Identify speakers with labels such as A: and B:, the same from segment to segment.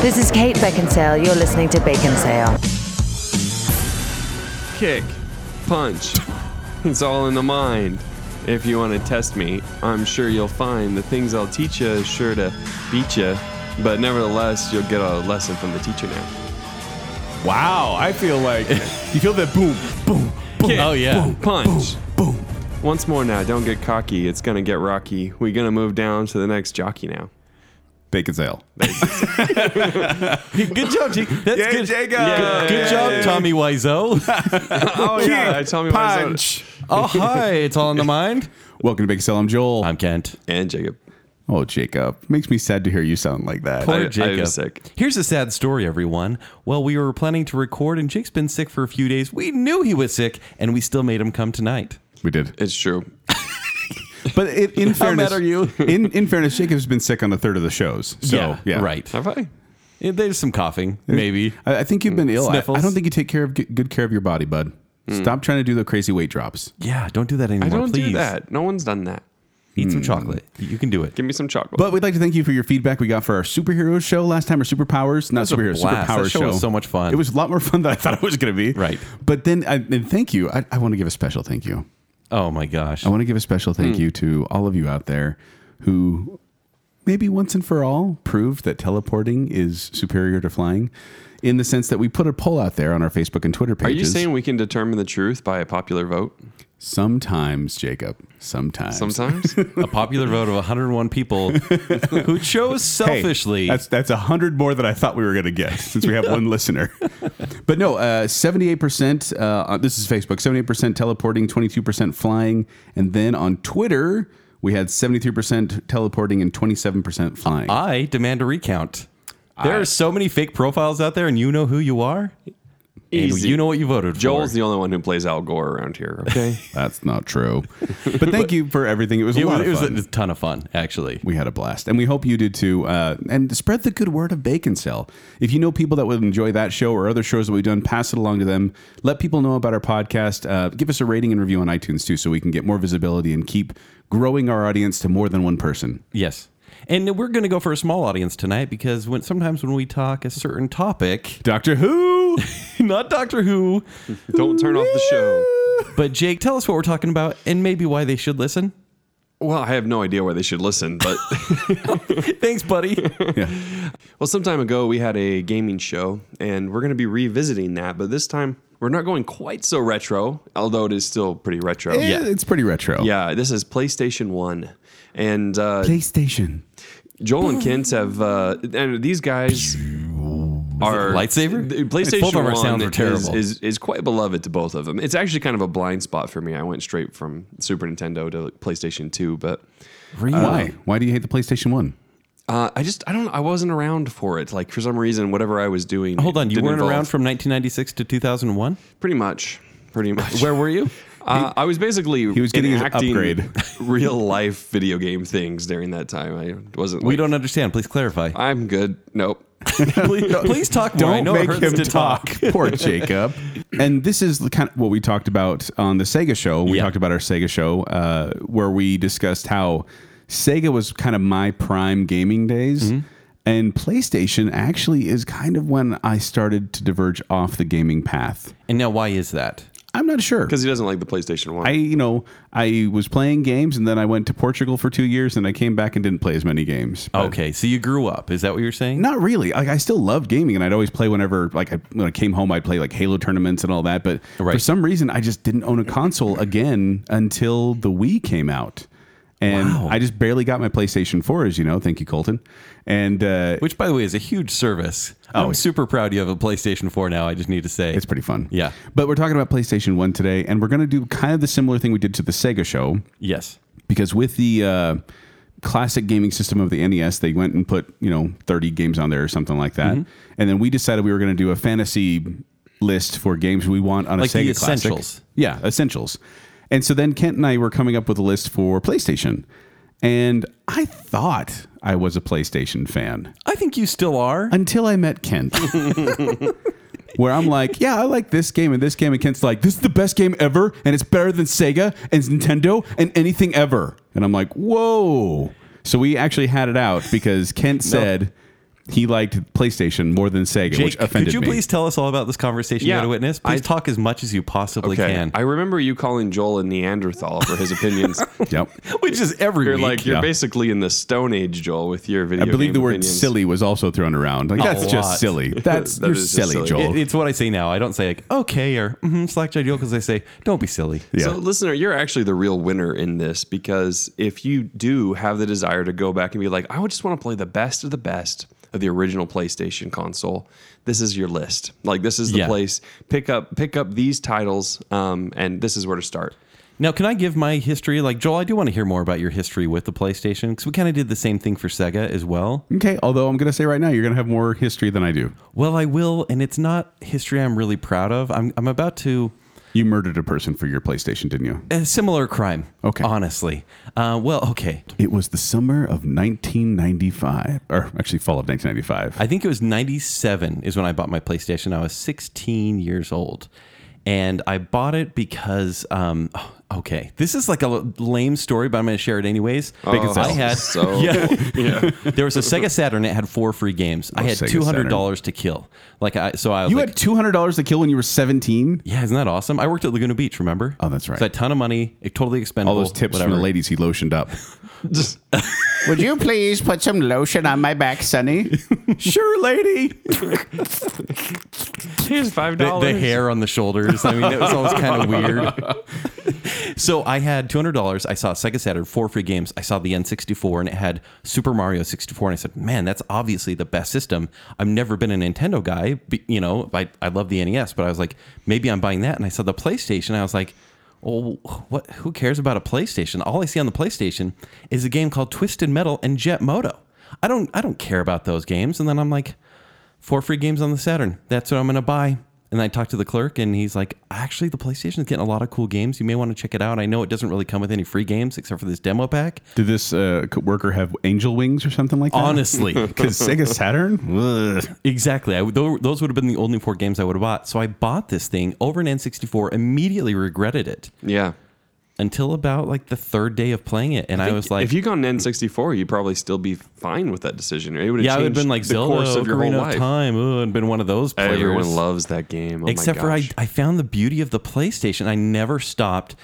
A: This is Kate Beckinsale. You're listening to Bacon Sale.
B: kick, punch. It's all in the mind. If you want to test me, I'm sure you'll find the things I'll teach you is sure to beat you. But nevertheless, you'll get a lesson from the teacher now.
C: Wow, I feel like you feel that boom, boom, boom.
B: Kick,
D: Oh, yeah.
B: boom, punch.
C: boom.
B: Once more now. Don't get cocky. It's gonna get rocky. We're gonna move down to the next jockey now.
C: Bacon sale.
D: Good job, Jake. That's
C: Yay,
D: good.
C: Jacob!
B: Yeah.
D: Good job, Tommy Wiseau.
B: Oh yeah, tell me what is
C: punch.
D: oh, hi. It's all in the mind.
C: Welcome to Bacon Sale. I'm Joel.
D: I'm Kent.
B: And Jacob.
C: oh, Jacob. Makes me sad to hear you sound like that.
B: I-
D: Poor
B: I was
D: Jacob.
B: sick.
D: Here's a sad story, everyone. Well, we were planning to record, and Jake's been sick for a few days. We knew he was sick, and we still made him come tonight.
C: We did,
B: It's true.
C: but in, in fairness,
D: are you?
C: in, in fairness, Jacob's been sick on a third of the shows. So yeah,
D: right.
B: Have I?
D: Yeah, There's some coughing, maybe.
C: I, I think you've been ill. I, I
D: Sniffles. Hmm.
C: don't think you take care of g- good care of your body, bud. Stop trying to do the crazy weight drops.
D: Yeah, don't do that anymore.
B: I don't
D: please.
B: do that. No one's done that.
D: Eat some chocolate. You can do it.
B: Give me some chocolate.
C: But we'd like to thank you for your feedback we got for our superhero show last time, or superpowers, not
D: a
C: superheroes,
D: blast.
C: superpowers
D: That show was so much fun.
C: It was a lot more fun than I thought it was going to be.
D: Right.
C: But then, I, and thank you. I, I want to give a special thank you.
D: Oh my gosh.
C: I want to give a special
D: Hmm.
C: thank you to all of you out there who maybe once and for all proved that teleporting is superior to flying in the sense that we put a poll out there on our Facebook and Twitter
B: Are
C: pages.
B: you saying we can determine the truth by a popular vote?
C: sometimes, Jacob? Sometimes.
B: Sometimes.
D: A popular vote of 101 people who chose
C: Hey,
D: selfishly.
C: that's that's a hundred more than I thought we were going to get since we have one listener. But no, seventy eight percent. uh, This is Facebook. Seventy eight percent teleporting, twenty two percent flying, and then on Twitter we had seventy three percent teleporting and twenty seven percent flying.
D: I demand a recount. There are so many fake profiles out there, and you know who you are.
B: Easy.
D: And you know what you voted
B: Joel's
D: for.
B: the only one who plays Al Gore around here. Okay.
C: That's not true. But thank you for everything. It was a
D: It
C: lot
D: was,
C: of
D: it was
C: fun.
D: a ton of fun, actually.
C: we had a blast, and we hope you did too. Uh, and spread the good word of Bacon Cell. If you know people that would enjoy that show or other shows that we've done, pass it along to them. Let people know about our podcast. Uh, give us a rating and review on iTunes too, so we can get more visibility and keep growing our audience to more than one person.
D: Yes. And we're going to go for a small audience tonight because when sometimes when we talk a certain topic,
C: Doctor Who.
D: not Doctor Who,
B: Don't turn off the show.
D: but Jake, tell us what we're talking about and maybe why they should listen.
B: Well, I have no idea why they should listen, but
D: Thanks, buddy.
B: well, some time ago we had a gaming show, and we're going to be revisiting that. But this time we're not going quite so retro, although it is still pretty retro.
C: yeah, it's pretty retro.
B: Yeah, this is PlayStation One, and uh,
C: PlayStation.
B: Joel and Kent have, uh, and these guys are
D: lightsaber?
B: The PlayStation
D: Both of our
B: One
D: sounds are
B: is,
D: terrible.
B: is is quite beloved to both of them. It's actually kind of a blind spot for me. I went straight from Super Nintendo to PlayStation Two, but
C: Why? Why do you hate the PlayStation One?
B: uh, I just I don't I wasn't around for it. Like for some reason, whatever I was doing.
D: Hold on, you
B: didn't
D: weren't
B: involve-
D: around from 1996 to 2001?
B: pretty much, pretty much.
D: Where were you?
B: Uh, I was basically he
C: was getting his upgrade.
B: real life video game things during that time. I wasn't.
D: We
B: like,
D: don't understand. Please clarify.
B: I'm good. Nope.
D: please, please talk more. I know it hurts to talk.
C: Poor Jacob. And this is the kind of what we talked about on the Sega show. We
D: Yeah.
C: talked about our Sega show uh, where we discussed how Sega was kind of my prime gaming days.
D: Mm-hmm.
C: And PlayStation actually is kind of when I started to diverge off the gaming path.
D: And now, why is that?
C: I'm not sure.
B: Because he doesn't like the PlayStation One.
C: I, you know, I was playing games and then I went to Portugal for two years and I came back and didn't play as many games. But-
D: Okay, so you grew up. Is that what you're saying?
C: Not really. Like I still loved gaming, and I'd always play whenever like I, when I came home. I'd play like Halo tournaments and all that. But for
D: Right.
C: some reason, I just didn't own a console again until the Wii came out, and
D: Wow.
C: I just barely got my PlayStation Four, as you know. Thank you, Colton. And uh,
D: Which, by the way, is a huge service. I'm super proud you have a PlayStation 4 now. I just need to say.
C: Oh, It's pretty fun.
D: Yeah.
C: But we're talking about PlayStation One today, and we're going to do kind of the similar thing we did to the Sega show.
D: yes.
C: because with the uh, classic gaming system of the NES, they went and put you know 30 games on there or something like that,
D: Mm-hmm.
C: and then we decided we were going to do a fantasy list for games we want on
D: Like
C: a Sega
D: the
C: Classic.
D: essentials.
C: Yeah, essentials. And so then Kent and I were coming up with a list for PlayStation, and I thought I was a PlayStation fan
D: I think you still are.
C: until I met Kent. Where I'm like, yeah, I like this game and this game, and Kent's like, this is the best game ever, and it's better than Sega and Nintendo and anything ever. And I'm like, whoa. So we actually had it out because Kent said, he liked PlayStation more than Sega, which
D: Jake,
C: offended
D: could you
C: me.
D: please tell us all about this conversation you
B: Yeah,
D: had to witness? Please
B: I-
D: talk as much as you possibly
B: Okay.
D: can.
B: I remember you calling Joel a Neanderthal for his opinions.
C: Yep.
D: Which is every
B: You're
D: week.
B: like you're
C: Yeah.
B: basically in the Stone Age, Joel, with your video.
C: I believe
B: game
C: the word
B: opinions.
C: silly was also thrown around. Like that's
D: lot.
C: just silly. That's
B: That
C: you're
B: is just
C: silly,
B: silly.
C: Joel.
D: It- it's what I say now. I don't say like okay or mm-hmm, slack Joe because I say don't be silly.
C: yeah.
B: So, listener, you're actually the real winner in this because if you do have the desire to go back and be like, I would just want to play the best of the best of the original PlayStation console, this is your list. Like, this is the
D: Yeah.
B: place. Pick up, pick up these titles, um, and this is where to start.
D: Now, can I give my history? Like Joel, I do want to hear more about your history with the PlayStation because we kind of did the same thing for Sega as well.
C: okay. Although I'm going to say right now, you're going to have more history than I do.
D: Well, I will, and it's not history I'm really proud of. I'm I'm about to
C: You murdered a person for your PlayStation, didn't you?
D: a similar crime.
C: Okay.
D: honestly, uh, well, okay.
C: It was the summer of 1995, or actually fall of 1995.
D: I think it was 97 is when I bought my PlayStation. I was 16 years old. And I bought it because, um, oh, okay, this is like a l- lame story, but I'm going to share it anyways.
B: Bacon
D: I
B: cell.
D: had,
B: Oh, So-
D: yeah, There was a Sega Saturn. It had four free games. I had
C: Oh, Sega
D: two hundred dollars to kill. Like I, so I was
C: you
D: like,
C: had $200 to kill when you were 17.
D: yeah, isn't that awesome? I worked at Laguna Beach. Remember?
C: Oh, that's right.
D: So a ton of money. It totally expendable.
C: All those tips
D: whatever.
C: from the ladies he lotioned up.
E: Would you please put some lotion on my back, Sonny?
C: sure, lady.
B: Here's five
D: the, the hair on the shoulders. I mean, it was always kind of weird. so I had two hundred dollars. I saw Sega Saturn four free games. I saw the N sixty four, and it had Super Mario sixty four. And I said, "Man, that's obviously the best system." I've never been a Nintendo guy. But, you know, I I love the NES, but I was like, maybe I'm buying that. And I saw the PlayStation. I was like. Well, what? Who cares about a PlayStation? All I see on the PlayStation is a game called Twisted Metal and Jet Moto. I don't, I don't care about those games. And then I'm like, four free games on the Saturn. That's what I'm going to buy. And I talked to the clerk, and he's like, actually, the PlayStation is getting a lot of cool games. You may want to check it out. I know it doesn't really come with any free games except for this demo pack.
C: Did this uh, co- worker have angel wings or something like that?
D: Honestly,
C: Because Sega Saturn? Ugh.
D: exactly. I, would- tho- those would have been the only four games I would have bought. So I bought this thing over an N64, immediately regretted it
B: Yeah.
D: until about like the third day of playing it. And I, was like,
B: if you got an N64, you'd probably still be fine with that decision. It would have
D: yeah, I would have
B: changed
D: been like
B: the
D: Zelda,
B: course of your whole
D: Ocarina of
B: life.
D: Time, oh, and been one of those players.
B: Everyone loves that game. Oh my
D: except for I,
B: gosh.
D: I found the beauty of the PlayStation. I never stopped.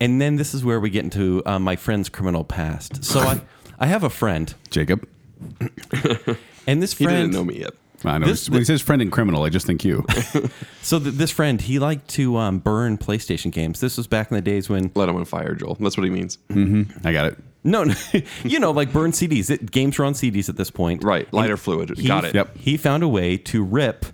D: And then this is where we get into uh, my friend's criminal past. So I, I have a friend,
C: Jacob?
D: and this
B: he didn't
D: friend
B: know me yet.
C: I know.
D: This-
C: when he says friend and criminal, I just think you.
D: So th- this friend, he liked to um, burn PlayStation games. This was back in the days when
B: Let him on fire, Joel. That's what he means.
C: I got it.
D: no, no you know, like burn CDs. It, games were on CDs at this point,
B: Right. Lighter
D: And
B: fluid.
D: He,
B: Got it.
C: Yep.
D: He found a way to rip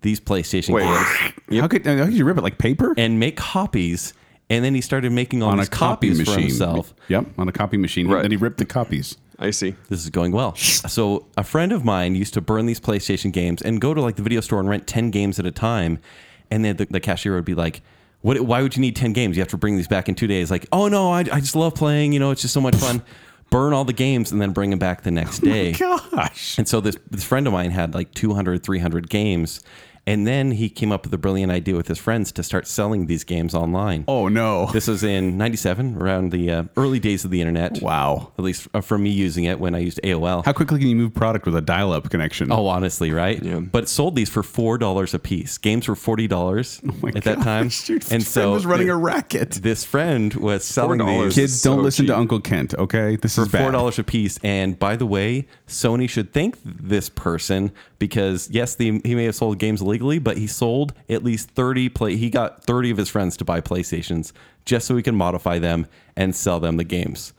D: these PlayStation
B: Wait.
D: games
C: How, could, how could you rip it? Like paper?
D: and make copies. And then he started making all
C: on a
D: these
C: copy
D: copies
C: machine.
D: for himself.
C: Yep, on a copy machine.
B: Right.
C: Then he ripped the copies.
B: I see.
D: this is going well. So a friend of mine used to burn these PlayStation games and go to like the video store and rent 10 games at a time. And then the, the cashier would be like, what, why would you need 10 games? You have to bring these back in two days. Like, oh no, I, I just love playing. You know, it's just so much fun. Burn all the games and then bring them back the
C: Oh
D: next day.
C: Gosh.
D: And so this, this friend of mine had like 200, 300 games. And then he came up with a brilliant idea with his friends to start selling these games online.
C: Oh no.
D: This was in 97, around the uh, early days of the internet.
C: Wow.
D: At least uh, for me using it when I used AOL.
C: How quickly can you move product with a dial-up connection?
D: Oh, honestly, right? Yeah. But it sold these for four dollars a piece. Games were forty dollars
C: Oh my
D: at that time,
C: gosh, your friend
D: and so
C: was running
D: th-
C: a racket.
D: This friend was selling
B: $4.
D: these
B: This
C: Kids,
B: is
C: don't
B: so
C: listen to
B: cheap.
C: Uncle Kent. Okay, this
D: for
C: is bad.
D: four dollars a piece. And by the way, Sony should thank this person because yes, the, he may have sold games illegally, but he sold at least thirty play. He got thirty of his friends to buy PlayStations just so he can modify them and sell them the games.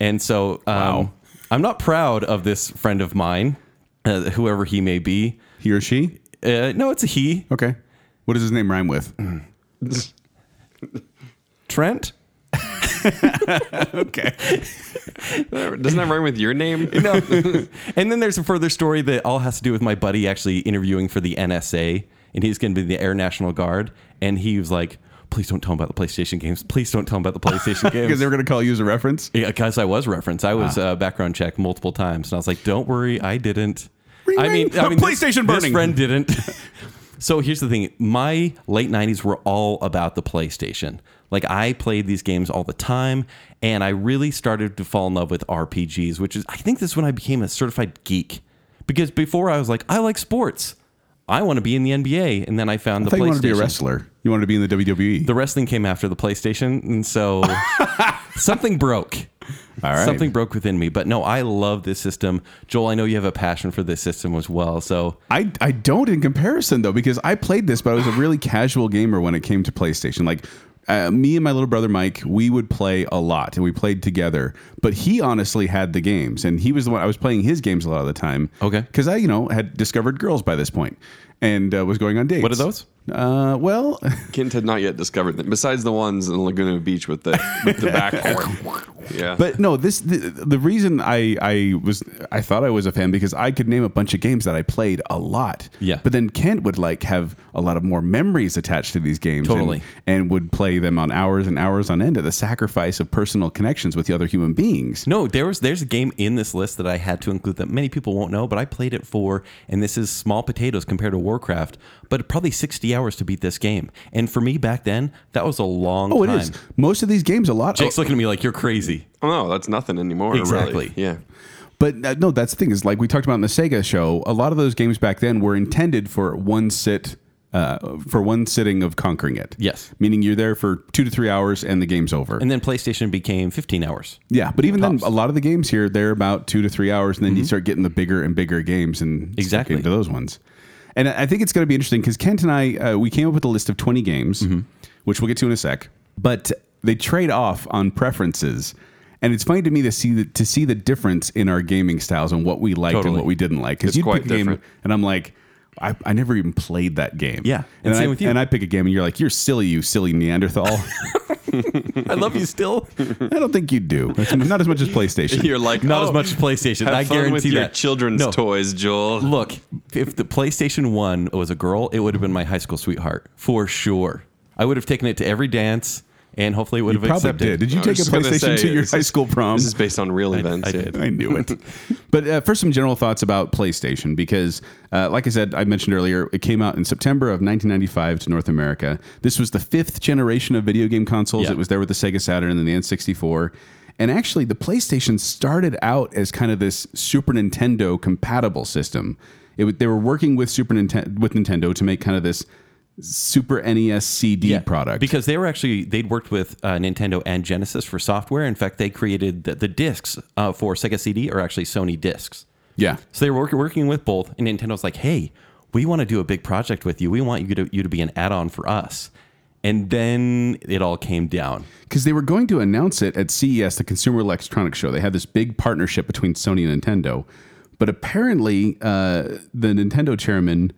D: And so, um,
C: Wow.
D: I'm not proud of this friend of mine, uh, whoever he may be.
C: He or she?
D: Uh, no, it's a he.
C: Okay. What does his name rhyme with?
D: Mm. Trent?
C: Okay.
B: Doesn't that rhyme with your name?
D: No. and then there's a further story that all has to do with my buddy actually interviewing for the NSA, and he's going to be the Air National Guard. And he was like, please don't tell him about the PlayStation games. Please don't tell him about the PlayStation
C: Because
D: games.
C: they were going to call you as a reference.
D: Because I was referenced. I was
C: Ah.
D: uh, background checked multiple times. And I was like, don't worry, I didn't. I
C: Ring,
D: mean,
C: ring.
D: I mean this-
C: PlayStation
D: this
C: burning.
D: friend didn't. so here's the thing my late 90s were all about the PlayStation. Like, I played these games all the time, and I really started to fall in love with RPGs, which is, I think this is when I became a certified geek Because before I was like, I like sports. I want to be in the NBA. And then I found
C: I
D: the
C: thought you
D: PlayStation.
C: wanted to be a wrestler. You wanted to be in the E. WWE.
D: The wrestling came after the PlayStation. And so something broke.
C: All right.
D: Something broke within me. But no, I love this system. Joel, I know you have a passion for this system as well. So
C: I, I don't in comparison though because I played this, but I was a really casual gamer when it came to PlayStation. Like uh, me and my little brother Mike, we would play a lot and we played together. But he honestly had the games, and he was the one I was playing his games a lot of the time.
D: Okay.
C: because I you know had discovered girls by this point and uh, was going on dates.
D: What are those?
C: Uh, well,
B: Kent had not yet discovered them, besides the ones in Laguna Beach with the, with the back horn. Yeah.
C: But no, this the, the reason I I was I thought I was a fan because I could name a bunch of games that I played a lot.
D: Yeah.
C: But then Kent would like have a lot of more memories attached to these games. and-
D: Totally.
C: And, would play them on hours and hours on end at the sacrifice of personal connections with the other human beings.
D: No, there was there's a game in this list that I had to include that many people won't know, but I played it for, and this is small potatoes compared to Warcraft, but probably 60 hours to beat this game. And for me back then, that was a long
C: Oh, it
D: time.
C: is. Most of these games, a lot.
D: Jake's looking at me like you're crazy.
B: oh, no, that's nothing anymore. really.
D: Exactly.
B: Yeah.
C: But uh, no, that's the thing is like we talked about in the Sega show. A lot of those games back then were intended for one sit, uh, for one sitting of conquering it.
D: Yes.
C: meaning you're there for two to three hours and the game's over.
D: And then PlayStation became 15 hours.
C: Yeah, but even then, a lot of the games here they're about two to three hours, and then you start getting the bigger and bigger games and stuck
D: Mm-hmm. Exactly.
C: into those ones. And I I think it's going to be interesting because Kent and I uh, we came up with a list of twenty games,
D: Mm-hmm.
C: which we'll get to in a sec. But they trade off on preferences, and it's funny to me to see the, to see the difference in our gaming styles and what we liked
D: Totally.
C: and what we didn't like. Because
B: It's
C: you
B: quite
C: pick a game,
B: different.
C: and I'm like. I, I never even played that game.
D: Yeah, and
C: and,
D: same
C: I,
D: with you.
C: and I pick a game, and you're like, "You're silly, you silly Neanderthal."
D: I love you still.
C: I don't think you do. That's not as much as PlayStation.
B: You're like,
D: Not
B: oh,
D: as much as PlayStation.
B: Have
D: I
B: fun
D: guarantee
B: with your
D: that.
B: children's
D: No.
B: toys, Joel.
D: Look, if the PlayStation 1 was a girl, it would have been my high school sweetheart for sure. I would have taken it to every dance and hopefully it would
C: You
D: have
C: probably did.
D: accepted.
C: Did you
B: I
C: take a
B: was just gonna
C: PlayStation
B: say,
C: to your
B: this
C: high
B: is-
C: school prom?
B: This is based on real events. yeah.
C: I knew it. but uh, first, some general thoughts about PlayStation because, uh, like I said, I mentioned earlier, it came out in September of 1995 to North America. This was the fifth generation of video game consoles.
D: Yeah.
C: It was there with the Sega Saturn and then the N64. And actually, the PlayStation started out as kind of this Super Nintendo compatible system. It, w- they were working with Super Nintendo with Nintendo to make kind of this Super E NES CD product.
D: because they were actually they'd worked with uh, Nintendo and Genesis for software. In fact, they created the, the discs uh, for Sega CD are actually Sony discs.
C: yeah,
D: So they were work, working with both, and Nintendo's like, "Hey, we want to do a big project with you. We want you to you to be an add on for us." And then it all came down.
C: because they were going to announce it at CES, the Consumer Electronics Show. They had this big partnership between Sony and Nintendo, but apparently uh, the Nintendo chairman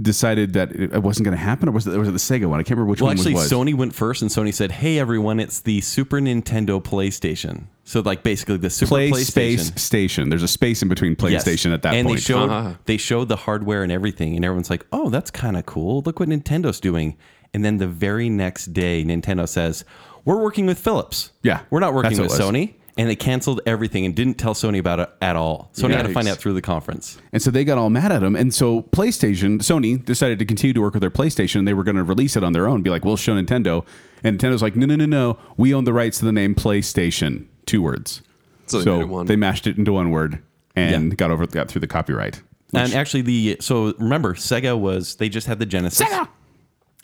C: decided that it it wasn't going to happen, or was it, was it the Sega one? I can't remember which
D: Well,
C: one
D: actually,
C: was.
D: Sony went first, and Sony said, "Hey, everyone, it's the Super Nintendo PlayStation." So, like, basically, the Super
C: Play
D: PlayStation.
C: Space Station. There's a space in between PlayStation
D: Yes.
C: at that
D: and
C: point.
D: they showed Uh-huh. they showed the hardware and everything, and everyone's like, "Oh, that's kind of cool. Look what Nintendo's doing." And then the very next day, Nintendo says, "We're working with Philips.
C: Yeah,
D: we're not working
C: that's
D: with
C: what it was.
D: Sony." And they canceled everything and didn't tell Sony about it at all. Sony had to find
B: Yikes.
D: out through the conference.
C: And so they got all mad at him. And so PlayStation, Sony decided to continue to work with their PlayStation. and They were going to release it on their own, be like, we'll show Nintendo. And Nintendo's like, no, no, no, no. We own the rights to the name PlayStation. Two words.
B: So they made it one.
C: they mashed it into one word and
D: Yeah.
C: got over got through the copyright.
D: and actually, the so remember, Sega was they just had the Genesis.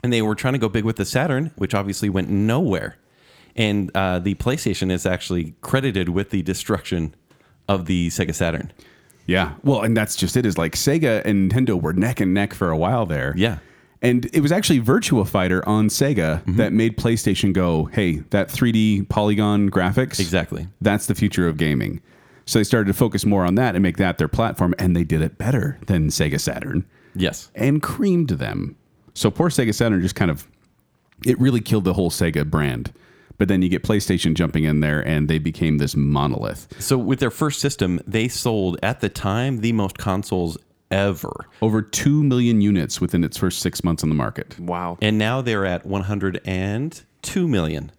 D: and they were trying to go big with the Saturn, which obviously went nowhere. And uh, the PlayStation is actually credited with the destruction of the Sega Saturn.
C: Yeah. Well, and that's just it is like Sega and Nintendo were neck and neck for a while there.
D: Yeah.
C: And it was actually Virtua Fighter on Sega that made PlayStation go, hey, that 3D polygon graphics.
D: Exactly.
C: That's the future of gaming. So they started to focus more on that and make that their platform, and they did it better than Sega Saturn
D: Yes.
C: and creamed them. So poor Sega Saturn just kind of it really killed the whole Sega brand. But then you get PlayStation jumping in there and they became this monolith.
D: So with their first system, they sold at the time the most consoles ever.
C: Over 2 million units within its first 6 months on the market,
B: Wow.
D: And now they're at 102 million.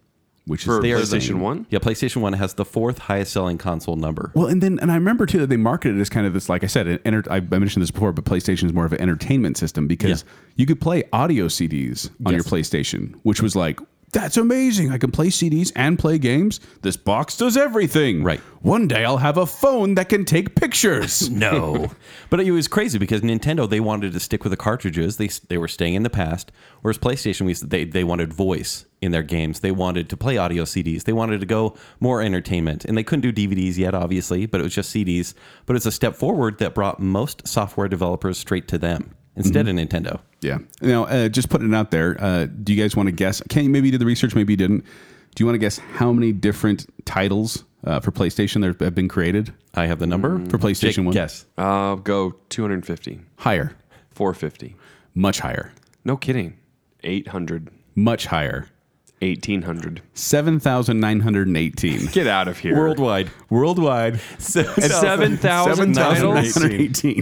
C: which is
B: For
D: They are-
B: PlayStation 1?
D: Yeah, PlayStation 1 has the fourth highest selling console number.
C: Well, and then and I remember too that they marketed it as kind of this, like I said, an enter- I I mentioned this before, but PlayStation is more of an entertainment system because
D: Yeah.
C: you could play audio CDs on your
D: Yes.
C: PlayStation, which was like that's amazing. I can play CDs and play games. This box does everything.
D: Right.
C: One day I'll have a phone that can take pictures.
D: No, but it was crazy because Nintendo they wanted to stick with the cartridges. They they were staying in the past. Whereas PlayStation, we they they wanted voice in their games. They wanted to play audio CDs. They wanted to go more entertainment, and they couldn't do DVDs yet, obviously. But it was just CDs. But it's a step forward that brought most software developers straight to them instead of Nintendo.
C: Yeah. Now, uh, just putting it out there, uh, do you guys want to guess? Can you maybe you did the research? Maybe you didn't. Do you want to guess how many different titles uh, for PlayStation there have been created
D: I have the number
C: for PlayStation One?
D: Yes,
B: I'll Uh, go 250,
C: higher,
B: 450.
C: much higher,
B: No kidding. 800,
C: much higher.
B: 1800.
C: Seven thousand nine hundred and eighteen
B: Get out of here.
D: worldwide.
C: worldwide.
B: Seven thousand titles.
C: 7,918.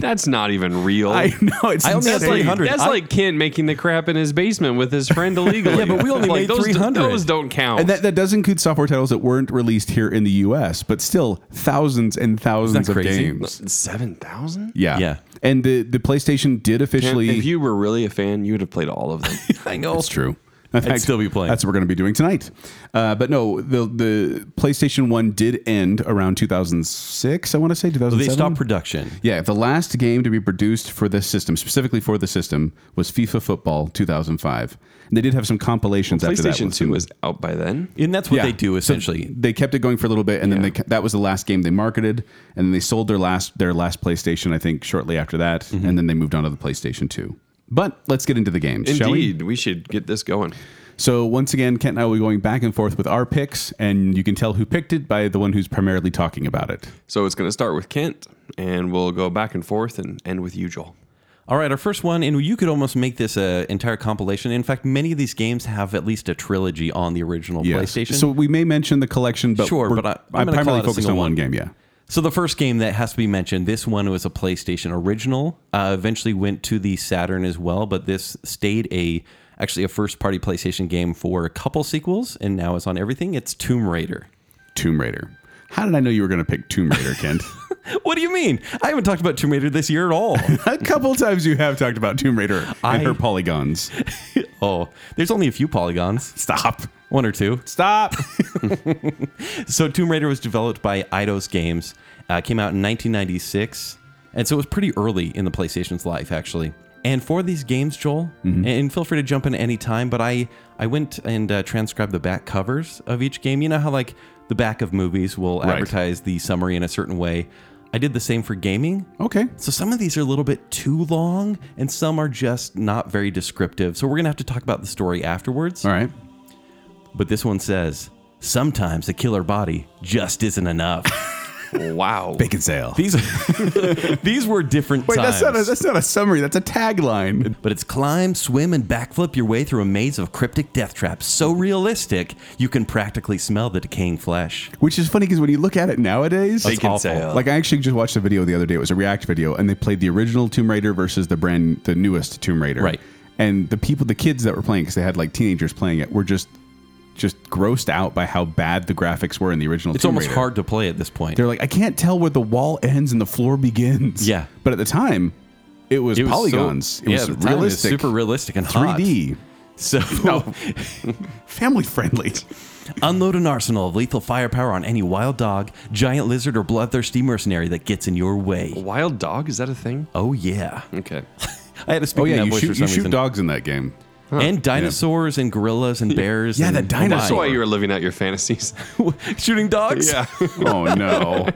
B: That's not even real.
C: I know it's.
D: I only have
B: That's like,
D: 300.
B: that's
D: I-
B: like Ken making the crap in his basement with his friend illegally.
D: Yeah, but we only
B: Like,
D: made
B: those,
D: 300.
B: Those don't count.
C: And that, that does include software titles that weren't released here in the U.S., but still thousands and thousands of
D: crazy?
C: games.
B: Seven thousand?
C: Yeah,
D: Yeah.
C: And the the PlayStation did officially.
B: If you were really a fan, you would have played all of them.
D: I know
C: That's true. In
D: I'd still be playing.
C: That's what we're going to be doing tonight. Uh, but no, the the PlayStation One did end around 2006. I want to say 2007.
D: They stopped production.
C: yeah, the last game to be produced for this system, specifically for the system, was FIFA Football 2005. And they did have some compilations after that.
B: PlayStation
C: with
B: Two
C: some-
B: was out by then.
D: And that's what
C: Yeah.
D: they do
C: So
D: essentially.
C: they kept it going for a little bit, and then they, that was the last game they marketed, and then they sold their last their last PlayStation, I think, shortly after that,
D: Mm-hmm.
C: and then they moved on to the PlayStation Two. But let's get into the games, shall we?
B: Indeed, we? should get this going.
C: So once again, Kent and I will be going back and forth with our picks, and you can tell who picked it by the one who's primarily talking about it.
B: So it's going to start with Kent, and we'll go back and forth and end with you, Joel.
D: All right, our first one, and you could almost make this an entire compilation. In fact, many of these games have at least a trilogy on the original PlayStation.
C: So
D: So,
C: we may mention the collection, but
D: Sure,
C: we're-
D: but I- I'm
C: I'm
D: gonna call
C: primarily
D: it a
C: focused on
D: single
C: one.
D: one.
C: game. Yeah,
D: the first game that has to be mentioned, this one was a PlayStation original. Uh, eventually went to the Saturn as well, but this stayed a actually a first party PlayStation game for a couple sequels, and now it's on everything. It's Tomb Raider.
C: Tomb Raider. How did I know you were going to pick Tomb Raider, Kent?
D: What do you mean? I haven't talked about Tomb Raider this year at all.
C: a couple times you have talked about Tomb Raider and
D: I-
C: her polygons.
D: oh, there's only a few polygons,
C: Stop.
D: one or two.
C: Stop.
D: So Tomb Raider was developed by Eidos Games, uh, came out in 1996, and so it was pretty early in the PlayStation's life, actually. And for these games, Joel,
C: Mm-hmm.
D: and feel free to jump in any time, but I I went and uh, transcribed the back covers of each game. You know how like the back of movies will
C: Right.
D: advertise the summary in a certain way. I did the same for gaming.
C: okay.
D: So some of these are a little bit too long, and some are just not very descriptive. So we're gonna have to talk about the story afterwards.
C: All right.
D: But this one says, sometimes a killer body just isn't enough.
B: Wow.
C: Bacon sale.
D: These these were different
C: Wait,
D: times.
C: that's not, a, that's not a summary. That's a tagline.
D: but it's climb, swim, and backflip your way through a maze of cryptic death traps so realistic you can practically smell the decaying flesh.
C: Which is funny because when you look at it nowadays,
B: Bacon
D: awful.
B: sale.
C: Like I actually just watched a video the other day. It was a React video, and they played the original Tomb Raider versus the brand, the newest Tomb Raider.
D: Right.
C: And the people, the kids that were playing, because they had like teenagers playing it, were just just grossed out by how bad the graphics were in the original.
D: It's
C: Tomb
D: almost
C: Raider.
D: hard to play at this point.
C: They're like, I can't tell where the wall ends and the floor begins.
D: Yeah.
C: But at the time, it was
D: It was so-
C: polygons. it
D: yeah,
C: was
D: at the time, it was
C: realistic,
D: super realistic and hot.
C: 3D,
D: So
C: family friendly.
D: Unload an arsenal of lethal firepower on any wild dog, giant lizard, or bloodthirsty mercenary that gets in your way.
B: Wild dog? Is that a thing?
D: Oh yeah.
B: Okay.
D: I had to speak
C: Oh
D: in
C: yeah,
D: that
C: you
D: voice for
C: shoot,
D: some
C: you shoot
D: reason.
C: dogs in that game.
D: And dinosaurs and gorillas and bears.
C: Yeah,
D: and,
C: the
B: That's
C: dinosaur.
B: why you were living out your fantasies.
D: shooting dogs.
C: Oh no.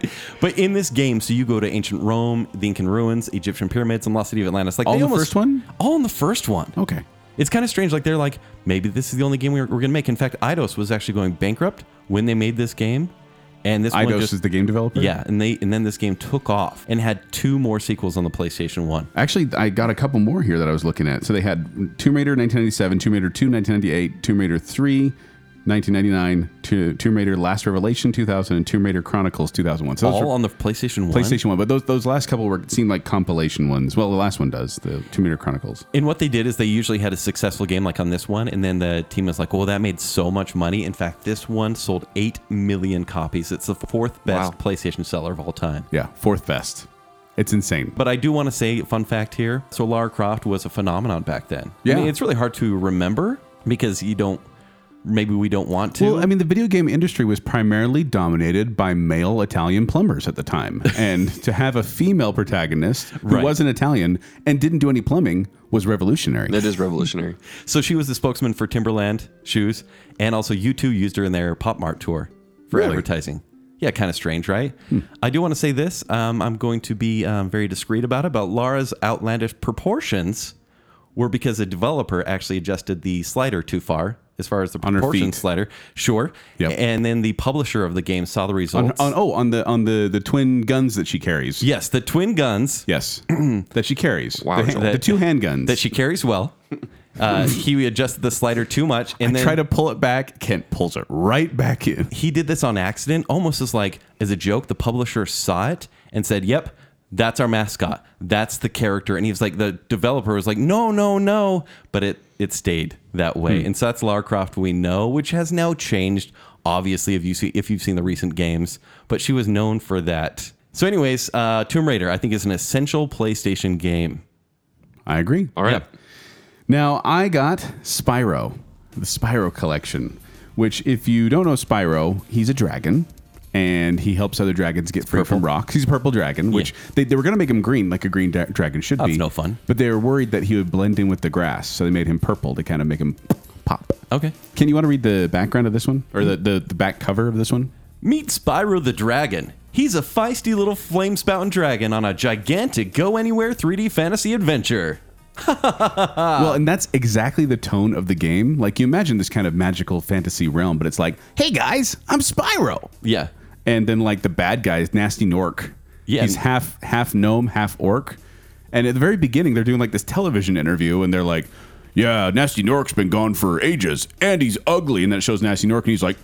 D: But in this game, so you go to ancient Rome, the Incan ruins, Egyptian pyramids, and lost city of Atlantis. Like
C: All
D: they
C: the
D: almost-
C: first one?
D: All in the first one.
C: Okay.
D: It's kind of strange. Like they're like, maybe this is the only game we're, we're gonna make. In fact, Eidos was actually going bankrupt when they made this game, and this one
C: Eidos
D: just
C: is the game developer.
D: yeah, and they and then this game took off and had two more sequels on the PlayStation One.
C: Actually, I got a couple more here that I was looking at. So they had Tomb Raider 1997, Tomb Raider 2, 1998, Tomb Raider 3, 1999, to- Tomb Raider Last Revelation 2000, and Tomb Raider Chronicles 2001. So those
D: All
C: were
D: on the PlayStation One.
C: PlayStation 1, but those, those last couple were seemed like compilation ones. Well, the last one does, the Tomb Raider Chronicles.
D: And what they did is they usually had a successful game like on this one, and then the team was like, "Well, that made so much money." In fact, this one sold eight million copies. It's the fourth best
B: Wow.
D: PlayStation seller of all time.
C: Yeah, fourth best. It's insane.
D: But I do want to say, fun fact here: so Lara Croft was a phenomenon back then.
C: Yeah.
D: I mean, it's really hard to remember because you don't maybe we don't want to.
C: Well, I mean, the video game industry was primarily dominated by male Italian plumbers at the time, and to have a female protagonist who
D: Right.
C: wasn't Italian and didn't do any plumbing was revolutionary.
B: That is revolutionary.
D: so she was the spokesman for Timberland shoes, and also U2 used her in their Pop Mart tour for
C: Really? Hmm.
D: advertising. Yeah, kind of strange, right? I do want to say this. Um, I'm going to be um, very discreet about it, but Laura's outlandish proportions were because a developer actually adjusted the slider too far. As far as the
C: her
D: proportion
C: feet.
D: slider, sure.
C: Yep.
D: And then the publisher of the game saw the
C: On,
D: results.
C: on, oh, on the on the the twin guns that she carries.
D: yes, the twin guns
C: Yes, that she carries.
B: Wow,
C: the,
B: Joel.
C: the two handguns.
D: that she carries well. Uh, he adjusted the slider too much, and then
C: try to pull it back. Kent pulls it right back in.
D: he did this on accident, almost as like as a joke. The publisher saw it and said, "Yep, that's our mascot. That's the character." And he was like, the developer was like, "No, no, no," but it it stayed that
B: Hmm.
D: way. And so that's Lara Croft we know, which has now changed. Obviously, if you see if you've seen the recent games, but she was known for that. So, anyways, uh, Tomb Raider I think is an essential PlayStation game.
C: I agree.
B: All right.
C: Now I got Spyro, the Spyro collection. Which, if you don't know Spyro, he's a dragon, and he helps other dragons get free from rocks. He's a purple dragon, which they, they were going to make him green, like a green dra- dragon should
D: That's
C: be.
D: no fun.
C: But they were worried that he would blend in with the grass, so they made him purple to kind of make him pop.
D: Okay.
C: Ken, you want to read the background of this one, or the, the the back cover of this one?
D: Meet Spyro the Dragon. He's a feisty little flame spouting dragon on a gigantic go anywhere 3D fantasy adventure. Uh,
C: Well, and that's exactly the tone of the game. Like you imagine this kind of magical fantasy realm, but it's like, hey guys, I'm Spyro.
D: Yeah.
C: And then like the bad guys, nasty Nork.
D: Yeah.
C: He's half half gnome, half orc. And at the very beginning, they're doing like this television interview, and they're like, "Yeah, Nasty Nork's been gone for ages, and he's ugly." And that shows Nasty Nork, and he's like,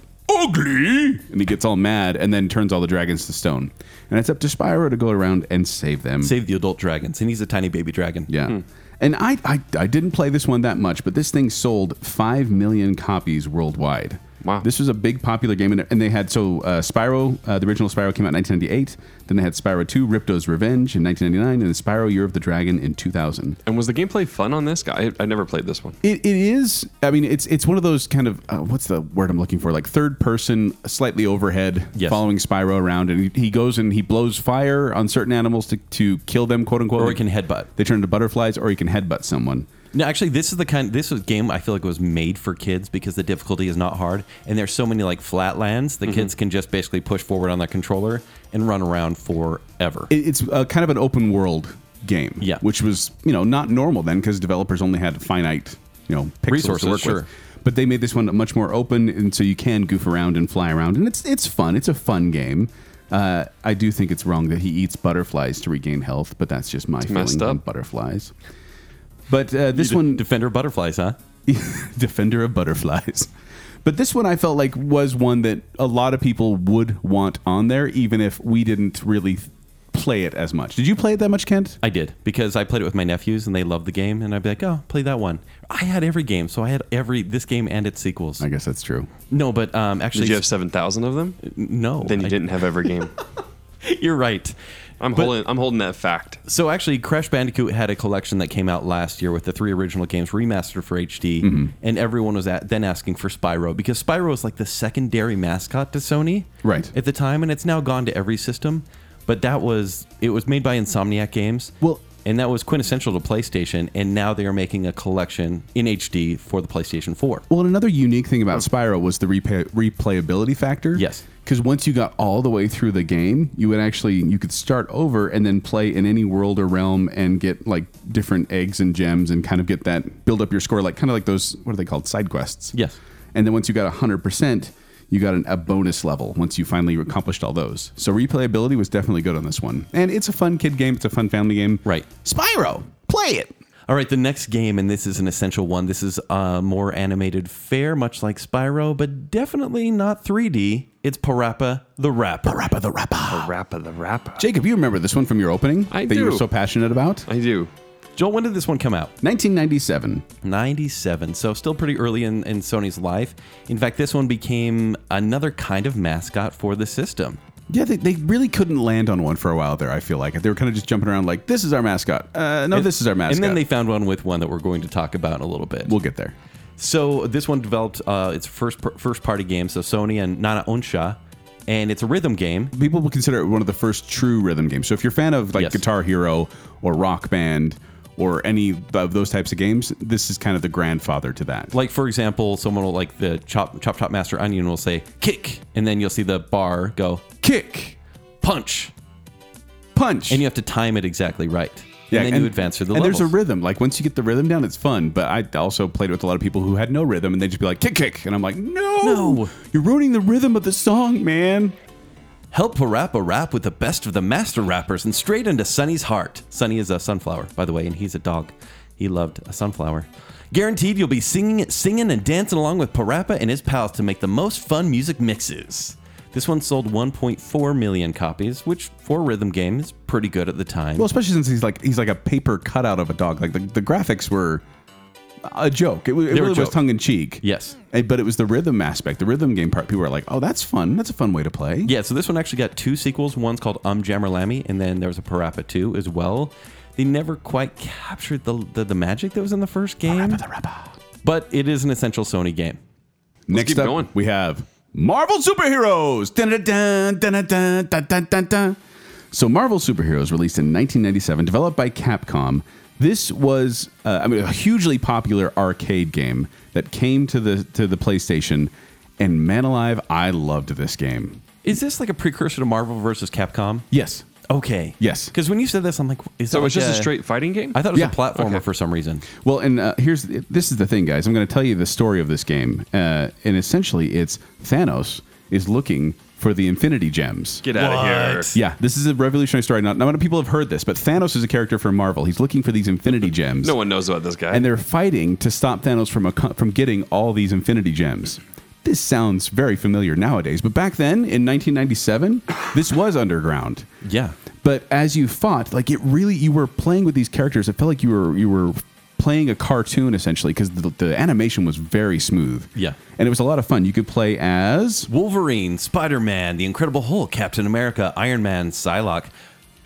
C: "Ugly," and he gets all mad, and then turns all the dragons to stone. And it's up to Spyro to go around and save them.
D: Save the adult dragons, and he's a tiny baby dragon.
C: Yeah. And I, I I didn't play this one that much, but this thing sold five million copies worldwide.
B: Wow.
C: This was a big popular game, and, and they had so uh, Spyro, uh, the original Spyro came out in 1998. Then they had Spyro 2, Ripto's Revenge in 1999, and then Spyro Year of the Dragon in 2000.
B: And was the gameplay fun on this guy? I, I never played this one.
C: It, it is. I mean, it's it's one of those kind of uh, what's the word I'm looking for? Like third person, slightly overhead,
D: Yes.
C: following Spyro around, and he, he goes and he blows fire on certain animals to, to kill them, quote unquote.
D: Or he can headbutt.
C: They turn into butterflies, or he can headbutt someone.
D: No, actually, this is the kind. This was game I feel like was made for kids because the difficulty is not hard, and there's so many like flat lands.
C: Mm-hmm.
D: The kids can just basically push forward on their controller and run around forever.
C: it- it's uh, kind of an open world game.
D: Yeah.
C: Which was, you know, not normal then because developers only had finite, you know, pixels
D: Resources,
C: to work
D: sure.
C: with. But they made this one much more open, and so you can goof around and fly around, and it's it's fun. It's a fun game. Uh, I do think it's wrong that he eats butterflies to regain health, but that's just my
B: messed
C: feeling on
B: up.
C: butterflies. But uh, this one,
D: Defender of butterflies, huh?
C: defender of butterflies. But this one I felt like was one that a lot of people would want on there, even if we didn't really play it as much. Did you play it that much, Kent?
D: I did because I played it with my nephews and they loved the game, and I'd be like, "Oh, play that one." I had every game, so I had every this game and its sequels.
C: I guess that's true.
D: No, but um, actually,
B: Did you have seven thousand of them?
D: no.
B: Then you
D: I-
B: didn't have every game.
D: You're right.
B: I'm holding. I'm holding that fact.
D: So actually, Crash Bandicoot had a collection that came out last year with the three original games remastered for HD,
B: Mm-hmm.
D: and everyone was at, then asking for Spyro because Spyro was like the secondary mascot to Sony,
C: Right.
D: At the time, and it's now gone to every system. But that was it was made by Insomniac Games.
C: Well-
D: and that was quintessential to PlayStation, and now they are making a collection in HD for the PlayStation 4.
C: Well, and another unique thing about Spyro was the replay- replayability factor.
D: Oh. Yes.
C: Because once you got all the way through the game, you would actually you could start over and then play in any world or realm and get like different eggs and gems and kind of get that build up your score like kind of like those what are they called side quests.
D: Yes.
C: And then once you got hundred percent, you got an, a bonus level once you finally accomplished all those. So replayability was definitely good on this one, and it's a fun kid game. It's a fun family game.
D: Right.
C: Spyro, play it.
D: All right, the next game, and this is an essential one. This is uh, more animated fare, much like Spyro, but definitely not 3D. It's Parappa the Rapper.
C: Rappa the rapper.
B: Rappa the rapper.
C: Jacob, you remember this one from your opening
B: I
C: that you were
B: do.
C: so passionate about?
B: I do.
D: Joel, when did this one come out?
C: 1997.
D: 97. So still pretty early in, in Sony's life. In fact, this one became another kind of mascot for the system.
C: Yeah, they, they really couldn't land on one for a while there, I feel like. They were kind of just jumping around like, this is our mascot. Uh, no, this is our mascot.
D: And then they found one with one that we're going to talk about in a little bit.
C: We'll get there.
D: So this one developed uh, its first first party game, so Sony and Nana Onsha, and it's a rhythm game.
C: People would consider it one of the first true rhythm games. So if you're a fan of like
D: Yes.
C: Guitar Hero or Rock Band or any of those types of games, this is kind of the grandfather to that.
D: Like for example, someone will like the chop chop chop master onion will say kick, and then you'll see the bar go
C: kick,
D: punch,
C: punch,
D: and you have to time it exactly right. and then you advance through the
C: and
D: levels.
C: there's a rhythm. Like once you get the rhythm down, it's fun. But I also played with a lot of people who had no rhythm, and they'd just be like kick, kick, and I'm like, no,
D: No.
C: you're ruining the rhythm of the song, man.
D: Help Parappa rap with the best of the master rappers and straight into Sonny's heart. Sonny is a sunflower, by the way, and he's a dog. He loved a sunflower. Guaranteed you'll be singing singing and dancing along with Parappa and his pals to make the most fun music mixes. This one sold 1.4 million copies, which for a rhythm game is pretty good at the time.
C: Well, especially since he's like he's like a paper cutout of a dog. Like the, the graphics were a joke. It, wa- it
D: were a
C: really was
D: joke.
C: tongue in cheek.
D: yes.
C: Eh, But it was the rhythm aspect, the rhythm game part. People were like, "Oh, that's fun. That's a fun way to play."
D: Yeah, so this one actually got two sequels. One's called Um Jammer Lammy, and then there was a Parappa 2 as well. They never quite captured the, the, the magic that was in the first game, but it is an essential Sony game.
C: Next
B: keep
C: up,
B: going.
C: we have Marvel superheroes. Dun-dun-dun, dun-dun-dun, dun-dun-dun-dun. So, Marvel superheroes released in 1997, developed by Capcom. This was, uh, I mean, a hugely popular arcade game that came to the to the PlayStation. And man alive, I loved this game.
D: Is this like a precursor to Marvel versus Capcom?
C: Yes,
D: Okay.
C: Yes.
D: Because when you said this, I'm like, is
B: So
D: that
B: it's
D: like
B: just a straight fighting game?
D: I thought it was
C: Yeah.
D: a platformer
B: Okay.
D: for some reason.
C: Well, and uh, here's this is the thing, guys. I'm going to tell you the story of this game, uh, and essentially, it's Thanos is looking for the Infinity Gems.
B: Get out of here.
C: Yeah, this is a revolutionary story. Not, not many people have heard this, but Thanos is a character from Marvel. He's looking for these Infinity Gems,
B: No one knows about this guy.
C: and they're fighting to stop Thanos from a, from getting all these Infinity Gems. This sounds very familiar nowadays, but back then in 1997, this was underground.
D: Yeah.
C: But as you fought, like it really, you were playing with these characters. It felt like you were you were playing a cartoon essentially because the, the animation was very smooth.
D: Yeah.
C: and it was a lot of fun. You could play as
D: Wolverine, Spider Man, The Incredible Hulk, Captain America, Iron Man, Psylocke,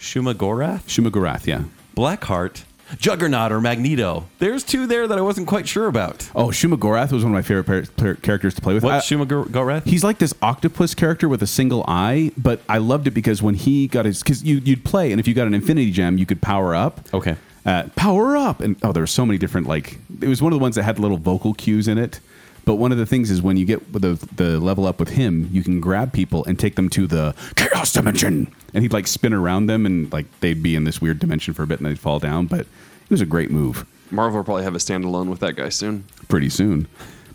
D: Shumagorath,
C: Shumagorath. Yeah.
D: Blackheart, Juggernaut, or Magneto. There's two there that I wasn't quite sure about.
C: Oh, Shumagorath was one of my favorite par- par- characters to play with. I-
D: What's Shumagorath?
C: He's like this octopus character with a single eye, but I loved it because when he got his, because you, you'd play, and if you got an infinity gem, you could power up.
D: Okay.
C: Uh, power up, and oh, there were so many different. Like it was one of the ones that had little vocal cues in it. But one of the things is when you get the the level up with him, you can grab people and take them to the chaos dimension, and he'd like spin around them, and like they'd be in this weird dimension for a bit, and they'd fall down. But it was a great move
B: Marvel will probably have a standalone with that guy soon.
C: pretty soon.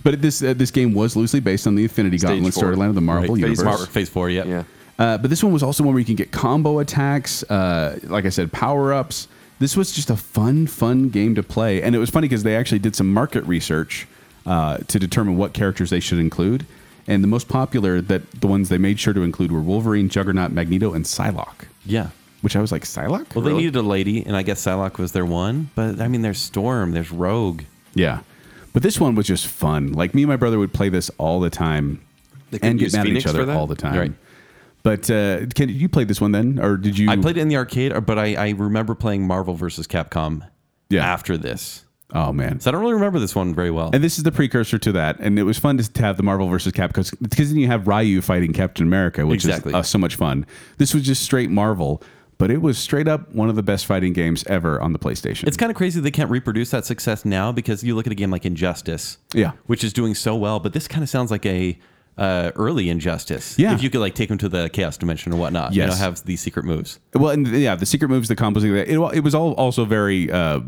C: But this uh, this game was loosely based on the Infinity
B: Stage
C: Gauntlet
B: four.
C: storyline of the Marvel
B: Right, phase
C: universe.
B: four.
D: Mar- phase four, yeah.
B: Yeah.
C: Uh, but this one was also one where you can get combo attacks. Uh, like I said, power ups. This was just a fun, fun game to play, and it was funny because they actually did some market research uh, to determine what characters they should include. And the most popular that the ones they made sure to include were Wolverine, Juggernaut, Magneto, and Psylocke.
D: Yeah.
C: Which I was like, Psylocke?
D: Well, they
B: Really?
D: needed a lady, and I guess Psylocke was their one. But I mean, there's Storm, there's Rogue.
C: Yeah. But this one was just fun. Like me and my brother would play this all the time
B: They couldn't
C: and get
B: use
C: mad
B: Phoenix
C: at each
B: for
C: other
B: that?
C: all the time.
D: Right.
C: But uh, Ken, you played this one then, or did you?
D: I played it in the arcade, or- but I, I remember playing Marvel versus Capcom
C: Yeah.
D: after this.
C: Oh man!
D: So I don't really remember this one very well.
C: and this is the precursor to that, and it was fun to, to have the Marvel versus Capcom because then you have Ryu fighting Captain America, which
D: Exactly.
C: is uh, so much fun. This was just straight Marvel, but it was straight up one of the best fighting games ever on the PlayStation.
D: it's kind of crazy they can't reproduce that success now because you look at a game like Injustice,
C: Yeah.
D: which is doing so well, but this kind of sounds like a uh, early Injustice.
C: Yeah.
D: if you could like take them to the Chaos Dimension or whatnot, you know,
C: Yes.
D: have these secret moves.
C: Well, and yeah, the secret moves, the combos, it, it was all also very uh,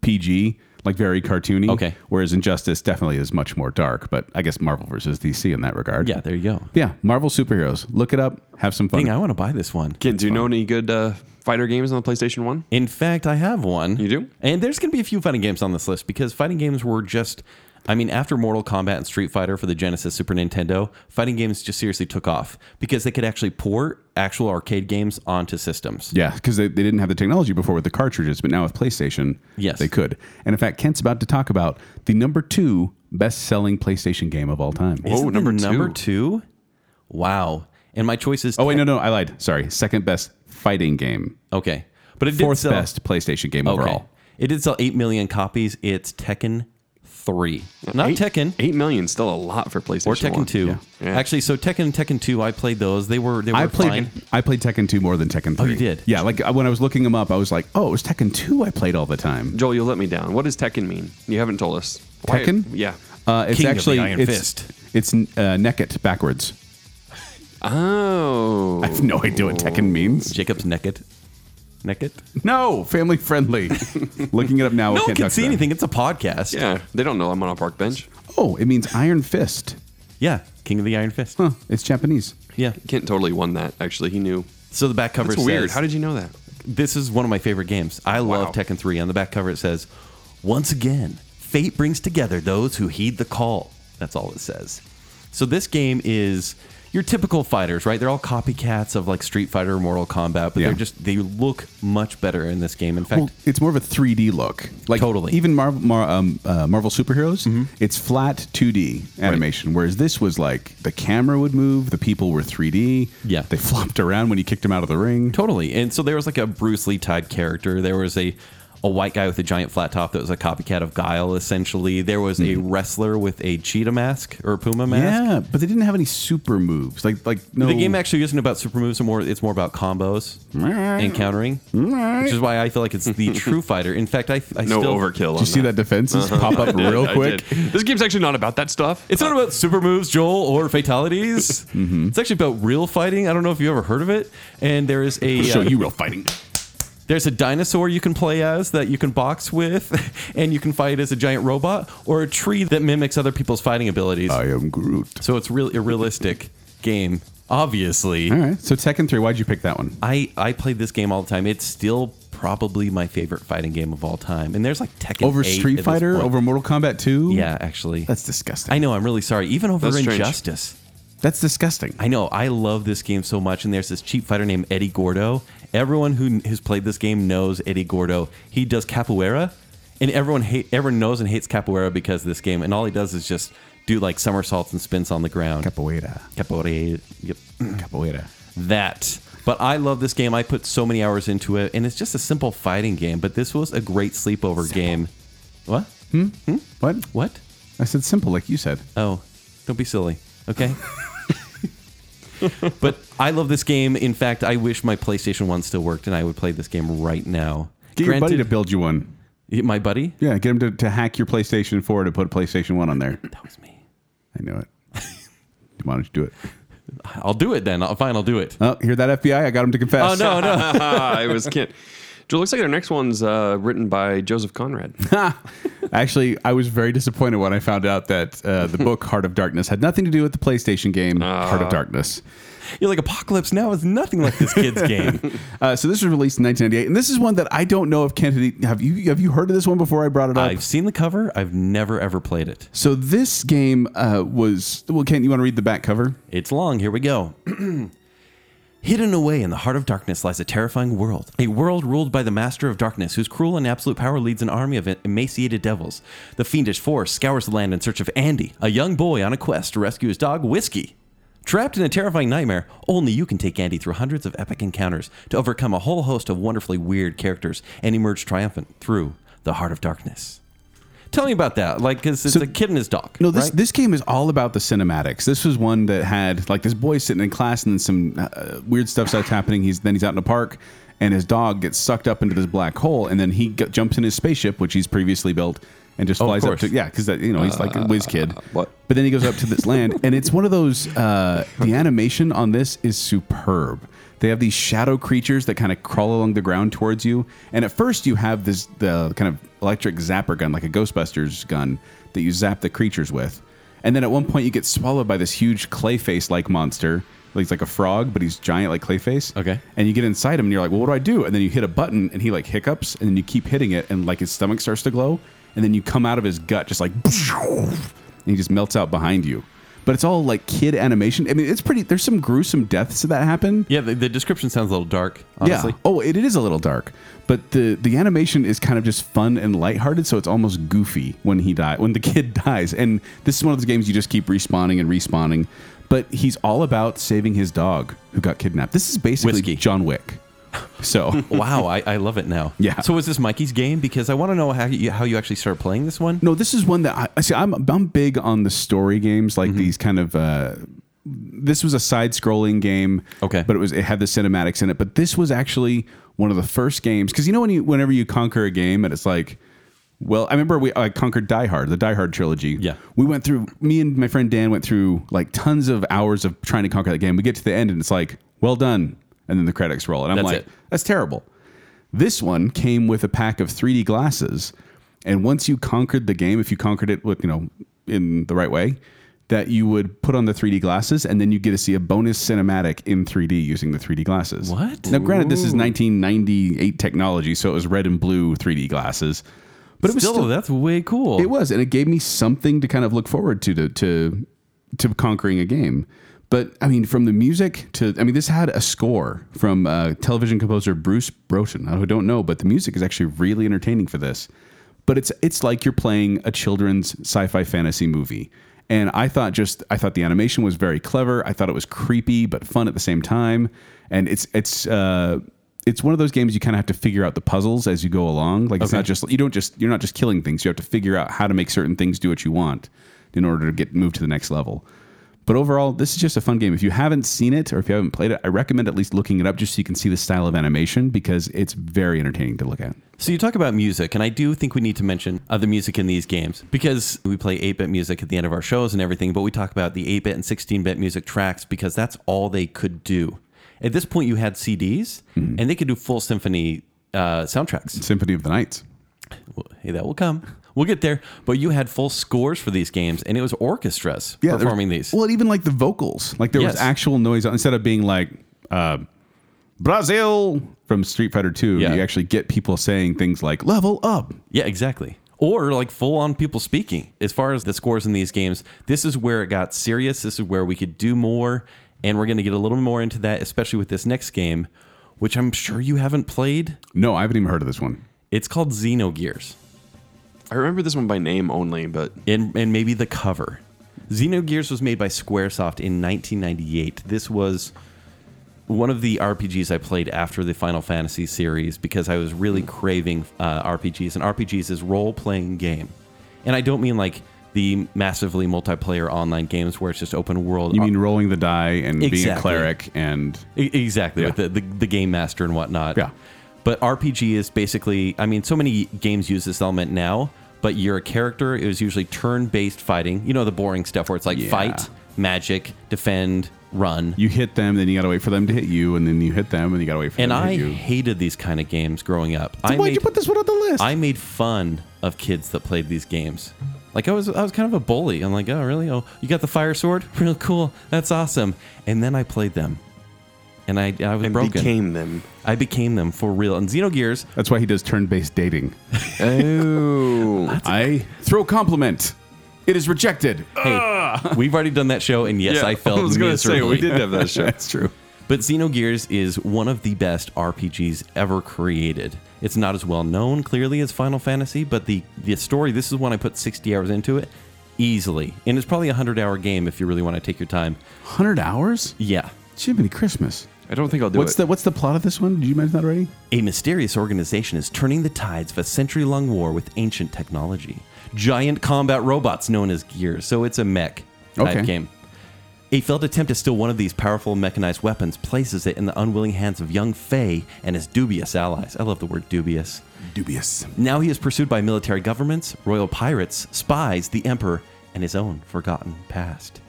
C: PG, like very cartoony.
D: Okay.
C: Whereas Injustice definitely is much more dark, but I guess Marvel versus DC in that regard.
D: Yeah, there you go.
C: Yeah, Marvel superheroes. Look it up. Have some fun.
D: Dang, I want to buy this one.
B: Kids, do you know any good uh, fighter games on the PlayStation 1?
D: In fact, I have one.
B: You do?
D: And there's going to be a few fighting games on this list because fighting games were just, I mean, after Mortal Kombat and Street Fighter for the Genesis Super Nintendo, fighting games just seriously took off because they could actually port actual arcade games onto systems.
C: Yeah, because they, they didn't have the technology before with the cartridges, but now with PlayStation,
D: Yes.
C: they could. And in fact, Kent's about to talk about the number two best-selling PlayStation game of all time.
D: Isn't
B: Oh,
D: it
B: number two.
D: Number two? Wow. And my choice is.
C: Oh wait, no, no, I lied. Sorry, second best fighting game,
D: Okay. But it did
C: fourth
D: sell.
C: best PlayStation game
D: uh, Okay.
C: overall.
D: It did sell 8 million copies. It's Tekken three. Not
B: Eight-
D: Tekken.
B: Eight million, still a lot for PlayStation.
D: or Tekken
B: one.
D: Two.
C: yeah.
B: Yeah.
D: Actually, so Tekken and Tekken Two, I played those. They were they were
C: I played
D: fine.
C: I played Tekken 2 more than Tekken 3.
D: Oh, you did?
C: Yeah, like I- when I was looking them up, I was like, "Oh, it was Tekken 2 I played all the time."
B: Joel, you let me down. What does Tekken mean? You haven't told us. Why-
C: Tekken?
B: Yeah.
C: Uh, it's
D: King of the
C: actually
D: Iron
C: it's
D: Fist.
C: it's uh, Neket backwards.
B: Oh.
C: I have no idea what Tekken means.
D: Jacob's naked, naked.
C: No, family friendly. Looking it up now. we
D: No one
C: can't
D: can
C: talk
D: see
C: about it.
D: anything. It's a podcast.
B: Yeah, they don't know I'm on a park bench.
C: Oh, it means Iron Fist.
D: Yeah, King of the Iron Fist.
C: Huh, it's Japanese.
D: Yeah.
B: Kent totally won that. Actually, he knew.
D: So the back cover
B: That's
D: says,
B: weird. How did you know that?
D: this is one of my favorite games. I love
B: Wow.
D: Tekken 3. On the back cover, it says, Once again, fate brings together those who heed the call. That's all it says. So this game is your typical fighters, right? They're all copycats of like Street Fighter or Mortal Kombat, but
C: Yeah.
D: they're just, they look much better in this game. In fact,
C: Well, it's more of a 3D look. Like
D: Totally. Mm-hmm.
C: Even Marvel, Mar- um, uh, Marvel superheroes, it's flat 2D animation. Whereas this was like the camera would move, the people were 3D.
D: Yeah.
C: they flopped around when you kicked them out of the ring.
D: Totally. And so there was like a Bruce Lee type character. There was a a white guy with a giant flat top that was a copycat of Guile, essentially. There was a wrestler with a cheetah mask or a puma mask.
C: Yeah, but they didn't have any super moves. Like like no.
D: The game actually isn't about super moves and more it's more about combos and countering. Which is why I feel like it's the true fighter. In fact, I, I
B: No
D: still
B: overkill.
C: Did
B: on
C: you see that defenses
D: Uh-huh.
C: pop up
B: Yeah,
C: real
B: I
C: quick?
B: did. This game's actually not about that stuff.
D: It's not about super moves, Joel, or fatalities. It's actually about real fighting. I don't know if you ever heard of it. And there is a
C: Show
D: uh,
C: you real fighting.
D: There's a dinosaur you can play as that you can box with, and you can fight as a giant robot or a tree that mimics other people's fighting abilities.
C: I am Groot.
D: So it's really a realistic game, obviously.
C: All right. So Tekken three. Why'd you pick that one?
D: I, I played this game all the time. It's still probably my favorite fighting game of all time. And there's like Tekken
C: Over
D: 8 at
C: Street
D: this
C: Fighter?
D: point.
C: Over Mortal Kombat two?
D: yeah, actually,
C: That's disgusting.
D: I know. I'm really sorry. Even over
B: That's strange.
D: Injustice.
C: That's disgusting.
D: I know. I love this game so much. And there's this cheap fighter named Eddie Gordo. Everyone who has played this game knows Eddie Gordo. He does capoeira, and everyone hate everyone knows and hates capoeira because of this game. And all he does is just do like somersaults and spins on the ground.
C: Capoeira.
D: Capoeira. Yep.
C: Capoeira.
D: That. But I love this game. I put so many hours into it, and it's just a simple fighting game. But this was a great sleepover game. What?
C: What?
D: What?
C: I said simple, like you said.
D: Oh, don't be silly. Okay. but I love this game. In fact, I wish my PlayStation 1 still worked and I would play this game right now.
C: Get your buddy to build you one.
D: to My buddy?
C: Yeah, get him to, to hack your PlayStation 4 to put a PlayStation 1 on there.
D: That was me.
C: I know it. Come on, do it.
D: I'll do it then. I'll, fine, I'll do it.
C: Oh, hear that FBI? I got him to confess.
D: Oh, no, no.
B: it was Kent. Joel, looks like our next one's uh, written by Joseph Conrad.
C: Actually, I was very disappointed when I found out that uh, the book Heart of Darkness had nothing to do with the PlayStation game Heart
D: Ah.
C: of Darkness.
D: You're like, Apocalypse Now is nothing like this kid's game.
C: Uh, so this was released in 1998, and this is one that I don't know if Kennedy have you have you heard of this one before I brought it up?
D: I've seen the cover, I've never ever played it.
C: so this game uh, was well, Kent, you want to read the back cover?
D: It's long. Here we go. Hidden away in the heart of darkness lies a terrifying world. A world ruled by the master of darkness, whose cruel and absolute power leads an army of emaciated devils. The fiendish force scours the land in search of Andy, a young boy on a quest to rescue his dog, Whiskey. Trapped in a terrifying nightmare, only you can take Andy through hundreds of epic encounters to overcome a whole host of wonderfully weird characters and emerge triumphant through the heart of darkness. Tell me about that, like, because it's
C: So-
D: a kid and his dog.
C: No, this
D: right?
C: this game is all about the cinematics. This was one that had like this boy sitting in class, and then some uh, weird stuff starts happening. He's then he's out in a park, and his dog gets sucked up into this black hole, and then he g- jumps in his spaceship, which he's previously built, and just
D: of
C: flies up
D: course.
C: to yeah, because you know he's like a whiz kid.
B: what?
C: But then he goes up to this land, and it's one of those. Uh, the animation on this is superb. They have these shadow creatures that kind of crawl along the ground towards you, and at first you have this the kind of electric zapper gun, like a Ghostbusters gun, that you zap the creatures with, and then at one point you get swallowed by this huge clay face like monster. Like He's like a frog, but he's giant like Clayface.
D: Okay.
C: And you get inside him and you're like, well, what do I do? And then you hit a button and he like hiccups and then you keep hitting it and like his stomach starts to glow. And then you come out of his gut just like, and he just melts out behind you. But it's all like kid animation. I mean, it's pretty, there's some gruesome deaths that happen.
D: yeah, the, the description sounds a little dark, honestly.
C: Yeah. Oh, it, it is a little dark, but the the animation is kind of just fun and lighthearted, so it's almost goofy when he die when the kid dies. And this is one of those games you just keep respawning and respawning. But he's all about saving his dog who got kidnapped. This is basically
D: Whiskey.
C: John Wick. So
D: Wow, I, I love it now.
C: Yeah.
D: So was this Mikey's game? Because I want to know how you, how you actually started playing this one.
C: No, this is one that I- I see. I'm I'm big on the story games,
D: Mm-hmm.
C: like these kind of. Uh, this was a side-scrolling game,
D: Okay.
C: but it was it had the cinematics in it. But this was actually one of the first games because you know when you whenever you conquer a game and it's like. Well, I remember we I conquered Die Hard, the Die Hard trilogy.
D: Yeah.
C: we went through. Me and my friend Dan went through like tons of hours of trying to conquer that game. We get to the end and it's like, well done, and then the credits roll, and I'm
D: That's
C: like,
D: it.
C: that's terrible. This one came with a pack of 3D glasses, and once you conquered the game, if you conquered it with you know in the right way, that you would put on the 3D glasses, and then you get to see a bonus cinematic in 3D using the 3D glasses.
D: What?
C: Now, granted, this is 1998 technology, so it was red and blue 3D glasses, but it was
D: Still,
C: still
D: that's way cool.
C: it was, and it gave me something to kind of look forward to to to, to conquering a game. But I mean, from the music to I mean, this had a score from uh, television composer Bruce Broughton. I don't know, but the music is actually really entertaining for this. But it's it's like you're playing a children's sci-fi fantasy movie. And I thought just I thought the animation was very clever. I thought it was creepy but fun at the same time. And it's it's uh, it's one of those games you kind of have to figure out the puzzles as you go along. Like it's not just you don't just you're not just killing things. You have to figure out how to make certain things do what you want in order to get moved to the next level. But overall, this is just a fun game. If you haven't seen it or if you haven't played it, I recommend at least looking it up just so you can see the style of animation because it's very entertaining to look at.
D: So you talk about music, and I do think we need to mention uh, the music in these games because we play 8-bit music at the end of our shows and everything, but we talk about the 8-bit and 16-bit music tracks because that's all they could do. At this point, you had CDs,
C: Mm-hmm.
D: and they could do full symphony uh, soundtracks.
C: Symphony of the Nights.
D: Well, hey, that will come. We'll get there. But you had full scores for these games, and it was orchestras
C: there was-
D: performing these.
C: Well, even like the vocals, like there was
D: Yes.
C: actual noise instead of being like uh, Brazil from Street Fighter Two.
D: Yeah.
C: You actually get people saying things like "level up."
D: Yeah, exactly. Or like full on people speaking. As far as the scores in these games, this is where it got serious. This is where we could do more. And we're going to get a little more into that, especially with this next game, which I'm sure you haven't played.
C: No, I haven't even heard of this one.
D: It's called Xenogears
B: I remember this one by name only, but
D: and, and maybe the cover. Xenogears was made by Squaresoft in 1998. This was one of the RPGs I played after the Final Fantasy series because I was really
C: Hmm.
D: craving uh, RPGs, and RPGs is role playing game. And I don't mean like the massively multiplayer online games where it's just open world.
C: You mean rolling the die and being a
D: Exactly.
C: cleric and
D: E- Exactly,
C: Yeah.
D: with the, the, the game master and whatnot.
C: Yeah.
D: But RPG is basically, I mean, so many games use this element now, but you're a character. It was usually turn based fighting. You know, the boring stuff where it's like
C: Yeah.
D: fight, magic, defend, run.
C: you hit them, then you gotta wait for them to hit you, and then you hit them, and you gotta wait for
D: and
C: them to
D: I
C: hit you.
D: hated these kind of games growing up. I
C: Why'd
D: made,
C: you put this one on the list?
D: I made fun of kids that played these games. Like I was, I was kind of a bully. I'm like, oh really? Oh, you got the fire sword? Real cool. That's awesome. And then I played them, and I, I was
B: and
D: broken.
B: became them.
D: I became them for real. And Xenogears
C: That's why he does turn-based dating.
B: Oh,
C: I throw compliment. It is rejected.
D: Hey, we've already done that show, and yes, I failed
B: Ah! I was gonna say we
D: miserably.
B: did have that show.
C: That's true.
D: But Xenogears is one of the best RPGs ever created. It's not as well known, clearly, as Final Fantasy, but the, the story, this is when I put 60 hours into it easily. And it's probably a 100 hour game if you really want to take your time.
C: Hundred hours?
D: Yeah.
C: Jiminy Christmas.
B: I don't think I'll do
C: what's
B: it.
C: the what's the plot of this one? Did you mention that already?
D: A mysterious organization is turning the tides of a century long war with ancient technology. Giant combat robots known as gears, so it's a mech type
C: Okay.
D: game. A failed attempt to steal one of these powerful mechanized weapons places it in the unwilling hands of young Fey and his dubious allies. I love the word dubious.
C: Dubious.
D: Now he is pursued by military governments, royal pirates, spies, the emperor, and his own forgotten past.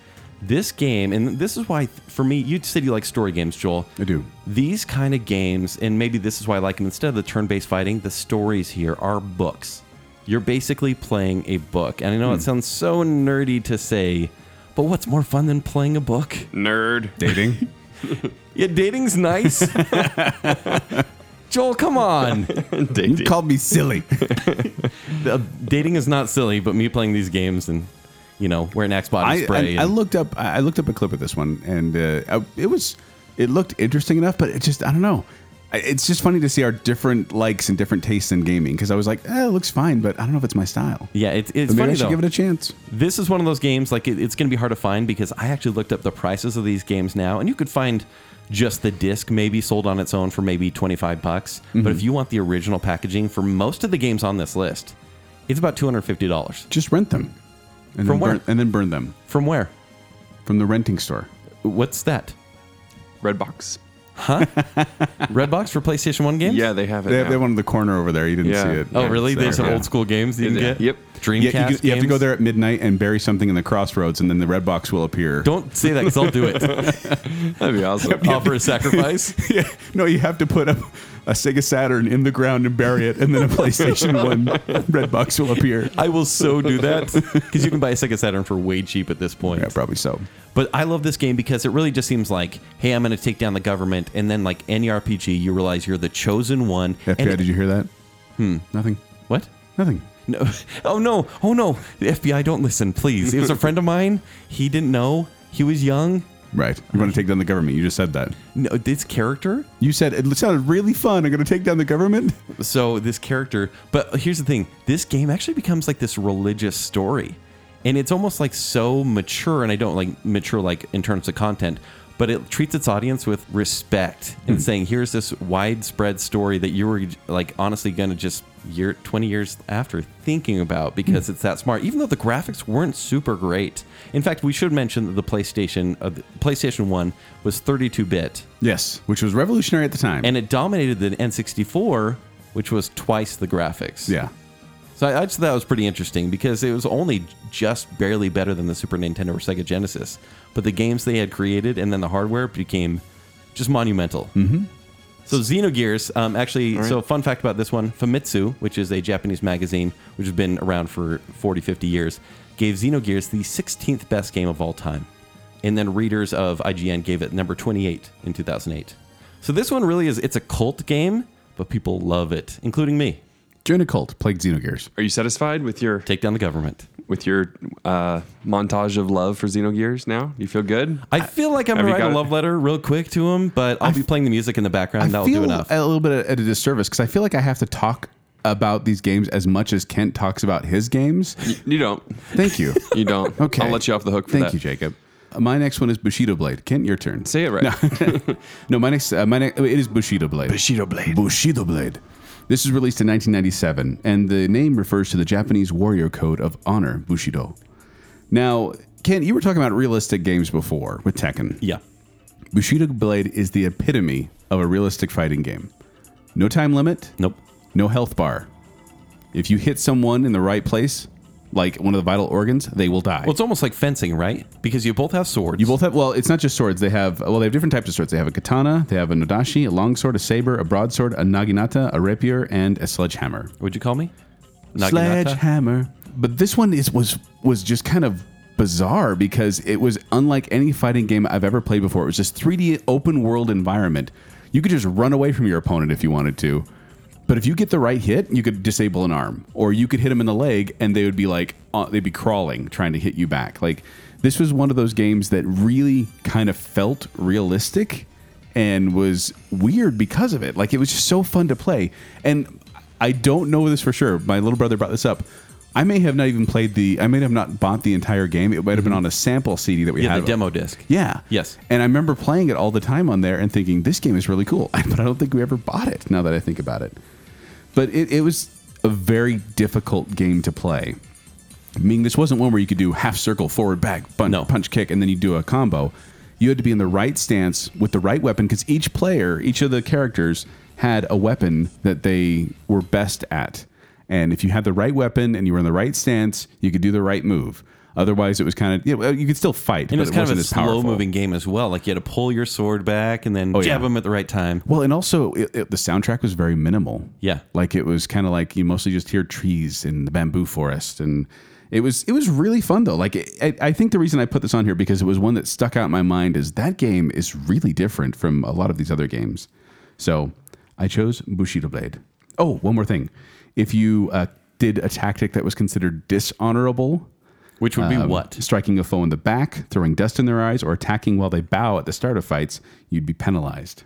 D: This game, and this is why, for me, you said you like story games, Joel.
C: I do.
D: These kind of games, and maybe this is why I like them instead of the turn based fighting, the stories here are books. You're basically playing a book. And I
C: Hmm.
D: know it sounds so nerdy to say, but what's more fun than playing a book?
B: nerd?
C: Dating?
D: Yeah, dating's nice. Joel, come on.
C: you called me silly.
D: Uh, dating is not silly, but me playing these games and you know wearing Axe body
C: I,
D: spray.
C: I, I
D: and-
C: looked up I looked up a clip of this one and uh, I, it was it looked interesting enough, but it just I don't know. I- It's just funny to see our different likes and different tastes in gaming because I was like, eh, it looks fine, but I don't know if it's my style.
D: Yeah, it's it's
C: But maybe
D: funny
C: I should
D: though.
C: give it a chance.
D: this is one of those games like it, it's going to be hard to find because I actually looked up the prices of these games now, and you could find just the disc maybe sold on its own for maybe twenty five bucks. But
C: Mhm.
D: if you want the original packaging for most of the games on this list, it's about two hundred fifty dollars.
C: Just rent them, and then
D: From where?
C: burn, and then burn them
D: From where?
C: from the renting store.
D: What's that?
B: Red box.
D: Redbox for PlayStation One games?
B: Yeah, they have it.
C: They have,
B: now.
C: they have one in the corner over there. You didn't
B: Yeah.
C: see it.
D: Oh,
C: Yeah,
D: really?
C: it's
D: There's some
C: there.
D: old school games that you can
B: Yeah.
D: get.
B: Yep.
D: Dreamcast.
C: Yeah, you, can- you have to go
D: games?
C: there at midnight and bury something in the crossroads, and then the red box will appear.
D: Don't say that because I'll do it.
B: That'd be awesome.
D: Offer a sacrifice.
C: Yeah, no, you have to put a, a Sega Saturn in the ground and bury it, and then a PlayStation One red box will appear.
D: I will so do that because you can buy a Sega Saturn for way cheap at this point.
C: Yeah, probably so.
D: But I love this game because it really just seems like, hey, I'm going to take down the government, and then like any RPG, you realize you're the chosen one.
C: FBI,
D: and
C: did you hear that? Hmm. Nothing.
D: what?
C: Nothing.
D: No. Oh no. Oh no. The FBI, don't listen, please. It was a friend of mine. He didn't know. He was young.
C: Right. You want to take down the government? You just said that.
D: No, this character.
C: You said it sounded really fun. I'm going to take down the government.
D: So this character. But here's the thing. This game actually becomes like this religious story, and it's almost like so mature. And I don't like mature like in terms of content. But it treats its audience with respect and saying, "Here's this widespread story that you were like honestly going to just year twenty years after thinking about because it's that smart." Even though the graphics weren't super great. In fact, we should mention that the PlayStation, uh, the PlayStation One, was 32 bit,
C: Yes, which was revolutionary at the time.
D: and it dominated the N64, which was twice the graphics.
C: yeah.
D: So I, I just thought that was pretty interesting because it was only just barely better than the Super Nintendo or Sega Genesis, but the games they had created and then the hardware became just monumental. Mm-hmm. So Xenogears, um, actually, so fun fact about this one, Famitsu, which is a Japanese magazine which has been around for 40, 50 years, gave Xenogears the 16th best game of all time. And then readers of IGN gave it number 28 in 2008. So this one really is, it's a cult game, but people love it, including me.
C: Join a cult, plague Xenogears.
B: Are you satisfied with your
D: Take down the government.
B: with your uh, montage of love for Xenogears now? You feel good?
D: I
C: Uh,
D: feel like I'm
B: Have
D: gonna
B: you
D: write a
B: got it?
D: love letter real quick to him, but I'll be playing the music in the background.
C: I
D: That'll
C: feel
D: do enough.
C: a little bit at a disservice because I feel like I have to talk about these games as much as Kent talks about his games.
B: You don't.
C: Thank you.
B: You don't.
C: Okay.
B: I'll let you off the hook for
C: Thank
B: that.
C: you, Jacob. Uh, My next one is Bushido Blade. Kent, your turn.
B: Say it right.
C: No, no my next, uh, my next, it is Bushido Blade. Bushido Blade. Bushido Blade. This was released in 1997, and the name refers to the Japanese warrior code of honor, Bushido. Now, Kent, you were talking about realistic games before with Tekken.
D: yeah.
C: Bushido Blade is the epitome of a realistic fighting game. No time limit,
D: Nope.
C: no health bar. If you hit someone in the right place, like one of the vital organs, they will die.
D: Well, it's almost like fencing, right? Because you both have swords.
C: You both have well, it's not just swords. They have well, they have different types of swords. They have a katana, they have a nodashi, a long sword, a saber, a broadsword, a naginata, a rapier, and a sledgehammer.
D: What'd you call me? Naginata?
C: Sledgehammer. But this one is was was just kind of bizarre because it was unlike any fighting game I've ever played before. It was just 3D open world environment. You could just run away from your opponent if you wanted to. But if you get the right hit, you could disable an arm, or you could hit him in the leg, and they would be like uh, they'd be crawling, trying to hit you back. Like this was one of those games that really kind of felt realistic and was weird because of it. Like it was just so fun to play. And I don't know this for sure. My little brother brought this up. I may have not even played the. I may have not bought the entire game. It might have been on a sample CD that we
D: Mm-hmm. Yeah,
C: had.
D: the demo disc.
C: Yeah.
D: Yes.
C: And I remember playing it all the time on there and thinking this game is really cool, but I don't think we ever bought it. Now that I think about it, but it, it was a very difficult game to play. Meaning this wasn't one where you could do half circle, forward, back, punch,
D: No.
C: punch, kick, and then you do a combo. You had to be in the right stance with the right weapon because each player, each of the characters, had a weapon that they were best at. And if you had the right weapon and you were in the right stance, you could do the right move. Otherwise, it was kind of you, know, you could still fight,
D: And it
C: but
D: was kind of
C: wasn't
D: a
C: as powerful.
D: slow moving game as well. Like you had to pull your sword back and then
C: Oh, yeah.
D: jab him at the right time.
C: Well, and also it, it- the soundtrack was very minimal.
D: Yeah.
C: like it was kind of like you mostly just hear trees in the bamboo forest, and it was it was really fun though. Like it, I, I think the reason I put this on here because it was one that stuck out in my mind is that game is really different from a lot of these other games. So I chose Bushido Blade. Oh, one more thing, if you uh, did a tactic that was considered dishonorable.
D: Which would be
C: um,
D: what?
C: Striking a foe in the back, throwing dust in their eyes, or attacking while they bow at the start of fights, you'd be penalized.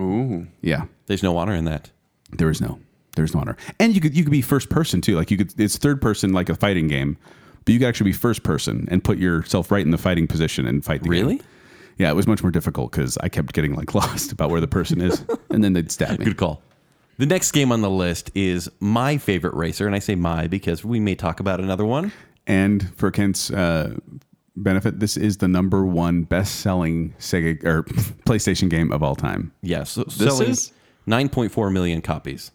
B: Ooh.
C: Yeah.
D: There's no honor in that.
C: There is no. There's no honor. And you could you could be first person too. Like you could it's third person like a fighting game, but you could actually be first person and put yourself right in the fighting position and fight the game.
D: Really?
C: Yeah, it was much more difficult because I kept getting like lost about where the person is, and then they'd stab me.
D: Good call. The next game on the list is my favorite racer, and I say my because we may talk about another one.
C: And for Kent's uh, benefit, this is the number one best-selling Sega or PlayStation game of all time.
D: Yes, this
B: is-
D: 9.4 million copies.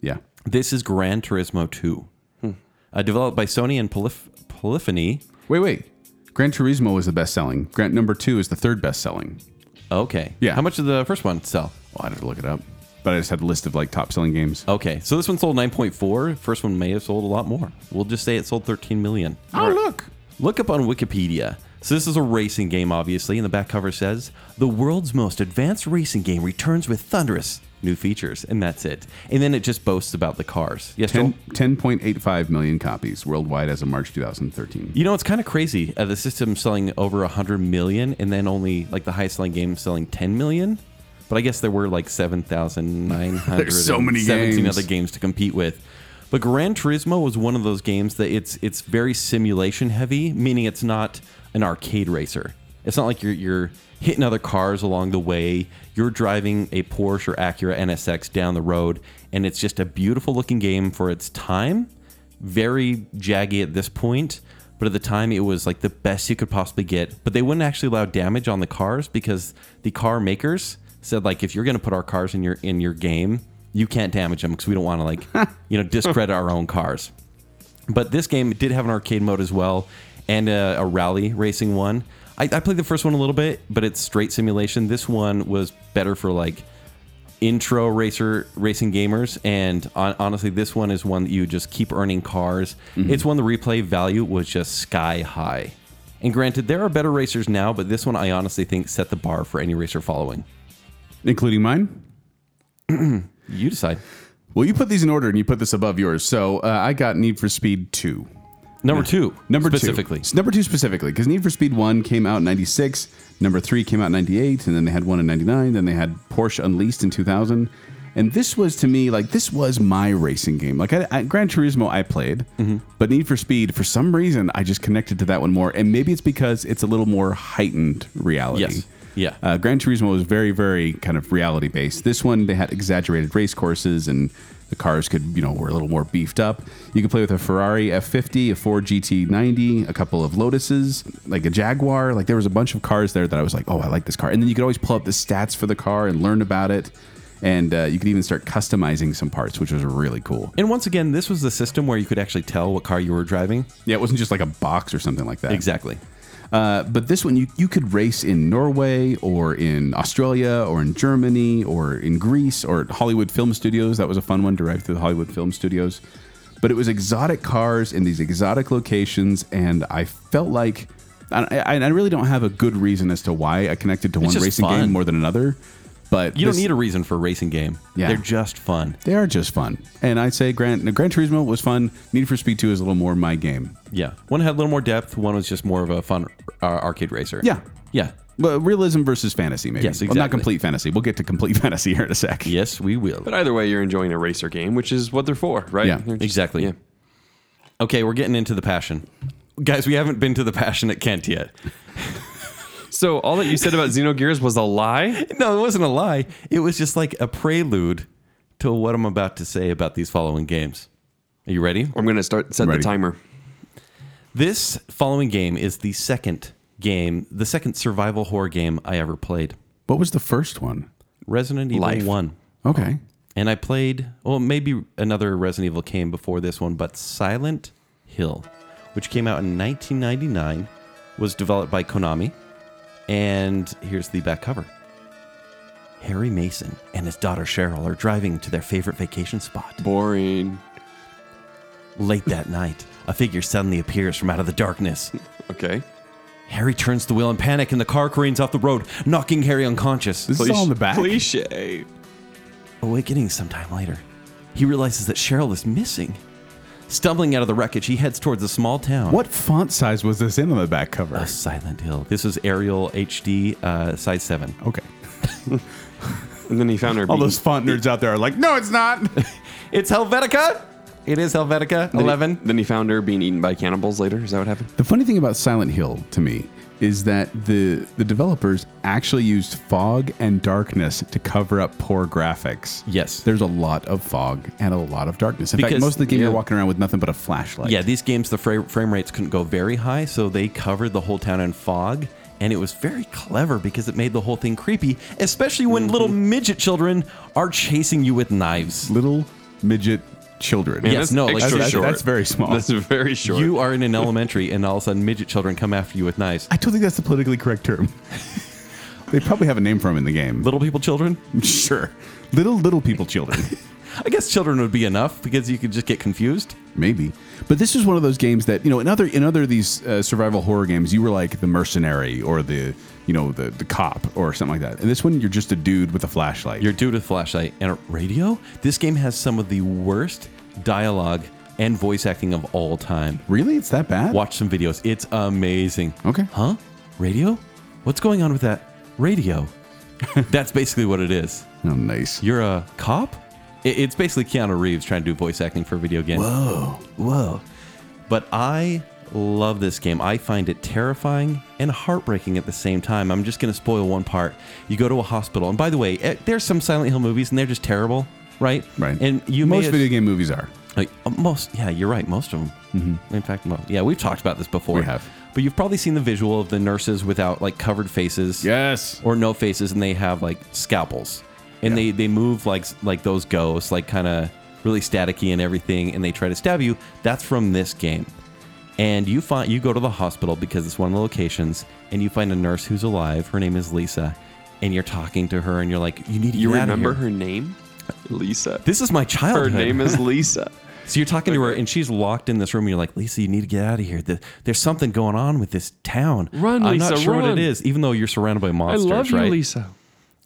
C: Yeah,
D: This is Gran Turismo 2,
C: Hmm.
D: uh, developed by Sony and Polyph- Polyphony.
C: Wait, wait. Gran Turismo was the best selling. Gran number two is the third best selling.
D: Okay.
C: Yeah.
D: How much did the first one sell?
C: Well, I'd have to look it up. But I just had a list of like top selling games.
D: Okay. So this one sold 9.4. First one may have sold a lot more. We'll just say it sold 13 million.
C: Oh look.
D: Look up on Wikipedia. So this is a racing game, obviously, and the back cover says the world's most advanced racing game returns with thunderous new features, and that's it. And then it just boasts about the cars. Yes, Joel?
C: 10, 10.85 million copies worldwide as of March 2013.
D: You know, it's kind of crazy. Uh, the system selling over 100 million and then only like the highest selling game selling 10 million. But I guess there were like 7,900
C: There's so many
D: 17
C: games.
D: other games to compete with. But Gran Turismo was one of those games that it's it's very simulation heavy, meaning it's not an arcade racer. It's not like you're you're hitting other cars along the way. You're driving a Porsche or Acura NSX down the road, and it's just a beautiful looking game for its time. Very jaggy at this point, but at the time it was like the best you could possibly get. But they wouldn't actually allow damage on the cars because the car makers said like if you're going to put our cars in your in your game, you can't damage them because we don't want to like you know discredit our own cars. But this game did have an arcade mode as well and a, a rally racing one. I, I played the first one a little bit, but it's straight simulation. This one was better for like intro racer racing gamers and on, honestly this one is one that you just keep earning cars it's one the replay value was just sky high and granted there are better racers now but this one i honestly think set the bar for any racer following
C: Including mine?
D: you decide
C: Well, you put these in order and you put this above yours. So uh, I got Need for Speed 2.
D: number two
C: Number
D: specifically
C: two. Number two specifically, because Need for Speed 1 came out in 96, number 3 came out in 98, and then they had one in 99, then they had Porsche Unleashed in 2000. And this was to me like this was my racing game. Like I, I, Gran Turismo, I played,
D: Mm-hmm.
C: but Need for Speed, for some reason, I just connected to that one more. And maybe it's because it's a little more heightened reality.
D: Yes. Yeah.
C: Uh, Gran Turismo was very, very kind of reality based. This one, they had exaggerated race courses and the cars could, you know, were a little more beefed up. You could play with a Ferrari F50, a Ford GT90, a couple of Lotuses, like a Jaguar. Like there was a bunch of cars there that I was like, oh, I like this car. And then you could always pull up the stats for the car and learn about it. And uh, you could even start customizing some parts, which was really cool.
D: and once again this was the system where you could actually tell what car you were driving
C: Yeah, it wasn't just like a box or something like that.
D: exactly
C: Uh, but this one, you, you could race in Norway or in Australia or in Germany or in Greece or at Hollywood Film Studios. That was a fun one, derived through the Hollywood Film Studios. But it was exotic cars in these exotic locations, and I felt like I, I, I really don't have a good reason as to why I connected to one
D: just
C: racing
D: fun.
C: game more than another. But
D: you
C: this-
D: don't need a reason for a racing game
C: Yeah.
D: they're just fun
C: They are just fun, and I'd say Gran Gran Turismo was fun. Need for Speed Two is a little more my game.
D: yeah one had a little more depth one was just more of a fun uh, arcade racer
C: Yeah.
D: yeah
C: But realism versus fantasy, maybe.
D: Yes,
C: Well, not
D: exactly.
C: complete fantasy. We'll get to complete fantasy here in a sec.
D: yes we will
B: But either way, you're enjoying a racer game, which is what they're for, right?
C: Yeah,
B: They're just-
D: Exactly.
B: Yeah.
D: Okay, we're getting into the passion. Guys, we haven't been to the passion at Kent yet.
B: So all that you said about Xenogears was a lie?
D: No, it wasn't a lie. It was just like a prelude to what I'm about to say about these following games. Are you ready?
B: I'm going to start set
C: Ready.
B: the timer.
D: This following game is the second game, the second survival horror game I ever played.
C: What was the first one?
D: Resident Evil
B: Life.
D: 1.
C: Okay.
D: And I played, well, maybe another Resident Evil came before this one, but Silent Hill, which came out in 1999, was developed by Konami. And here's the back cover Harry Mason and his daughter Cheryl are driving to their favorite vacation spot.
B: Boring.
D: Late that night, a figure suddenly appears from out of the darkness.
B: Okay.
D: Harry turns the wheel in panic, and the car careens off the road, knocking Harry unconscious.
C: This is all in the back.
B: Cliche.
D: Awakening sometime later, he realizes that Cheryl is missing. Stumbling out of the wreckage, he heads towards a small town.
C: What font size was this in on the back cover?
D: A Silent Hill. This is Arial HD uh, Size 7.
C: Okay.
B: And then he found her.
C: All
B: beat.
C: those font nerds out there are like, no, it's not.
D: It's Helvetica. It is Helvetica.
B: Then he-
D: Eleven.
B: Then he found her being eaten by cannibals later. Is that what happened?
C: The funny thing about Silent Hill to me is that the the developers actually used fog and darkness to cover up poor graphics.
D: Yes.
C: There's a lot of fog and a lot of darkness. In fact,
D: Because-
C: most of the game you're
B: yeah.
C: walking around with nothing but a flashlight.
D: Yeah, these games the fra- frame rates couldn't go very high, so they covered the whole town in fog, and it was very clever because it made the whole thing creepy, especially when little
C: Mm-hmm.
D: midget children are chasing you with knives.
C: Little midget children.
B: Man,
D: Yes,
B: that's
D: no, like-
B: extra
D: that's-
B: short.
C: that's very small.
B: That's very short.
D: You are in an elementary, and all of a sudden, midget children come after you with knives.
C: I don't think that's the politically correct term. they probably have a name for them in the game.
D: Little people, children.
C: sure. Little little people children.
D: I guess children would be enough because you could just get confused.
C: maybe. But this is one of those games that you know in other in other of these uh, survival horror games, you were like the mercenary or the you know the the cop or something like that. And this one, you're just a dude with a flashlight.
D: You're dude with flashlight and a radio. This game has some of the worst dialogue and voice acting of all time.
C: really it's that bad.
D: Watch some videos. It's amazing.
C: Okay.
D: Huh? Radio? What's going on with that radio? That's basically what it is.
C: Oh, nice.
D: You're a cop? It- It's basically Keanu Reeves trying to do voice acting for a video game. Whoa. Whoa. But I love this game. I find it terrifying and heartbreaking at the same time. I'm just going to spoil one part. You go to a hospital. And by the way, eh, there's some Silent Hill movies and they're just terrible, right?
C: right.
D: And you may
C: most
D: have-
C: video game movies are.
D: like, uh, most, yeah, you're right. Most of them.
B: Mm-hmm.
D: In fact, mo yeah, we've talked about this before.
C: We have.
D: But you've probably seen the visual of the nurses without like covered faces.
C: Yes.
D: Or no faces, and they have like scalpels, and
C: Yeah.
D: they they move like s- like those ghosts, like kind of really staticky and everything, and they try to stab you. That's from this game. And you find you go to the hospital because it's one of the locations, and you find a nurse who's alive. Her name is Lisa, and you're talking to her, and you're like, "You need to
B: You
D: get out of
B: remember
D: here."
B: her name? Lisa.
D: This is my
B: her
D: childhood.
B: name is Lisa.
D: So you're talking to her, and she's locked in this room. And you're like, Lisa, you need to get out of here. The- There's something going on with this town.
B: Run,
D: I'm
B: Lisa,
D: not sure what
B: run."
D: it is, even though you're surrounded by
B: I
D: monsters,
B: love you,
D: right?
B: Lisa.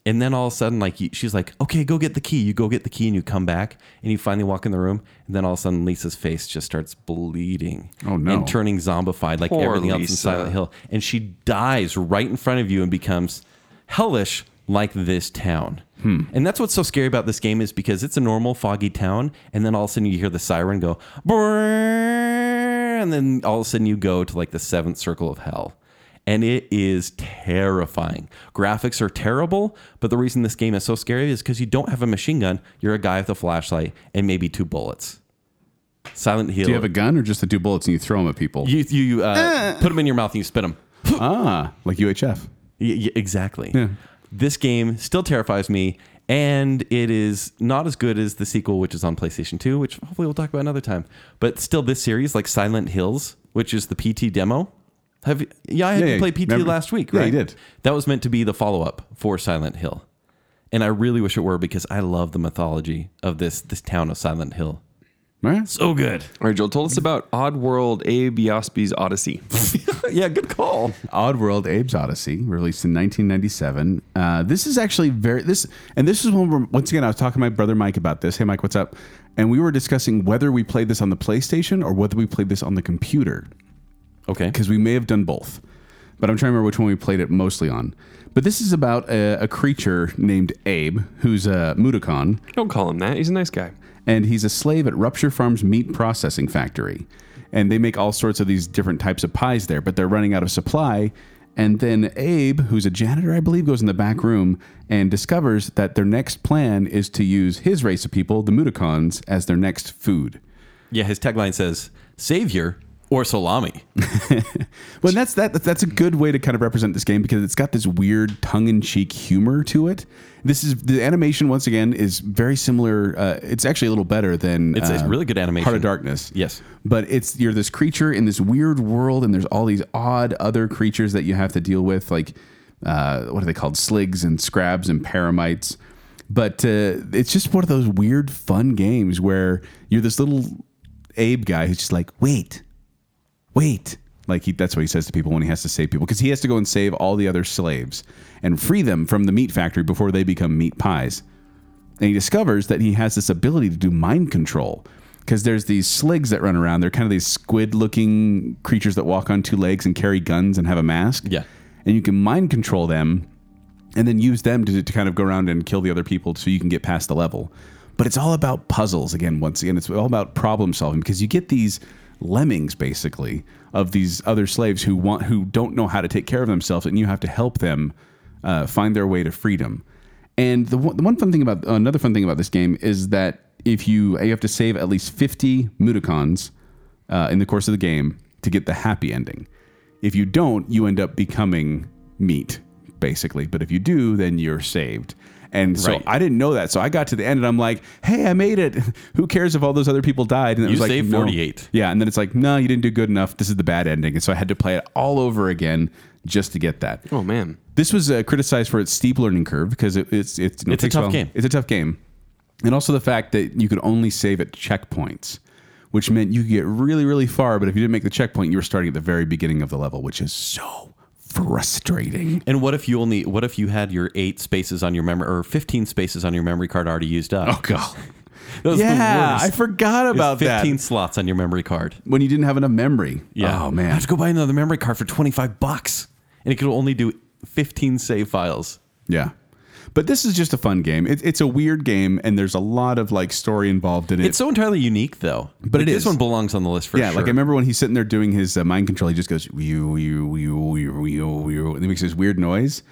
D: And then all of a sudden, like you- she's like, "Okay, go get the key." You go get the key, and you come back, and you finally walk in the room, and then all of a sudden, Lisa's face just starts bleeding.
C: Oh, no.
D: And turning zombified like
B: Poor
D: everything else in
B: Lisa.
D: Silent Hill, and she dies right in front of you and becomes hellish like this town.
C: Hmm.
D: And that's what's so scary about this game is because it's a normal foggy town, and then all of a sudden you hear the siren go, "Brrrr," and then all of a sudden you go to like the seventh circle of hell and it is terrifying. Graphics are terrible, but the reason this game is so scary is because you don't have a machine gun. You're a guy with a flashlight and maybe two bullets. Silent Hill.
C: Do you have a gun or just the two bullets and you throw them at people?
D: You, you uh, put them in your mouth and you spit them.
C: ah, like UHF.
D: exactly. This game still terrifies me, and it is not as good as the sequel, which is on PlayStation 2, which hopefully we'll talk about another time. But still, this series, like Silent Hills, which is the PT demo. Have you, yeah, I had
C: Yeah,
D: you
C: yeah,
D: play PT
C: remember-
D: last week,
C: yeah, you
D: right?
C: did.
D: That was meant to be the follow up for Silent Hill. And I really wish it were because I love the mythology of this this town of Silent Hill.
C: Right?
D: So good.
B: All right, Joel, told us about Oddworld Abe Yosby's Odyssey.
D: yeah, good call.
C: Oddworld: Abe's Odyssey, released in 1997. Uh, this is actually very this, and this is when we're, once again I was talking to my brother Mike about this. Hey, Mike, what's up? And we were discussing whether we played this on the PlayStation or whether we played this on the computer
D: Okay.
C: because we may have done both. But I'm trying to remember which one we played it mostly on. But this is about a, a creature named Abe, who's a Mudokon,
B: Don't call him that. He's a nice guy.
C: and he's a slave at Rupture Farm's meat processing factory. And they make all sorts of these different types of pies there, but they're running out of supply. And then Abe, who's a janitor, I believe, goes in the back room and discovers that their next plan is to use his race of people, the Mudokons, as their next food.
D: Yeah, his tagline says Savior or Salami.
C: Well, that's that. That's a good way to kind of represent this game because it's got this weird tongue-in-cheek humor to it. This is the animation once again is very similar. Uh, it's actually a little better than
D: It's a
C: uh,
D: really good animation.
C: Heart of Darkness.
D: Yes.
C: but it's you're this creature in this weird world, and there's all these odd other creatures that you have to deal with, like uh, what are they called? Sligs and scrabs and paramites. But uh, it's just one of those weird, fun games where you're this little Abe guy who's just like, wait, wait. Like he, that's what he says to people when he has to save people because he has to go and save all the other slaves and free them from the meat factory before they become meat pies. And he discovers that he has this ability to do mind control because there's these sligs that run around. They're kind of these squid looking creatures that walk on two legs and carry guns and have a mask.
D: Yeah.
C: And you can mind control them and then use them to, to kind of go around and kill the other people so you can get past the level. But it's all about puzzles again. Once again, it's all about problem solving because you get these lemmings basically of these other slaves who want who don't know how to take care of themselves, and you have to help them uh, find their way to freedom. And the one, the one fun thing about another fun thing about this game is that if you you have to save at least fifty Mudokons uh, in the course of the game to get the happy ending. If you don't, you end up becoming meat, basically. But if you do, then you're saved. And so
D: Right.
C: I didn't know that. So I got to the end and I'm like, hey, I made it. Who cares if all those other people died? And it
D: You
C: was like,
D: saved
C: no.
D: 48.
C: Yeah. And then it's like, no, you didn't do good enough. This is the bad ending. And so I had to play it all over again just to get that.
B: Oh man.
C: This was uh, criticized for its steep learning curve because it, it's it's
D: It's a
C: takes
D: tough
C: while.
D: game.
C: It's a tough game, and also the fact that you could only save at checkpoints, which meant you could get really really far, but if you didn't make the checkpoint, you were starting at the very beginning of the level, which is so frustrating.
D: And what if you only what if you had your eight spaces on your memory or fifteen spaces on your memory card already used up?
C: Oh god.
D: That was the
C: yeah,
D: worst.
C: I forgot
D: It's
C: about that.
D: Fifteen slots on your memory card.
C: When you didn't have enough memory.
D: Yeah.
C: Oh
D: I
C: man.
D: have to go buy another memory card for twenty five bucks, and it could only do fifteen save files.
C: Yeah. But this is just a fun game. It, it's a weird game, and there's a lot of like story involved in it.
D: It's so entirely unique, though. But
C: it
D: this
C: is.
D: one belongs on the list for
C: yeah,
D: sure.
C: like I remember when he's sitting there doing his uh, mind control, he just goes you you you you you you, and he makes this weird noise,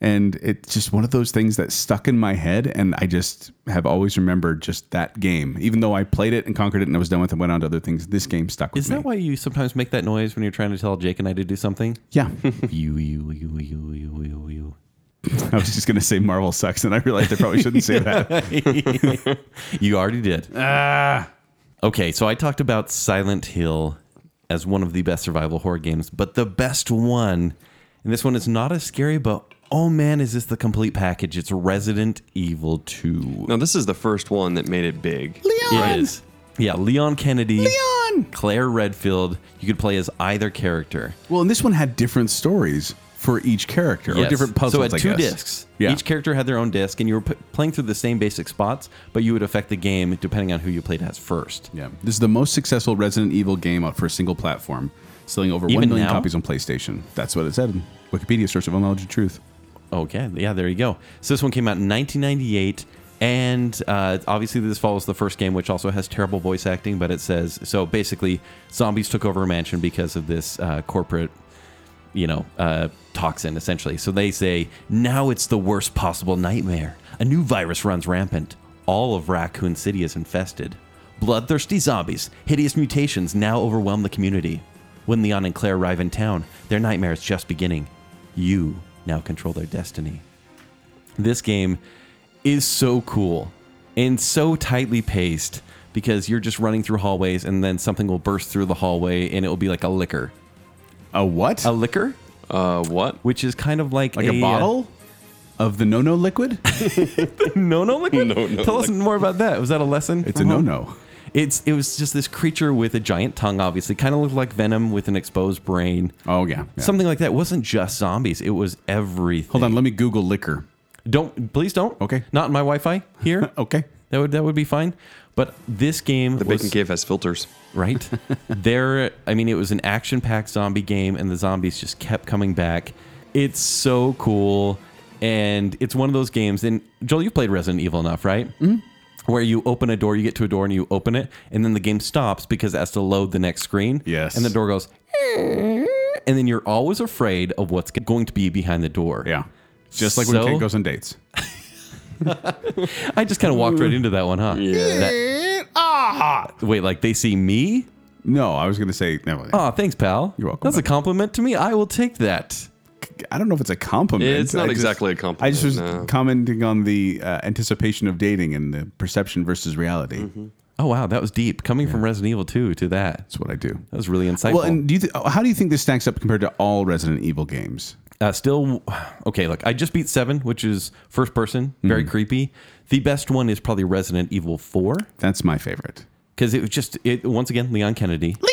C: and it's just one of those things that stuck in my head, and I just have always remembered just that game, even though I played it and conquered it and I was done with it and went on to other things. This game stuck with
D: Is
C: me.
D: that why you sometimes make that noise when you're trying to tell Jake and I to do something?
C: Yeah,
D: you, you, you, you, you, you, you.
C: I was just gonna say Marvel sucks, and I realized I probably shouldn't say that.
D: You already did. Ah. Okay, so I talked about Silent Hill as one of the best survival horror games, but the best one, and this one is not as scary, but oh man, is this the complete package? It's Resident Evil 2.
B: Now this is the first one that made it big.
D: It is. Yeah, Leon Kennedy. Leon! Claire Redfield. You could play as either character.
C: Well, and this one had different stories for each character or
D: Yes.
C: Oh, different puzzles.
D: So it had
C: I
D: two
C: guess.
D: discs.
C: Yeah.
D: Each character had their own disc, and you were p- playing through the same basic spots, but you would affect the game depending on who you played as first.
C: Yeah, this is the most successful Resident Evil game out for a single platform, selling over one
D: Even
C: million
D: now?
C: copies on PlayStation. That's what it said. Wikipedia source of all knowledge and truth.
D: Okay, yeah, there you go. So this one came out in 1998, and uh, obviously this follows the first game, which also has terrible voice acting. But it says so basically, zombies took over a mansion because of this uh, corporate, you know, uh, toxin essentially. So they say now it's the worst possible nightmare. A new virus runs rampant. All of Raccoon City is infested. Bloodthirsty zombies, hideous mutations now overwhelm the community. When Leon and Claire arrive in town, their nightmare is just beginning. You now control their destiny. This game is so cool and so tightly paced because you're just running through hallways and then something will burst through the hallway and it will be like a liquor.
C: A what?
D: A liquor,
B: Uh, what?
D: which is kind of like
C: like a,
D: uh,
C: bottle of the no-no liquid?
D: no, no liquor.
B: No, no
D: Tell us
B: liquor.
D: more about that. Was that a lesson?
C: It's a no-no.
D: It's it was just this creature with a giant tongue. Obviously, kind of looked like Venom with an exposed brain.
C: Oh yeah. yeah.
D: Something like that. It wasn't just zombies. It was everything.
C: Hold on, let me Google liquor.
D: Don't please don't.
C: Okay. Oh.
D: Not in my Wi-Fi here.
C: Okay.
D: That would that would be fine. But this game
B: The
D: was
B: bacon cave has filters.
D: right there. I mean, it was an action-packed zombie game, and the zombies just kept coming back. It's so cool, and it's one of those games. And Joel, you've played Resident Evil enough, right? Mm-hmm. Where you open a door, you get to a door, and you open it, and then the game stops because it has to load the next screen.
C: Yes.
D: and the door goes, and then you're always afraid of what's going to be behind the door.
C: Yeah. Just like when
D: So-
C: Kate goes on dates.
D: I just kind of walked right into that one, huh? Yeah. wait, like they see me?
C: No, I was gonna say no.
D: Oh, thanks, pal.
C: You're welcome,
D: That's a
C: bud.
D: compliment to me. I will take that.
C: I don't know if it's a compliment.
B: It's not
C: I just-
B: exactly a
C: I
B: compliment.
C: just was
B: no.
C: commenting on the uh, anticipation of dating and the perception versus reality.
B: Mm-hmm.
D: Oh wow, that was deep. Coming from Resident Evil 2 to that.
C: That's what I do.
D: That was really insightful.
C: Well, and do you th- how do you think this stacks up compared to all Resident Evil games?
D: uh, still okay, look, I just beat 7, which is first person,
C: Hmm.
D: very creepy. The best one is probably Resident Evil 4
C: That's my favorite.
D: cuz it was just it once again Leon Kennedy.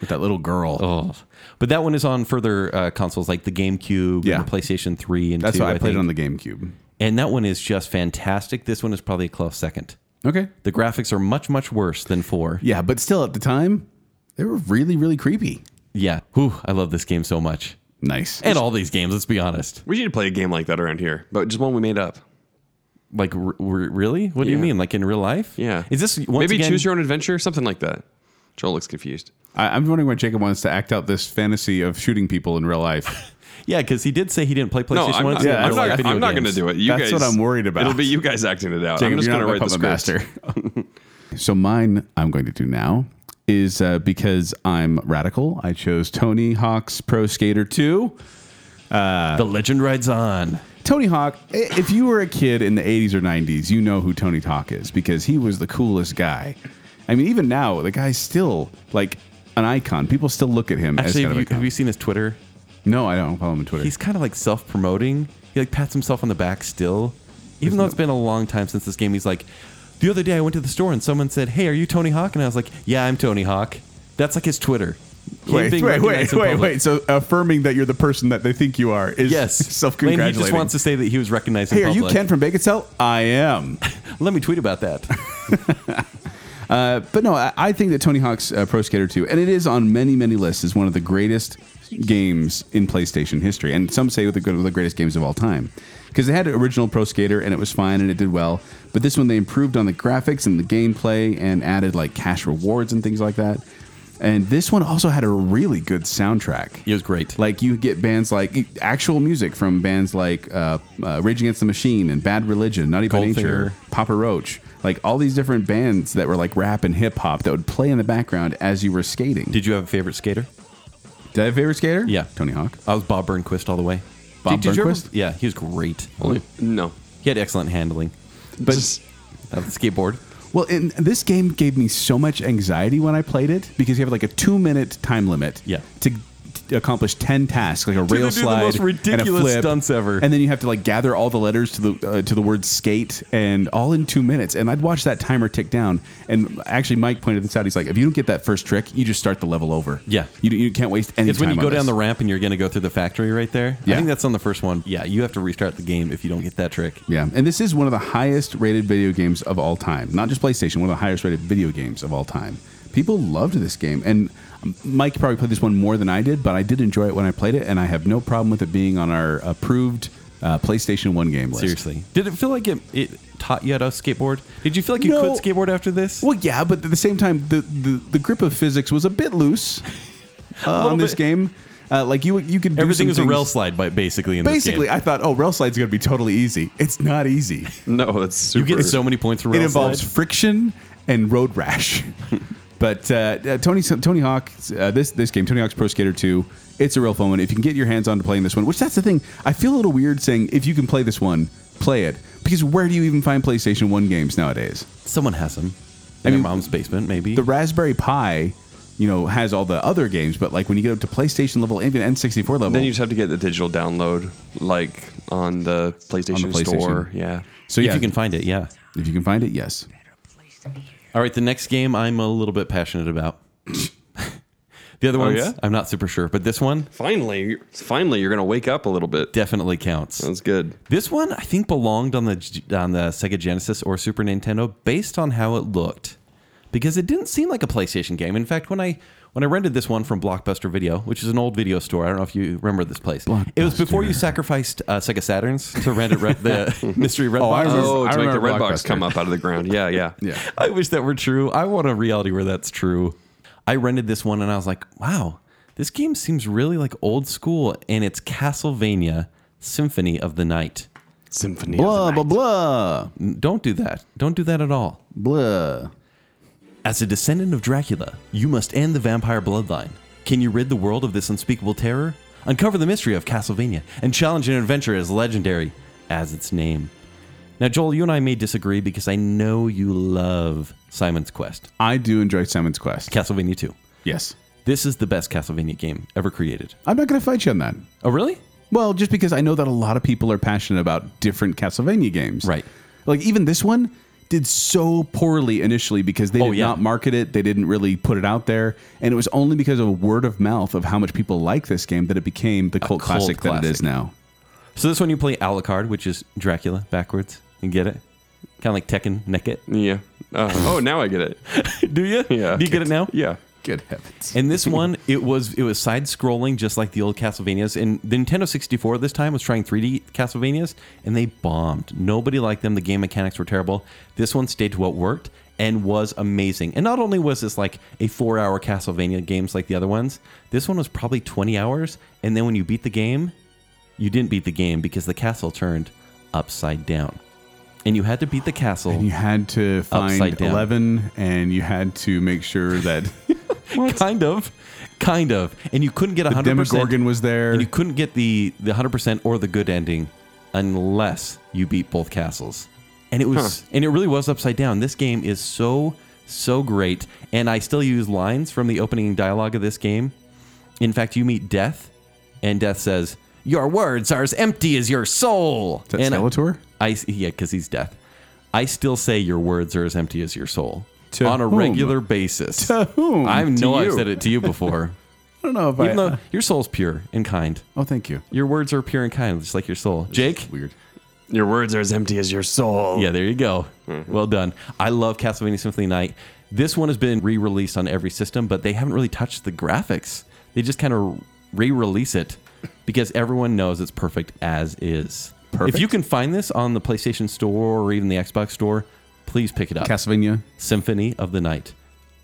C: With that little girl.
D: Oh. But that one is on further uh, consoles like the GameCube
C: Yeah.
D: and the PlayStation 3 and
C: That's
D: 2.
C: why I played it
D: think.
C: on the GameCube.
D: And that one is just fantastic. This one is probably a close second.
C: Okay.
D: The graphics are much much worse than 4.
C: Yeah, but still at the time, they were really, really creepy.
D: Yeah. Whew, I love this game so much.
C: Nice.
D: And all these games, let's be honest.
B: We should play a game like that around here, but just one we made up.
D: Like, r- r- really? What do you
B: Yeah.
D: mean? Like in real life?
B: Yeah.
D: Is this once
B: maybe
D: again,
B: choose your own adventure, something like that? Joel looks confused.
C: I, I'm wondering why Jacob wants to act out this fantasy of shooting people in real life.
D: Yeah, because he did say he didn't play PlayStation
B: No, I'm
D: One.
B: not,
C: Yeah,
B: I'm
C: I like
B: not, I'm not going to do it. You
C: That's
B: guys-
C: what I'm worried about.
B: It'll be you guys acting it out. I'm
C: Um,
B: just going to write the script.
C: so mine, I'm going to do now is uh, because I'm radical. I chose Tony Hawk's Pro Skater 2.
D: The legend rides on.
C: Tony Hawk, i- if you were a kid in the 80s or 90s, you know who Tony Hawk is because he was the coolest guy. I mean, even now, the guy's still like an icon. People still look at him
D: Actually,
C: as kind
D: have you,
C: of
D: have
C: a
D: you seen his Twitter?
C: No, I don't follow him on Twitter.
D: He's kind of like self-promoting. He like pats himself on the back still, even though it's been a long time since this game. He's like, the other day I went to the store and someone said, "Hey, are you Tony Hawk?" And I was like, "Yeah, I'm Tony Hawk." That's like his Twitter. Him
C: wait,
D: being
C: wait, wait,
D: recognized in
C: wait,
D: public.
C: wait. So affirming that you're the person that they think you are is
D: Yes,
C: self-congratulating.
D: Lane, he just wants to say that he was recognized.
C: hey,
D: in
C: are you
D: public.
C: Ken from Bacon Cell? I am.
D: Let me tweet about that.
C: Uh, but no, I, I think that Tony Hawk's uh, Pro Skater 2, and it is on many, many lists, is one of the greatest games in PlayStation history. And some say the, one of the greatest games of all time. Because they had an original Pro Skater, and it was fine, and it did well. But this one, they improved on the graphics and the gameplay and added like cash rewards and things like that. And this one also had a really good soundtrack.
D: It was great.
C: Like you get bands like actual music from bands like uh, uh, Rage Against the Machine and Bad Religion, Naughty by
D: Goldfinger.
C: Nature, Papa Roach, like all these different bands that were like rap and hip hop that would play in the background as you were skating. Did,
D: Did you have a favorite skater?
C: I have a favorite skater?
D: Yeah.
C: Tony Hawk.
D: I was Bob Burnquist all the way.
C: Bob
D: you ever-
C: Burnquist?
D: yeah, he was great.
B: No.
D: He had excellent handling.
C: But
B: Just-
D: Uh, the skateboard.
C: well, and this game gave me so much anxiety when I played it because you have like a two minute time limit.
D: Yeah.
C: To, to accomplish 10 tasks like a
D: they do
C: rail
D: the
C: slide
D: most
C: and a
D: ridiculous
C: flip,
D: stunts ever.
C: and then you have to like gather all the letters to the uh, to the word skate and all in two minutes and i'd watch that timer tick down and actually mike pointed this out he's like if you don't get that first trick you just start the level over
D: Yeah.
C: you, you can't waste any
D: It's when
C: time
D: you
C: on
D: go
C: this.
D: down the ramp and you're going to go through the factory right there.
C: Yeah.
D: I think that's on the first one. Yeah, you have to restart the game if you don't get that trick.
C: Yeah, and this is one of the highest rated video games of all time. Not just PlayStation, one of the highest rated video games of all time. People loved this game, and Mike probably played this one more than I did, but I did enjoy it when I played it, and I have no problem with it being on our approved uh, PlayStation One game list.
D: Seriously. Did it feel like it, it taught you how to skateboard? Did you feel like you
C: No.
D: quit skateboard after this?
C: Well, yeah, but at the same time, the the, the grip of physics was a bit loose uh, on this
D: bit.
C: game. Uh, like you, you could do some
D: Everything was a
C: things-
D: rail slide, by, basically, in
C: Basically,
D: this game.
C: I thought, oh, rail slide's going to be totally easy. It's not easy.
B: No, that's
D: You
B: super.
D: get so many points for
C: it
D: rail
C: involves
D: slide.
C: friction and road rash. but uh, uh, Tony Tony Hawk, uh, this this game, Tony Hawk's Pro Skater Two, it's a real fun one. If you can get your hands on to playing this one, which that's the thing, I feel a little weird saying if you can play this one, play it because where do you even find PlayStation One games nowadays?
D: Someone has them.
C: I mean,
D: In your mom's basement, maybe.
C: The Raspberry Pi, you know, has all the other games, but like when you get up to PlayStation level, even N64 level,
B: Then you just have to get the digital download, like on the PlayStation,
C: PlayStation.
B: Store. Yeah.
C: so
D: if
C: yeah,
D: you can find it, yeah.
C: if you can find it, yes.
D: All right, the next game I'm a little bit passionate about. the
C: Oh,
D: other ones,
B: yeah?
D: I'm not super sure, but this one
B: Finally, finally, you're gonna wake up a little bit.
D: definitely counts.
B: That's good.
D: This one I think belonged on the G- on the Sega Genesis or Super Nintendo based on how it looked, because it didn't seem like a PlayStation game. In fact, when I when I rented this one from Blockbuster Video, which is an old video store, I don't know if you remember this place. It was before you sacrificed uh, Sega Saturns to rent it re- the mystery red
C: Oh, I
D: box.
C: remember-
B: Oh, to make the
C: remember
B: red box
C: Blockbuster.
B: come up out of the ground. Yeah, yeah.
C: Yeah.
D: I wish that were true. I want a reality where that's true. I rented this one and I was like, wow, this game seems really like old school and it's Castlevania Symphony of the Night.
B: Symphony.
C: Blah blah blah
D: N- Don't do that. Don't do that at all.
C: blah.
D: As a descendant of Dracula, you must end the vampire bloodline. Can you rid the world of this unspeakable terror? Uncover the mystery of Castlevania and challenge an adventure as legendary as its name. Now, Joel, you and I may disagree because I know you love Simon's Quest,
C: I do enjoy Simon's Quest.
D: Castlevania 2.
C: Yes,
D: This is the best Castlevania game ever created.
C: I'm not going to fight you on that.
D: Oh, really?
C: Well, just because I know that a lot of people are passionate about different Castlevania games.
D: Right.
C: Like even this one did so poorly initially because they
D: Oh,
C: did
D: yeah.
C: not market it, they didn't really put it out there, and it was only because of word of mouth of how much people like this game that it became the cult,
D: cult
C: classic, that it is
D: classic.
C: now.
D: So this one you play Alucard, which is Dracula backwards. You get it? Kind of like Tekken, neck it.
B: Yeah. Uh, oh, now I get it.
D: Do you?
B: Yeah.
D: Do you get it now?
B: Yeah.
C: Good heavens.
D: And this one, it was it was side scrolling, just like the old Castlevanias. And the Nintendo 64 this time was trying 3D Castlevanias, and they bombed. Nobody liked them. The game mechanics were terrible. This one stayed to what worked and was amazing. And not only was this like a four-hour Castlevania games like the other ones, this one was probably 20 hours. And then when you beat the game, you didn't beat the game because the castle turned upside down, and you had to beat the castle.
C: You had to
D: Upside
C: find
D: down.
C: 11 and you had to make sure that
D: kind of, kind of, and you couldn't get a hundred percent.
C: Demogorgon was there.
D: and you couldn't get the the hundred percent or the good ending unless you beat both castles. And it was and it really was upside down. This game is so so great, and I still use lines from the opening dialogue of this game. In fact, you meet Death, and Death says, "Your words are as empty as your soul."
C: Is that
D: and
C: Skeletor?
D: I, yeah, because he's Death. I still say your words are as empty as your soul
C: To
D: on a
C: whom?
D: regular basis.
C: To whom?
D: I
C: To
D: know I've
C: you.
D: said it to you before.
C: I don't know if I.
D: Even though your soul's pure and kind.
C: oh, thank you.
D: Your words are pure and kind, just like your soul. Jake?
C: Weird.
B: Your words are as empty as your soul.
D: Yeah, there you go.
C: Mm-hmm.
D: Well done. I love Castlevania Symphony Night. This one has been re released on every system, but they haven't really touched the graphics. They just kind of re release it because everyone knows it's perfect as is.
C: Perfect.
D: If you can find this on the PlayStation Store or even the Xbox Store, please pick it up.
C: Castlevania.
D: Symphony of the Night.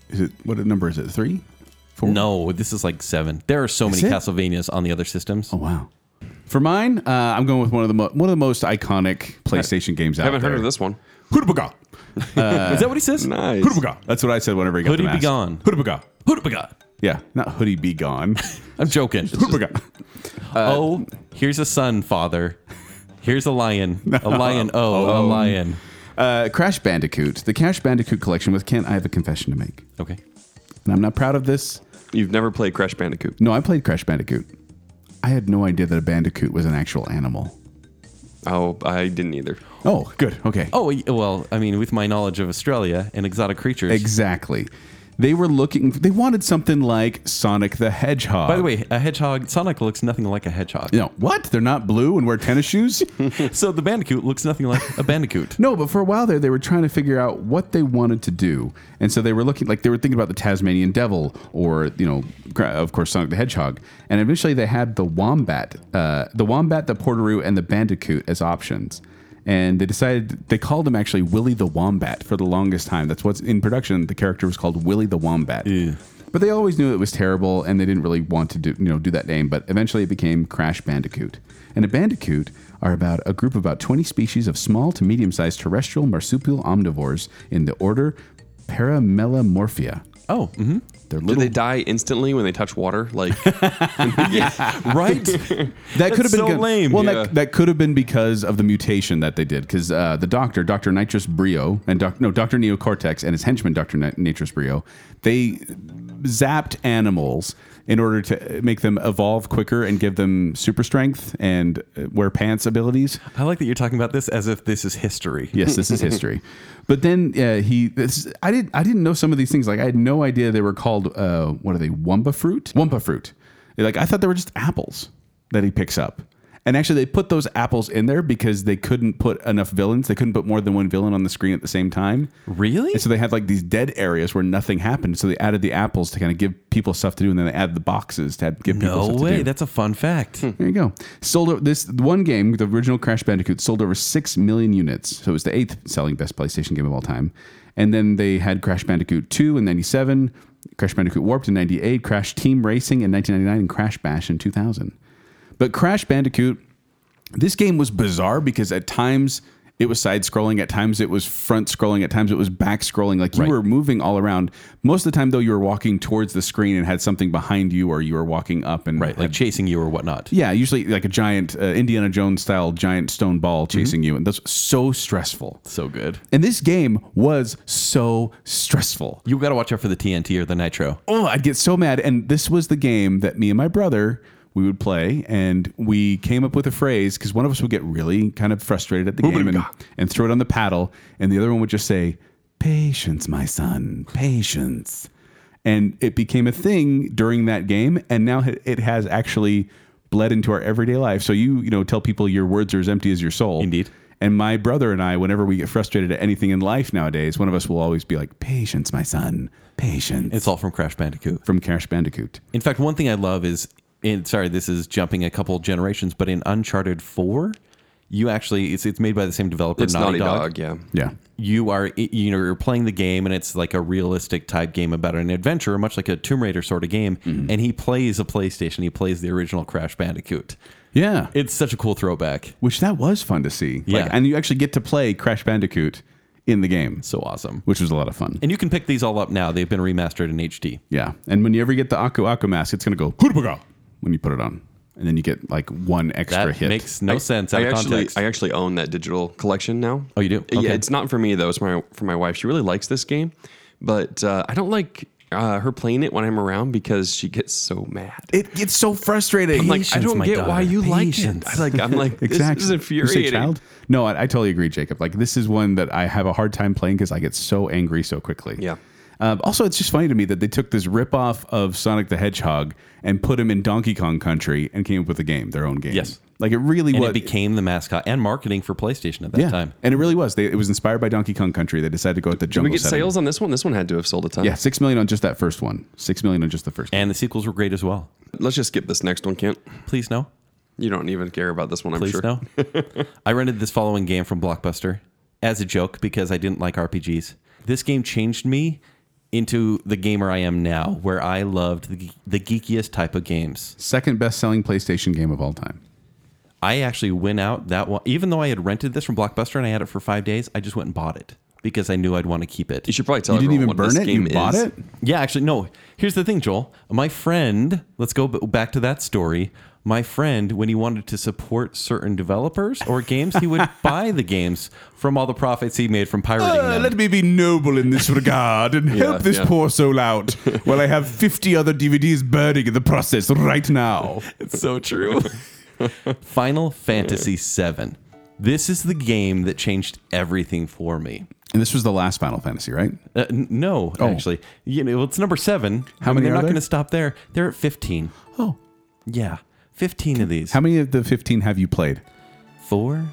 C: Is it what number is it? Three, four.
D: No, this is like seven. There are so many
C: it?
D: Castlevanias on the other systems.
C: Oh wow. For mine, uh, I'm going with one of the mo- one of the most iconic PlayStation games out
B: I haven't
C: there.
B: heard of this one.
C: Hoodabaga. Oh,
D: is that what he says?
B: Nice.
C: Hoodabaga. That's what I said whenever he got
D: Hoodie
C: the mask.
D: be gone.
C: Hoodabaga.
D: Hoodabaga.
C: Yeah, not hoodie be gone.
D: I'm joking.
C: Hoodabaga. Uh,
D: oh, here's a son, father. Here's a lion. A lion. Oh, a lion.
C: Uh, Crash Bandicoot, the Crash Bandicoot collection with Kent. I have a confession to make,
D: Okay.
C: and I'm not proud of this.
B: You've never played Crash Bandicoot.
C: No, I played Crash Bandicoot. I had no idea that a bandicoot was an actual animal.
B: Oh, I didn't either.
C: Oh, good. Okay.
D: Oh, y- well, I mean, with my knowledge of Australia and exotic creatures.
C: Exactly. They were looking. They wanted something like Sonic the Hedgehog.
D: By the way, a hedgehog, Sonic looks nothing like a hedgehog.
C: no. What? They're not blue and wear tennis shoes?
D: So the bandicoot looks nothing like a bandicoot.
C: no. But for a while there, they were trying to figure out what they wanted to do, and so they were looking like they were thinking about the Tasmanian Devil, or you know, gra- of course Sonic the Hedgehog. And eventually, they had the wombat, uh, the wombat, the Portaroo, and the Bandicoot as options. And they decided they called him actually Willy the Wombat for the longest time. That's what's in production. The character was called Willy the Wombat. But they always knew it was terrible, and they didn't really want to do you know do that name. But eventually, it became Crash Bandicoot. And a bandicoot are about a group of about twenty species of small to medium-sized terrestrial marsupial omnivores in the order Paramelamorphia.
D: Oh, hmm
C: They're
B: Do
C: little.
B: they die instantly when they touch water? Like,
D: right?
C: that could have been
D: so
C: good.
D: lame.
C: Well,
B: Yeah.
C: that, that could have been because of the mutation that they did. Because uh, the doctor, Doctor Nitrous Brio, and doc, no Doctor Neocortex, and his henchman, Doctor Ni- Nitrous Brio, they zapped animals in order to make them evolve quicker and give them super strength and uh, wear pants abilities.
D: I like that you're talking about this as if this is history.
C: Yes, this is history. But then uh, he, this, I didn't, I didn't know some of these things. Like I had no idea they were called. Uh, what are they? Wumpa fruit. Wumpa fruit. Like I thought they were just apples that he picks up. And actually, they put those apples in there because they couldn't put enough villains. They couldn't put more than one villain on the screen at the same time.
D: Really?
C: And so they had like these dead areas where nothing happened. So they added the apples to kind of give people stuff to do, and then they added the boxes to have- give people
D: no
C: stuff to
D: way.
C: do. Hmm.
D: That's a fun fact.
C: There you go. Sold o- this one game, the original Crash Bandicoot, sold over six million units. So it was the eighth selling best PlayStation game of all time. And then they had Crash Bandicoot 2 in 97, Crash Bandicoot Warped in 98, Crash Team Racing in 1999, and Crash Bash in 2000. But Crash Bandicoot, this game was bizarre because at times it was side scrolling, at times it was front scrolling, at times it was back scrolling. Like you
D: Right.
C: were moving all around. Most of the time, though, you were walking towards the screen and had something behind you, or you were walking up and
D: Right, like
C: had-
D: chasing you or whatnot.
C: yeah, usually like a giant uh, Indiana Jones style giant stone ball chasing you, and that's so stressful.
D: So good.
C: And this game was so stressful.
D: You got to watch out for the TNT or the nitro.
C: Oh, I'd get so mad. And this was the game that me and my brother we would play, and we came up with a phrase because one of us would get really kind of frustrated at the game and, and throw it on the paddle, and the other one would just say, "Patience, my son, patience." And it became a thing during that game, and now it- it has actually bled into our everyday life. So you, you know, tell people your words are as empty as your soul.
D: Indeed.
C: And my brother and I, whenever we get frustrated at anything in life nowadays, one of us will always be like, "Patience, my son, patience."
D: It's all from Crash Bandicoot.
C: from Crash Bandicoot.
D: In fact, one thing I love is, in, sorry, this is jumping a couple generations, but in Uncharted Four, you actually it's it's made by the same developer,
B: It's Naughty, Dog. Yeah.
C: Yeah,
D: You are you know you're playing the game, and it's like a realistic type game about an adventure, much like a Tomb Raider sort of game.
B: Mm-hmm.
D: And he plays a PlayStation. He plays the original Crash Bandicoot.
C: yeah.
D: It's such a cool throwback.
C: Which that was fun to see.
D: Yeah.
C: Like, and you actually get to play Crash Bandicoot in the game,
D: So awesome.
C: which was a lot of fun.
D: And you can pick these all up now. They've been remastered in HD.
C: Yeah. And when you ever get the Aku Aku mask, it's going to go "Hurbaga," when you put it on. And then you get like one extra
D: That
C: hit.
D: makes no sense out
B: I
D: of
B: actually,
D: context.
B: I actually own that digital collection now.
D: Oh, you do? Okay.
B: Yeah, it's not for me though. It's my for my wife. She really likes this game, but uh, I don't like uh, her playing it when I'm around because she gets so mad.
C: it gets so frustrating.
B: I'm like, I
D: Patience,
B: don't
D: my
B: get why
D: daughter,
B: you
D: patience.
B: like it. I like, I'm like,
C: exactly.
B: this is
C: You say
B: infuriating.
C: child? No, I, I totally agree, Jacob. Like this is one that I have a hard time playing because I get so angry so quickly.
B: Yeah.
C: Um, also, it's just funny to me that they took this ripoff of Sonic the Hedgehog and put him in Donkey Kong Country and came up with a game, their own game.
D: Yes.
C: Like it really
D: and
C: was.
D: it became the mascot and marketing for PlayStation at that
C: yeah.
D: time.
C: And it really was. They, it was inspired by Donkey Kong Country. They decided to go with the
B: Did
C: jungle
B: we get
C: setting.
B: sales on this one? This one had to have sold a ton.
C: Yeah, six million on just that first one. Six million on just the first. one.
D: And the sequels were great as well.
B: Let's just skip this next one, Kent.
D: Please no.
B: You don't even care about this one, I'm
D: Please
B: sure.
D: no. I rented this following game from Blockbuster as a joke because I didn't like RPGs. This game changed me into the gamer I am now, where I loved the, the geekiest type of games.
C: Second best-selling PlayStation game of all time.
D: I actually went out that one, even though I had rented this from Blockbuster and I had it for five days, I just went and bought it because I knew I'd want to keep it.
B: You should probably tell
C: you didn't
B: everyone
C: even
B: what
C: burn
B: this
C: it. You
B: game
C: bought
B: is.
C: it.
D: Yeah, actually, no. Here's the thing, Joel. My friend, let's go b- back to that story. My friend, when he wanted to support certain developers or games, he would buy the games from all the profits he made from pirating
C: Uh,
D: them.
C: let me be noble in this regard and help this
B: yeah.
C: poor soul out while I have 50 other DVDs burning in the process right now.
D: It's so true. Final Fantasy VII. This is the game that changed everything for me.
C: And this was the last Final Fantasy, right?
D: Uh, n- no,
C: Oh.
D: actually, you know, well, it's number seven.
C: How many
D: They're
C: are
D: not
C: there?
D: going to stop there. They're at fifteen.
C: Oh.
D: Yeah, fifteen of these.
C: How many of the 15 have you played?
D: four,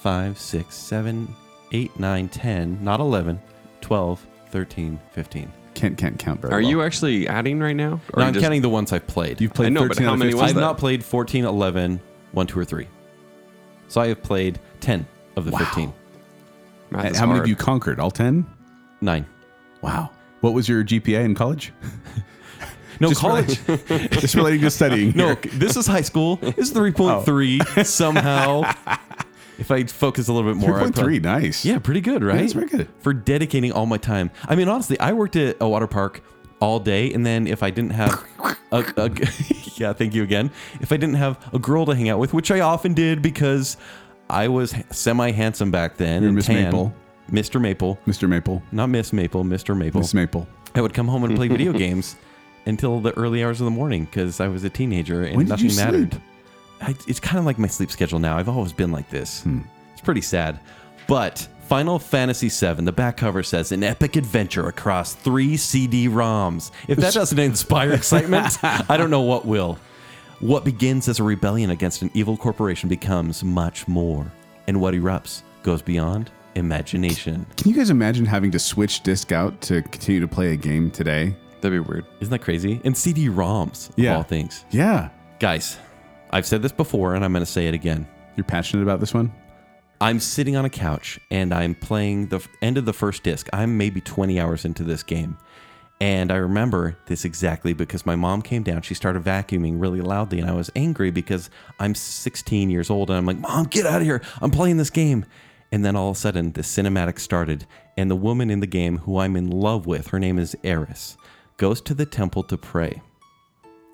D: five, six, seven, eight, nine, ten, not 11, 12, 13, 15.
C: Kent can't count very
B: Are
C: well.
B: you actually adding right now? Or
D: Now I'm
B: just-
D: counting the ones I've played.
C: You've played
B: I know, but
C: 13
B: how
C: out of
B: many
C: 15.
B: was
D: I've
B: that?
D: not played 14, 11, 1, 2, or 3. So I have played 10 of the 15.
B: Math
C: And
B: is
C: Uh, How many have
B: hard.
C: you conquered? All 10?
D: 9.
C: Wow. What was your GPA in college?
D: No,
C: Just
D: college.
C: Just relating to studying.
D: no, this is high school. This is
C: Oh.
D: 3.3 somehow. if I focus a little bit more, I'd
C: 3.3.
D: probably-
C: nice.
D: Yeah, pretty good, right?
C: that's very good.
D: For dedicating all my time. I mean, honestly, I worked at a water park all day, and then if I didn't have a, a- yeah, thank you again. If I didn't have a girl to hang out with, which I often did because I was semi handsome back then.
C: You're
D: and
C: Miss
D: tan.
C: Maple.
D: Mr. Maple,
C: Mr. Maple.
D: not Miss Maple, Mr. Maple.
C: Miss Maple.
D: I would come home and play video games until the early hours of the morning because I was a teenager and
C: When did
D: nothing
C: you sleep?
D: mattered. I, it's kind of like my sleep schedule now. I've always been like this.
C: Hmm.
D: It's pretty sad. But Final Fantasy VII, the back cover says an epic adventure across three CD ROMs. If that doesn't inspire excitement, I don't know what will. What begins as a rebellion against an evil corporation becomes much more. And what erupts goes beyond imagination.
C: Can you guys imagine having to switch disc out to continue to play a game today?
B: That'd be weird.
D: Isn't that crazy? And CD ROMs, of
C: Yeah.
D: all things.
C: Yeah.
D: Guys, I've said this before and I'm going to say it again.
C: You're passionate about this one?
D: I'm sitting on a couch and I'm playing the f- end of the first disc. I'm maybe 20 hours into this game. And I remember this exactly because my mom came down. She started vacuuming really loudly and I was angry because I'm 16 years old and I'm like, Mom, get out of here. I'm playing this game. And then all of a sudden, the cinematic started. And the woman in the game who I'm in love with, her name is Eris, goes to the temple to pray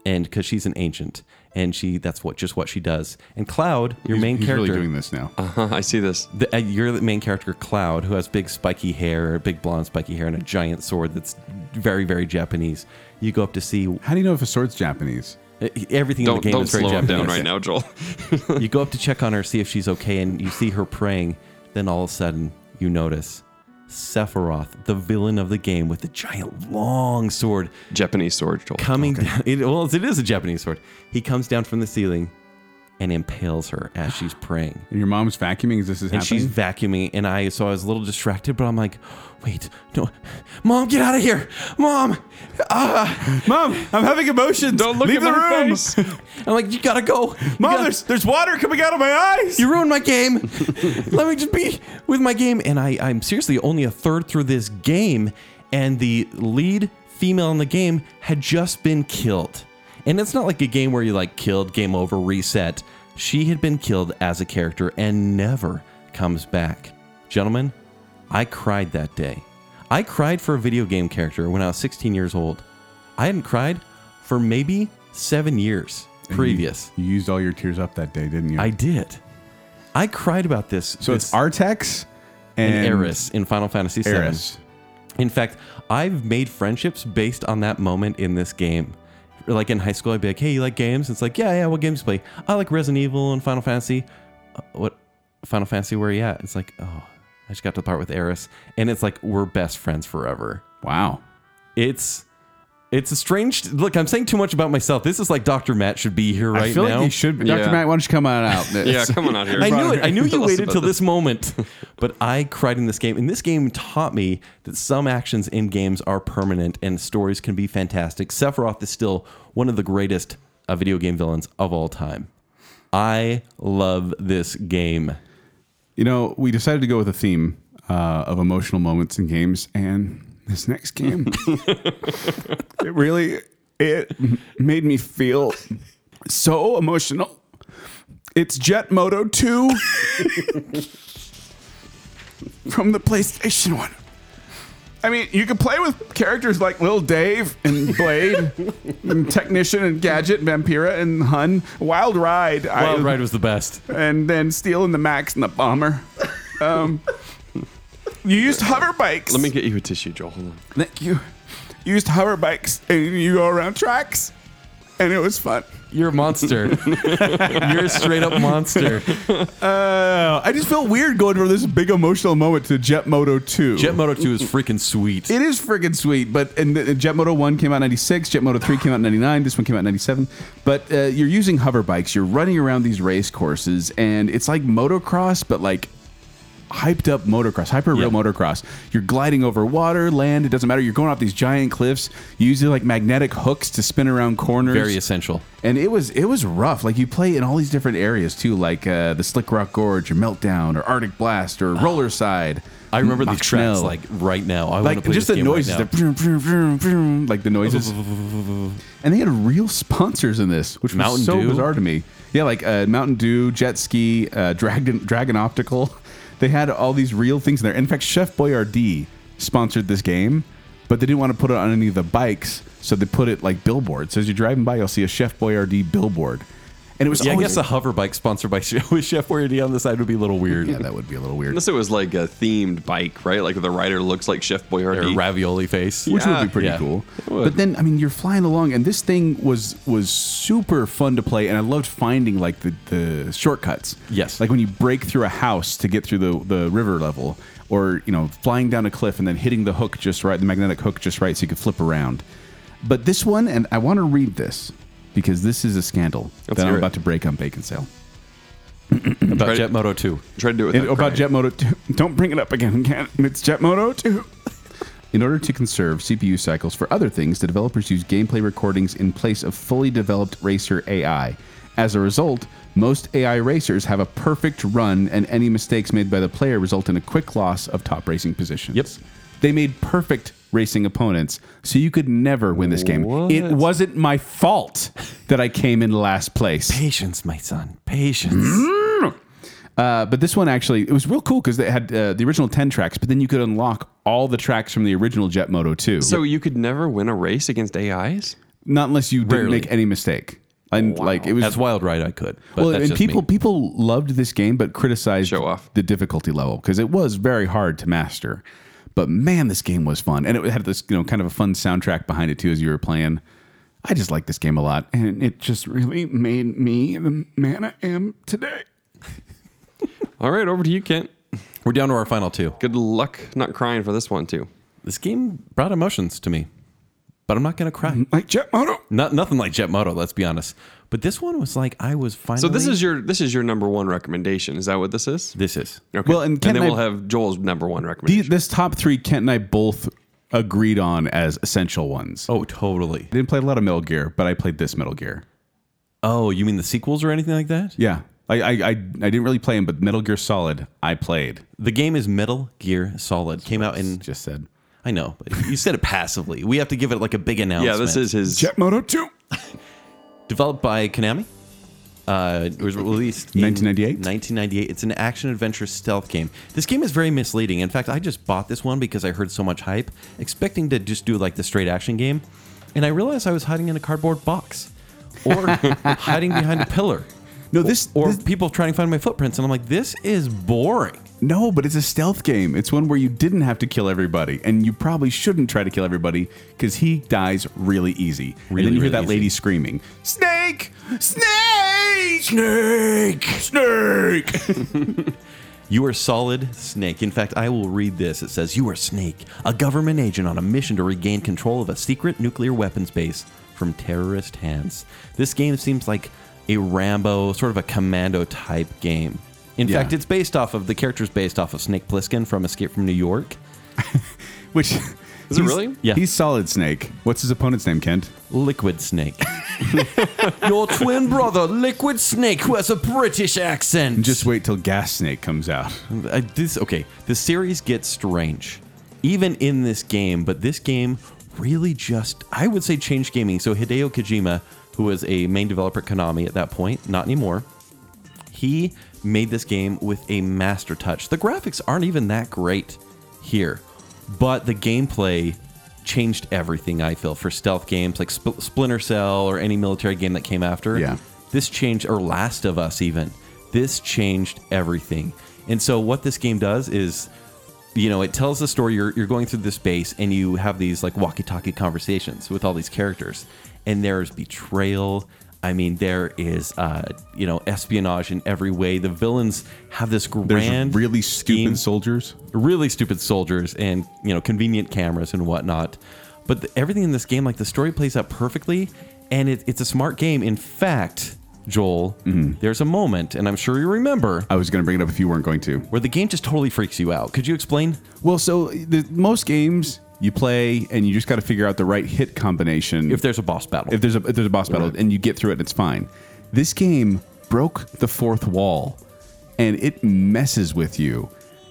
D: and because she's an ancient and she that's what just what she does and cloud your
C: He's-
D: main
C: he's
D: character
C: really doing this now.
B: Uh-huh, I see this.
D: the, uh, your main character cloud who has big spiky hair big blonde spiky hair and a giant sword that's very very japanese you go up to see
C: How do you know if a sword's Japanese?
D: uh, everything in
B: Don't
D: the game
B: don't
D: is very
B: slow him
D: japanese
B: down right now, Joel.
D: you go up to check on her see if she's okay and you see her praying then all of a sudden you notice sephiroth the villain of the game with the giant long sword
B: Japanese sword, Joel.
D: coming down. It, well, it is a Japanese sword. He comes down from the ceiling and impales her as she's praying.
C: And your mom's vacuuming as this is
D: And
C: happening.
D: she's vacuuming, and I so I was a little distracted, but I'm like, wait, no, mom, get out of here, mom. Ah.
C: Mom, I'm having emotions.
B: Don't look
C: Leave
B: at
C: the
B: my
C: room.
B: face.
D: I'm like, you gotta go, You
C: Mom,
D: gotta-
C: there's there's water coming out of my eyes.
D: You ruined my game. Let me just be with my game. And I, I'm seriously only a third through this game, and the lead female in the game had just been killed. And it's not like a game where you like killed, game over, reset. She had been killed as a character and never comes back. Gentlemen, I cried that day. I cried for a video game character when I was 16 years old. I hadn't cried for maybe seven years previous.
C: You used all your tears up that day, didn't you?
D: I did. I cried about this.
C: so it's
D: this-
C: Artex and,
D: and Eris in Final Fantasy VII.
C: Eris.
D: In fact, I've made friendships based on that moment in this game. Like in high school, I'd be like, "Hey, you like games?" It's like, "Yeah, yeah. What games you play?" I like Resident Evil and Final Fantasy. "Uh, What Final Fantasy? Where you at? It's like, oh, I just got to the part with Eris, and it's like we're best friends forever.
C: Wow.
D: It's it's a strange look. I'm saying too much about myself. This is like Dr. Matt should be here right
C: I feel
D: now.
C: like you should. Dr.
B: Yeah.
C: Matt, why don't you come on out?
B: yeah, come on out here.
D: I knew it. I knew you
B: Tell us
D: waited
B: about
D: till this moment. But I cried in this game, and this game taught me that some actions in games are permanent, and stories can be fantastic. Sephiroth is still one of the greatest uh, video game villains of all time. I love this game.
C: You know, we decided to go with a theme uh, of emotional moments in games, and this next game, it really it made me feel so emotional. It's Jet Moto 2 from the PlayStation 1. I mean, you can play with characters like Lil Dave and Blade and Technician and Gadget, Vampira and Hun. Wild Ride.
D: Wild
C: I,
D: Ride was the best.
C: and then stealing the Max and the bomber. Um, you used hover bikes.
B: Let me get you a tissue, Joel. Hold on.
C: Thank you. You used hover bikes and you go around tracks, and it was fun.
D: You're a monster. You're a straight up monster.
C: Uh, I just feel weird going from this big emotional moment to Jet Moto 2.
D: Jet Moto 2 is freaking sweet.
C: it is friggin' sweet, but and the, Jet Moto 1 came out in 96, Jet Moto 3 came out in 99, this one came out in 97. But uh, you're using hover bikes, you're running around these race courses, and it's like motocross, but like hyped up motocross, hyper real
D: Yeah.
C: motocross. You're gliding over water, land, it doesn't matter. You're going off these giant cliffs, you use like magnetic hooks to spin around corners
D: Very essential.
C: and it was it was rough. Like you play in all these different areas too, like uh, the Slick Rock Gorge or Meltdown or Arctic Blast or Roller Side.
D: Ah. I remember these tracks
C: Machnell.
D: like right now. I want to
C: like
D: play
C: just
D: this
C: the
D: game right
C: noises, the
D: now.
C: vroom, vroom, vroom, vroom, like the noises, and they had real sponsors in this, which was
D: Mountain
C: so
D: Dew?
C: bizarre to me. Yeah, like uh, Mountain Dew, Jet Ski, uh, Dragon Dragon Optical. They had all these real things in there. In fact, Chef Boyardee sponsored this game, but they didn't want to put it on any of the bikes, so they put it like billboards. So as you're driving by, you'll see a Chef Boyardee billboard, and it was
D: Yeah, I
C: always,
D: guess a hover bike sponsored by Chef- with Chef Boyardee on the side would be a little weird.
C: yeah, that would be a little weird.
B: Unless it was like a themed bike, right? Like the rider looks like Chef
D: Or
B: Boyardee.
D: ravioli face.
C: which
B: Yeah,
C: would be pretty
D: yeah.
C: cool. But then, I mean, you're flying along, and this thing was was super fun to play, and I loved finding like the the shortcuts.
D: Yes.
C: like when you break through a house to get through the the river level, or you know, flying down a cliff and then hitting the hook just right, the magnetic hook just right, so you could flip around. But this one, and I want to read this because this is a scandal
B: Let's
C: that I'm
B: hear it.
C: about to break on Bacon Sale.
D: about
B: Right.
D: Jet Moto 2.
B: Try to do it.
C: It,
B: without
C: about
B: crying.
C: Jet Moto 2. Don't bring it up again. Ken. It's Jet Moto 2. In order to conserve CPU cycles for other things, the developers use gameplay recordings in place of fully developed racer AI. As a result, most AI racers have a perfect run, and any mistakes made by the player result in a quick loss of top racing positions.
D: Yep.
C: They made perfect racing opponents, so you could never win this game. It wasn't my fault that I came in last place.
D: Patience, my son. Patience.
C: Uh, but this one actually, it was real cool because they had uh, the original 10 tracks, but then you could unlock all the tracks from the original Jet Moto 2.
B: So you could never win a race against AIs?
C: not unless you didn't
D: Rarely. Oh,
C: make any mistake. And like it was
D: As Wild Ride, I could. But
C: well,
D: that's
C: and
D: just me.
C: people people loved this game but criticized
B: Show off.
C: the difficulty level because it was very hard to master. But man, this game was fun, and it had this you know kind of a fun soundtrack behind it too as you were playing. I just like this game a lot, and it just really made me the man I am today.
B: All right, over to you, Kent.
D: We're down to our final two.
B: Good luck not crying for this one, too.
D: This game brought emotions to me. but I'm not gonna cry.
B: Mm-hmm.
C: Like Jet Moto.
D: Not nothing like Jet Moto. Let's be honest. But this one was like I was finally.
B: So this is your this is your number one recommendation. Is that what this is?
D: this is
B: Okay.
C: Well, and
B: and
C: Kent
B: then
C: and I-
B: we'll have Joel's number one
C: The,
B: recommendation.
C: this top three, Kent and I both agreed on as essential ones.
D: oh totally.
C: I didn't play a lot of Metal Gear, but I played this Metal Gear.
D: Oh, you mean the sequels or anything like that?
C: Yeah. I, I, I, I didn't really play him, but Metal Gear Solid, I played.
D: The game is Metal Gear Solid. Came out in
C: Just said.
D: I know, but you said it passively. We have to give it like a big announcement.
B: yeah, this is his.
C: Jet Moto 2.
D: developed by Konami. Uh, it was released in
C: 1998?
D: 1998. It's an action adventure stealth game. This game is very misleading. In fact, I just bought this one because I heard so much hype, expecting to just do like the straight action game, and I realized I was hiding in a cardboard box, or hiding behind a pillar,
C: No, this,
D: or
C: this-
D: people trying to find my footprints, and I'm like, this is boring.
C: no, but it's a stealth game. It's one where you didn't have to kill everybody, and you probably shouldn't try to kill everybody because he dies really easy. and
D: Really,
C: then you hear
D: really
C: that
D: easy.
C: lady screaming, "Snake! Snake! Snake! Snake!"
D: You are solid snake. In fact, I will read this. It says, You are snake, a government agent on a mission to regain control of a secret nuclear weapons base from terrorist hands. This game seems like a Rambo, sort of a commando type game. In
C: Yeah.
D: fact, it's based off of the character's based off of Snake Plissken from Escape from New York.
C: Which
B: Is it really?
D: Yeah.
C: He's Solid Snake. What's his opponent's name, Kent?
D: Liquid Snake. Your twin brother, Liquid Snake, who has a British accent.
C: Just wait till Gas Snake comes out.
D: I, Uh, this okay. The series gets strange, even in this game. But this game really just, I would say, changed gaming. So Hideo Kojima, who was a main developer at Konami at that point, not anymore. He made this game with a master touch. The graphics aren't even that great here, but the gameplay changed everything. I feel for stealth games like Spl- Splinter Cell or any military game that came after.
C: Yeah.
D: This changed, or Last of Us even. This changed everything. And so, what this game does is, you know, it tells the story. You're, you're going through this base and you have these like walkie talkie conversations with all these characters. And there's betrayal. I mean, there is, uh, you know, espionage in every way. The villains have this grand,
C: There's really
D: scheme
C: stupid soldiers.
D: really stupid soldiers and you know convenient cameras and whatnot but the, everything in this game like the story plays out perfectly and it, it's a smart game in fact joel
C: Mm-hmm.
D: there's a moment and i'm sure you remember
C: I was going to bring it up if you weren't going to.
D: where the game just totally freaks you out could you explain
C: Well, so the, most games you play and you just got to figure out the right hit combination.
D: if there's a boss battle
C: if there's a if there's a boss battle and you get through it, it's fine. This game broke the fourth wall, and it messes with you.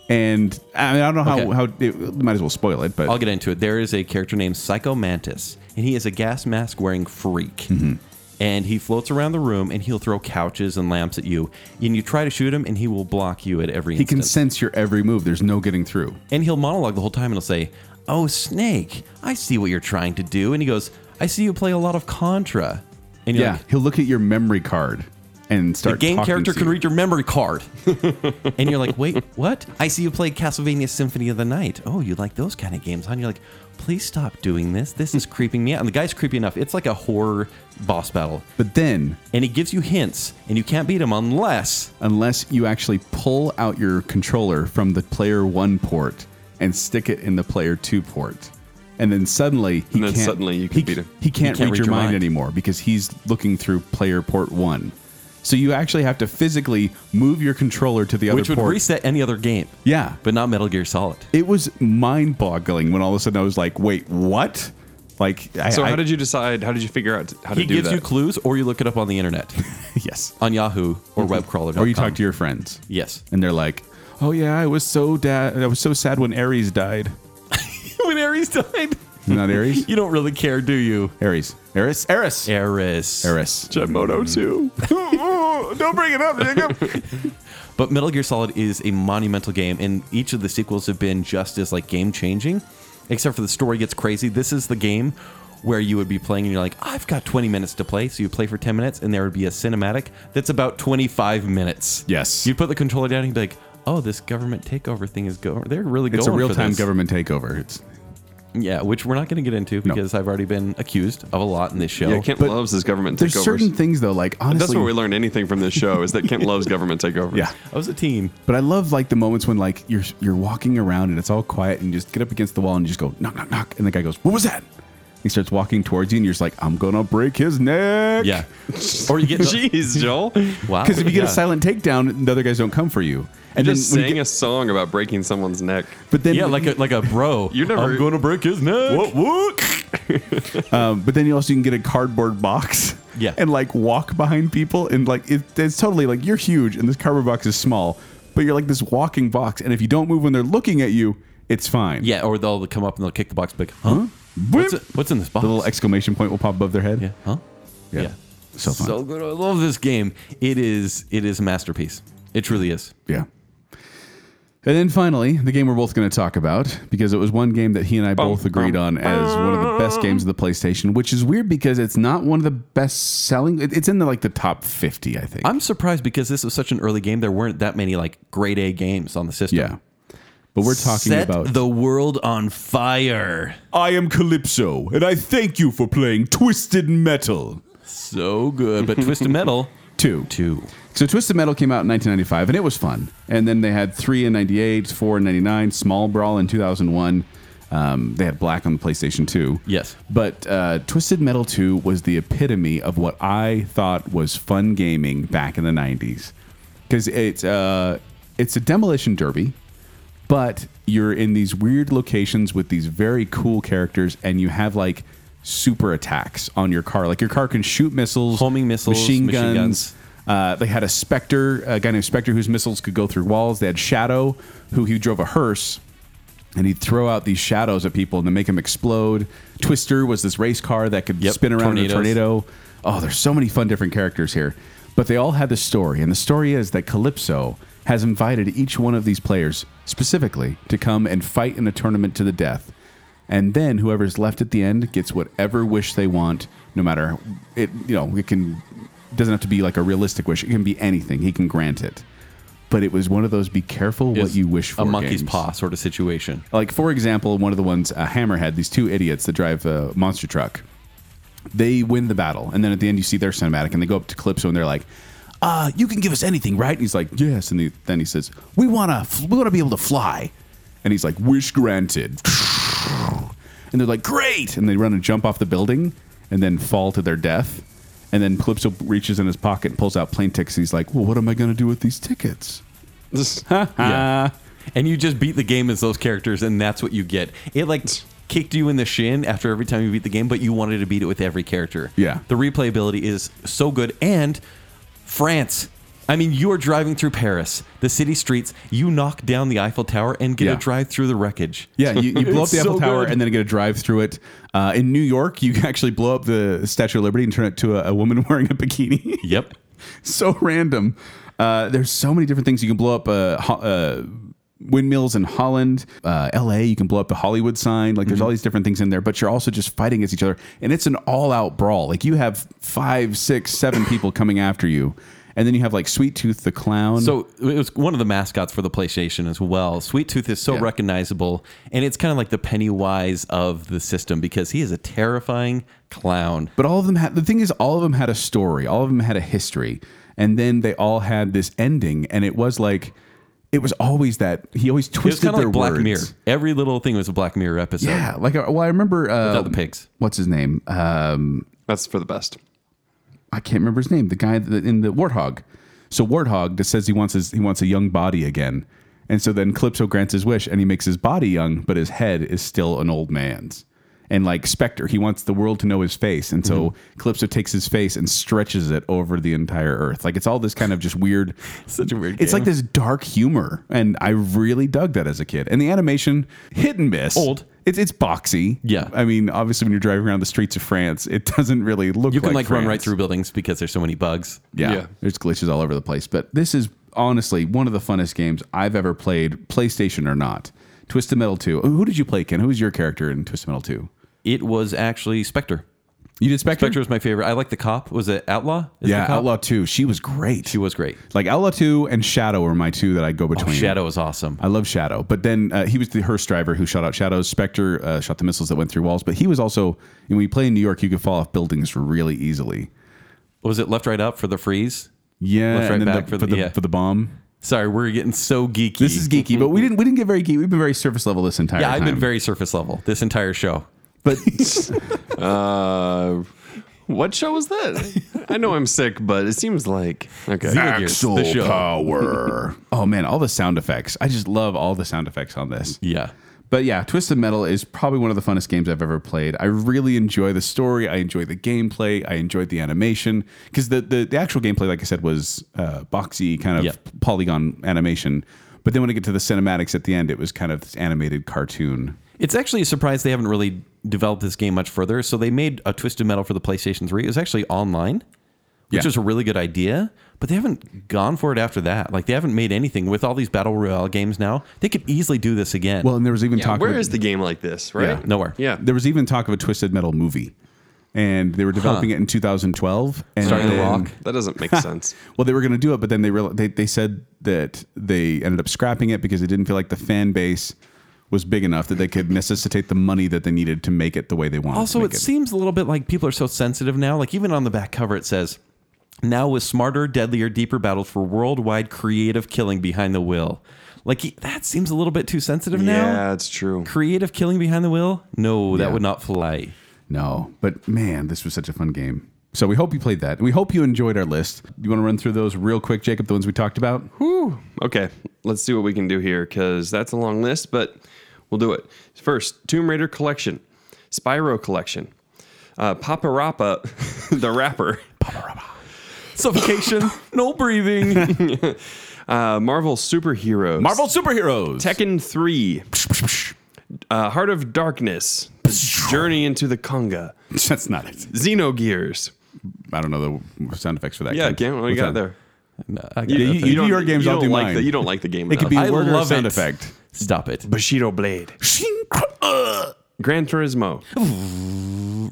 C: And I, mean, I don't know how
D: Okay.
C: how it, might as well spoil it, but
D: I'll get into it. There is a character named Psycho Mantis, and he is a gas mask wearing freak.
C: Mm-hmm.
D: And he floats around the room, and he'll throw couches and lamps at you. And you try to shoot him, and he will block you at every.
C: he can
D: instance.
C: sense your every move. There's no getting through.
D: And he'll monologue the whole time and he'll say, Oh, Snake, I see what you're trying to do. And he goes, I see you play a lot of Contra. And you're
C: Yeah,
D: like,
C: he'll look at your memory card and
D: the
C: start.
D: game
C: talking
D: character
C: to
D: can
C: you.
D: read your memory card. and you're like, wait, what? I see you played Castlevania Symphony of the Night. Oh, you like those kind of games, huh? And you're like, please stop doing this. This is creeping me out. And the guy's creepy enough. It's like a horror boss battle.
C: But then,
D: And he gives you hints, and you can't beat him unless
C: unless you actually pull out your controller from the player one port and stick it in the player two port. And then suddenly he
B: And then
C: can't,
B: suddenly you can
C: he,
B: beat him.
C: He can't, read, your, mind, anymore because he's looking through player port one. So you actually have to physically move your controller to the other
D: which would
C: port.
D: reset any other game.
C: Yeah.
D: But not Metal Gear Solid.
C: it was mind boggling when all of a sudden I was like, wait, what? Like I,
B: So how did you decide? How did you figure out how to
D: He
B: do
D: gives
B: that?
D: you clues, or you look it up on the internet.
C: Yes.
D: on Yahoo or
C: Or
D: webcrawler.
C: Mm-hmm. Oh, you talk to your friends.
D: yes.
C: And they're like, Oh yeah, I was so da- I was so sad when Ares died.
D: when Ares died,
C: Not Ares?
D: you don't really care, do you?
C: Ares. Ares? Ares.
D: Ares.
C: Eris.
B: Jet Moto too.
C: Don't bring it up, Jacob.
D: But Metal Gear Solid is a monumental game, and each of the sequels have been just as like game changing, except for the story gets crazy. This is the game where you would be playing and you're like, I've got 20 minutes to play. So you play for 10 minutes, and there would be a cinematic that's about 25 minutes.
C: Yes.
D: You'd put the controller down and you'd be like, oh, this government takeover thing is going. They're really going
C: it's a
D: for
C: real time
D: this."
C: government takeover. It's
D: Yeah, which we're not going to get into
C: No.
D: because I've already been accused of a lot in this show.
B: Yeah, Kent
C: But
B: loves his government
C: there's
B: takeovers.
C: certain things though, like honestly,
B: That's where we learned anything from this show is that Kent loves government takeovers.
C: Yeah,
D: I was a teen.
C: but I love like the moments when like you're you're walking around and it's all quiet and you just get up against the wall and you just go knock knock knock and the guy goes, "What was that?" He starts walking towards you, and you're just like, "I'm gonna break his neck."
D: Yeah. Or you get
B: Jeez, Joel.
D: wow.
C: Because if you get
D: yeah.
C: a silent takedown, the other guys don't come for you. And
B: Just
C: then, when you
B: sang
C: get-
B: a song about breaking someone's neck.
C: but then,
D: yeah, like a like a bro.
B: You never-
D: I'm gonna break his neck.
C: Whoop, whoop. um, but then you also can get a cardboard box
D: Yeah.
C: and like walk behind people and like it, it's totally like you're huge and this cardboard box is small but you're like this walking box and if you don't move when they're looking at you it's fine
D: Yeah, or they'll come up and they'll kick the box, be like, huh?
C: Boop.
D: What's, it- what's in this box?
C: the little exclamation point will pop above their head
D: yeah, huh?
C: Yeah. So fun.
D: good. I love this game. It is it is a masterpiece. It truly is.
C: yeah and then finally the game we're both going to talk about because it was one game that he and i both agreed on as one of the best games of the playstation which is weird because it's not one of the best selling it- it's in the like the top 50 i think
D: I'm surprised because this was such an early game. There weren't that many like grade A games on the system.
C: Yeah. But we're talking
D: Set
C: about
D: the world on fire.
C: I am Calypso, and I thank you for playing Twisted Metal
D: So good, but Twisted Metal
C: 2.
D: two.
C: So Twisted Metal came out in 1995 and it was fun. And then they had 3 in 98, 4 in 99, Small Brawl in 2001. Um, they had Black on the PlayStation 2.
D: Yes.
C: But uh, Twisted Metal 2 was the epitome of what I thought was fun gaming back in the 90s. Because it's, uh, it's a demolition derby, but you're in these weird locations with these very cool characters and you have like super attacks on your car. Like your car can shoot missiles,
D: Homing missiles,
C: machine
D: machine
C: guns.
D: guns.
C: Uh, they had a Spectre, a guy named Spectre whose missiles could go through walls. They had Shadow, who he drove a hearse and he'd throw out these shadows at people and then make them explode. Twister was this race car that could
D: Yep,
C: spin around in a
D: tornadoes.
C: tornado. Oh, there's so many fun different characters here. But they all had the story, and the story is that Calypso has invited each one of these players specifically to come and fight in a tournament to the death. And then whoever's left at the end gets whatever wish they want, no matter it you know, it can doesn't have to be like a realistic wish. It can be anything. He can grant it. But it was one of those be careful what
D: It's
C: you wish for.
D: A monkey's
C: games
D: paw sort of situation.
C: like for example one of the ones uh, hammerhead these two idiots that drive a monster truck they win the battle and then at the end you see their cinematic and they go up to calypso and they're like uh, you can give us anything right and he's like yes and he, then he says we want to we want to be able to fly and he's like wish granted and they're like great and they run and jump off the building and then fall to their death and then calypso reaches in his pocket and pulls out plane tickets and he's like well what am i going to do with these tickets
D: Yeah. Uh, And you just beat the game as those characters, and that's what you get. It like kicked you in the shin after every time you beat the game, but you wanted to beat it with every character.
C: Yeah.
D: The replayability is so good. And France. I mean, you are driving through Paris, the city streets. You knock down the Eiffel Tower and get
C: Yeah.
D: a drive through the wreckage.
C: Yeah, you, you blow up the
D: It's
C: Eiffel
D: so
C: Tower
D: good.
C: and then get a drive through it. Uh, in New York, you can actually blow up the Statue of Liberty and turn it to a, a woman wearing a bikini.
D: Yep.
C: so random. Uh, there's so many different things you can blow up. Uh, ho- uh, windmills in Holland, uh, L.A. You can blow up the Hollywood sign.
D: Mm-hmm.
C: Like there's all these different things in there, but you're also just fighting against each other, and it's an all-out brawl. Like you have five, six, seven people coming after you, and then you have like Sweet Tooth the clown.
D: So it was one of the mascots for the PlayStation as well. Sweet Tooth is so
C: Yeah.
D: recognizable, and it's kind of like the Pennywise of the system because he is a terrifying clown.
C: But all of them had the thing is all of them had a story. All of them had a history. And then they all had this ending and it was like it was always that he always
D: It was
C: twisted
D: kind of
C: their
D: like Black
C: words.
D: Mirror. Every little thing was a Black Mirror episode.
C: Yeah, like uh, well I remember uh
D: Without the pigs.
C: What's his name? Um
B: That's for the best.
C: I can't remember his name. The guy that, in the Warthog. So Warthog just says he wants his he wants a young body again. And so then Calypso grants his wish and he makes his body young, but his head is still an old man's. And like Spectre, he wants the world to know his face. And so
D: Mm-hmm.
C: Calypso takes his face and stretches it over the entire earth. Like it's all this kind of just weird
D: Such a weird
C: It's like
D: game.
C: this dark humor. And I really dug that as a kid. And the animation, hit and miss.
D: Old.
C: It's it's boxy.
D: Yeah.
C: I mean, obviously when you're driving around the streets of France, it doesn't really look
D: You can like, run right
C: France.
D: through buildings because there's so many bugs.
C: Yeah,
B: Yeah.
C: There's glitches all over the place. But this is honestly one of the funnest games I've ever played, PlayStation or not. Twisted Metal 2. Who did you play, Ken? Who was your character in Twisted Metal 2?
D: It was actually Spectre.
C: You did Spectre?
D: Spectre was my favorite. I like the cop. Was it Outlaw? Is
C: yeah,
D: the cop?
C: Outlaw 2. She was great.
D: She was great.
C: Like Outlaw 2 and Shadow were my two that I go between.
D: Shadow was awesome.
C: I love Shadow. But then uh, he was the hearse driver who shot out shadows. Spectre uh, shot the missiles that went through walls. But he was also, and when you play in New York, you could fall off buildings really easily.
D: Was it Left Right Up for the freeze?
C: Yeah,
D: Left, right,
C: and then
D: back
C: the,
D: for
C: for
D: the-
C: the
D: yeah.
C: for the bomb.
D: Sorry, we're getting so geeky.
C: This is geeky, but we didn't we didn't get very geeky. We've been very surface level this entire
D: yeah.
C: time.
D: I've been very surface level this entire show.
C: But
B: Uh, what show was that? I know I'm sick, but it seems like okay.
C: Axle Power. oh man, all the sound effects. I just love all the sound effects on this.
D: Yeah.
C: But yeah, Twisted Metal is probably one of the funnest games I've ever played. I really enjoy the story. I enjoy the gameplay. I enjoyed the animation because the, the the actual gameplay, like I said, was uh, boxy kind of
D: Yep.
C: polygon animation. But then when I get to the cinematics at the end, it was kind of this animated cartoon.
D: It's actually a surprise they haven't really developed this game much further. So they made a Twisted Metal for the PlayStation 3. It was actually online, which
C: Yeah.
D: was a really good idea, but they haven't gone for it after that. Like they haven't made anything with all these battle royale games now. They could easily do this again.
C: Well, and there was even
B: Yeah,
C: talk.
B: where
C: of,
B: is the game like this? Right?
C: Yeah.
D: nowhere.
B: Yeah.
C: There was even talk of a Twisted Metal movie, and they were developing it in 2012. And
D: Starting to
C: then-
D: rock.
B: That doesn't make sense.
C: Well, they were going to do it, but then they, real they they said that they ended up scrapping it because they didn't feel like the fan base was big enough that they could necessitate the money that they needed to make it the way they wanted.
D: Also,
C: to
D: it
C: make it,
D: seems a little bit like people are so sensitive now. Like even on the back cover, it says, "Now with smarter, deadlier, deeper battles for worldwide creative killing behind the wheel." Like he- that seems a little bit too sensitive
B: yeah,
D: now.
B: it's true.
D: Creative killing behind the wheel? No, that
C: Yeah.
D: would not fly.
C: no, but man, this was such a fun game. So we hope you played that. We hope you enjoyed our list. You want to run through those real quick, Jacob? The ones we talked about.
B: Okay, let's see what we can do here because that's a long list, but we'll do it. First, Tomb Raider Collection, Spyro Collection, uh, Papa Rappa, the rapper,
D: Suffocation, no breathing.
B: uh, Marvel Superheroes,
C: superheroes.
B: Tekken 3, uh, Heart of Darkness, Journey into the Conga,
C: That's not it.
B: Xenogears.
C: I don't know the sound effects for that.
B: Yeah,
C: kid.
B: game, what do you got
C: What's that?
B: there?
C: You, you, you do
B: don't-
C: your games.
B: you
C: I'll
B: don't
C: do
B: like
C: mine.
B: The, you don't like the game.
C: It could be
B: enough.
C: a word or a
D: love
C: sound
D: it.
C: effect.
D: Stop it.
B: Bushido Blade,
C: uh,
B: Gran Turismo.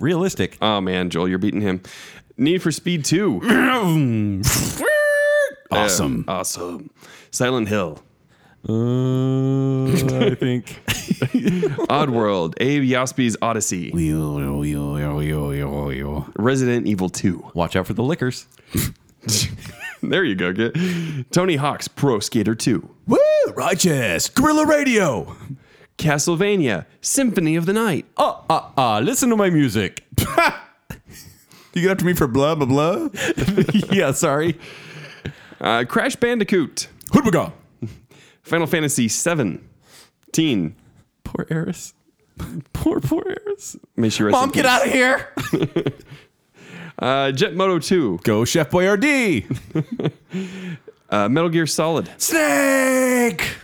D: Realistic.
B: Oh man, Joel, you're beating him. Need for Speed 2.
C: Awesome.
B: awesome. Silent Hill.
D: Uh, I think.
B: Oddworld. Abe Yaspi's Odyssey. Resident Evil 2.
D: Watch out for the liquors.
B: There you go. Get Tony Hawk's Pro Skater 2.
C: Woo! Righteous. Gorilla Radio.
B: Castlevania. Symphony of the Night. Oh,
D: Uh, uh, listen to my music.
C: You get after me for blah blah blah.
D: yeah, sorry.
B: Uh, Crash Bandicoot.
C: Hoodwiga.
B: Final Fantasy 7. Teen.
D: Poor Eris. Poor, poor Eris.
B: May she rest in
D: Mom, get
B: peace.
D: out of here.
B: Uh, Jet Moto 2.
C: Go Chef Boyardee.
B: Uh, Metal Gear Solid.
C: Snake.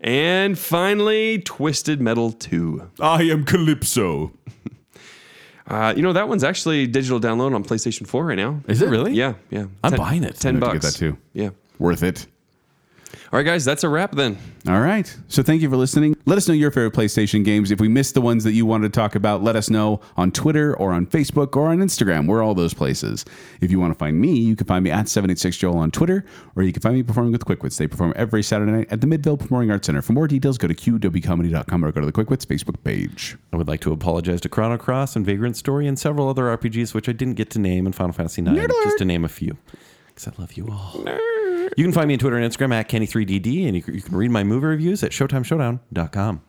B: And finally, Twisted Metal 2.
C: I am Calypso.
B: Uh, you know, that one's actually digital download on PlayStation 4 right now.
D: Is it really?
B: Yeah, yeah.
D: I'm buying it.
B: 10
C: I'm gonna
B: bucks.
C: have to get that too.
B: Yeah.
C: Worth it.
B: All right, guys, that's a wrap then.
C: All right. So thank you for listening. Let us know your favorite PlayStation games. If we missed the ones that you wanted to talk about, let us know on Twitter or on Facebook or on Instagram. We're all those places. If you want to find me, you can find me at 786Joel on Twitter, or you can find me performing with Quickwits. They perform every Saturday night at the Midville Performing Arts Center. For more details, go to qwcomedy.com or go to the Quickwits Facebook page.
D: I would like to apologize to Chrono Cross and Vagrant Story and several other RPGs which I didn't get to name in Final Fantasy IX, just to name a few. Because I love you all. You can find me on Twitter and Instagram at Kenny3DD, and you can, you can read my movie reviews at ShowtimeShowdown.com.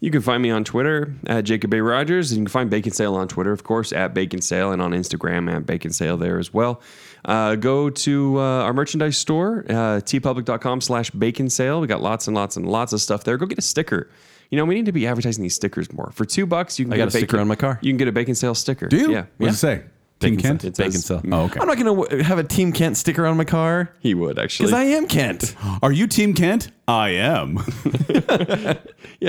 B: You can find me on Twitter at Jacob A. Rogers, and you can find Bacon Sale on Twitter, of course, at Bacon Sale, and on Instagram at Bacon Sale there as well. Uh, go to uh, our merchandise store, uh, tpublic.com slash bacon sale. We got lots and lots and lots of stuff there. Go get a sticker. You know, we need to be advertising these stickers more. For two bucks, you can
D: I
B: get
D: got a sticker
B: bacon-
D: on my car.
B: You can get a bacon sale sticker.
C: Do you?
B: Yeah.
C: What
B: yeah.
C: does it say? Team Kent?
B: It
D: Bacon
B: says-
D: Cell.
C: Oh, okay.
D: I'm not going to have a Team Kent sticker on my car
B: He would actually.
D: because I am Kent.
C: Are you Team Kent? I am.
B: yeah,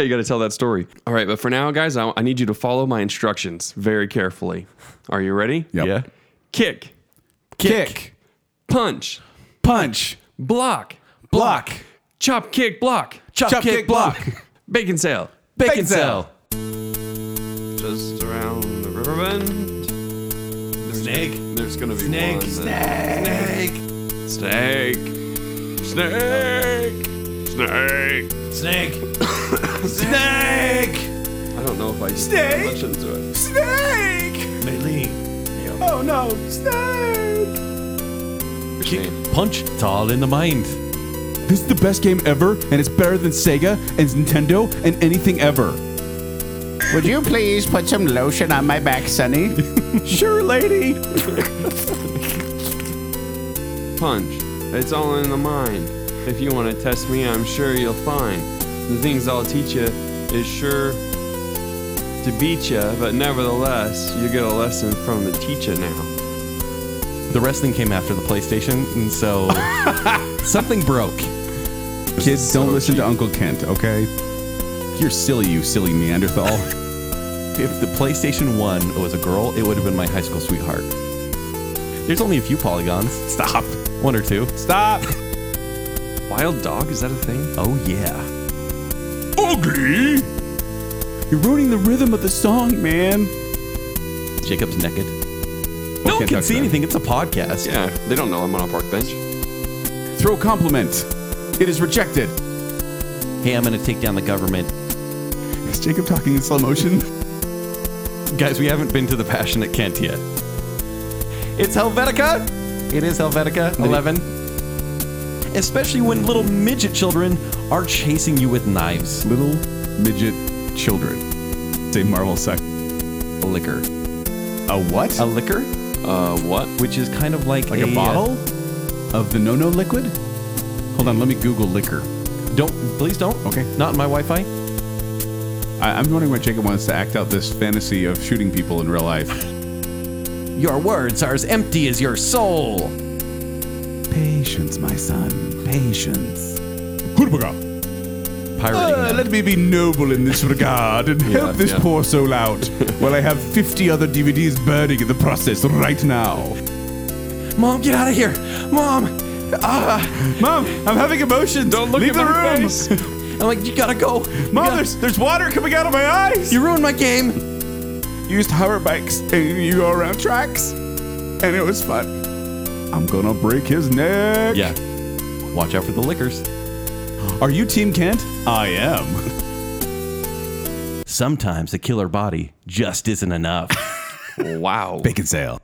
B: you got to tell that story. All right, but for now, guys, I, I need you to follow my instructions very carefully. Are you ready?
C: Yep.
D: Yeah.
B: Kick,
C: Kick,
B: punch,
C: punch,
B: block,
C: block,
B: chop, kick, block.
D: Chop,
C: chop,
D: kick,
C: kick,
D: block.
C: block.
B: Bacon sale.
D: Bacon,
C: Bacon
D: cell.
C: Cell.
B: Just around the river bend. snake. there's gonna be snake, one. Snake. Snake. Snake. Snake. Snake. Snake. I don't know if I snake. much into it.
C: Oh no, snake!
B: Kick.
D: Punch. It's all in the mind.
C: This is the best game ever, and it's better than Sega and Nintendo and anything ever.
E: Would you please put some lotion on my back, Sonny?
C: sure, lady.
B: punch. It's all in the mind. If you want to test me, I'm sure you'll find the things I'll teach you is sure to beat you, but nevertheless, you get a lesson from the teacher now.
D: The wrestling came after the PlayStation, and so something broke.
C: Kids, don't listen to Uncle Kent, okay? You're silly, you silly Neanderthal.
D: If the PlayStation 1 was a girl, it would have been my high school sweetheart. There's only a few polygons. Stop. One or two.
C: Stop.
B: Wild dog? Is that a thing?
D: Oh, yeah.
C: Oggy! You're ruining the rhythm of the song, man.
D: Jacob's naked. No one
C: can't
D: can
C: touch
D: see
C: that.
D: anything. It's a podcast.
B: Yeah, they don't know I'm on a park bench.
C: Throw compliment. It is rejected.
D: Hey, I'm going to take down the government.
C: Is Jacob talking in slow motion?
D: Guys, we haven't been to the Passionate Kent yet. It's Helvetica. It is Helvetica 11. Especially when little midget children are chasing you with knives.
C: Little midget children. Say Marvel suck.
D: A liquor.
C: A what?
D: A liquor,
B: Uh, what?
D: which is kind of like,
C: like a,
D: uh,
C: bottle of the no-no liquid? Hold on, let me Google liquor.
D: Don't, please don't.
C: Okay.
D: Not in my Wi Fi.
C: I, I'm wondering why Jacob wants to act out this fantasy of shooting people in real life.
D: Your words are as empty as your soul.
C: Patience, my son. Patience.
D: Pirating.
C: Uh,
D: them.
C: let me be noble in this regard and help this
B: yeah.
C: poor soul out while I have 50 other DVDs burning in the process right now.
D: Mom, get out of here. Mom. Ah.
C: Mom, I'm having emotions. Don't
B: look
C: Leave
B: at
C: the
B: my
C: room.
B: face.
D: I'm like, you gotta go. You
C: Mom,
D: gotta-
C: there's, there's water coming out of my eyes.
D: you ruined my game.
C: used hover bikes and you go around tracks, and it was fun. I'm gonna break his neck.
D: Yeah. Watch out for the liquors.
C: Are you Team Kent? I am.
D: Sometimes a killer body just isn't enough.
B: Wow.
C: Bacon sale.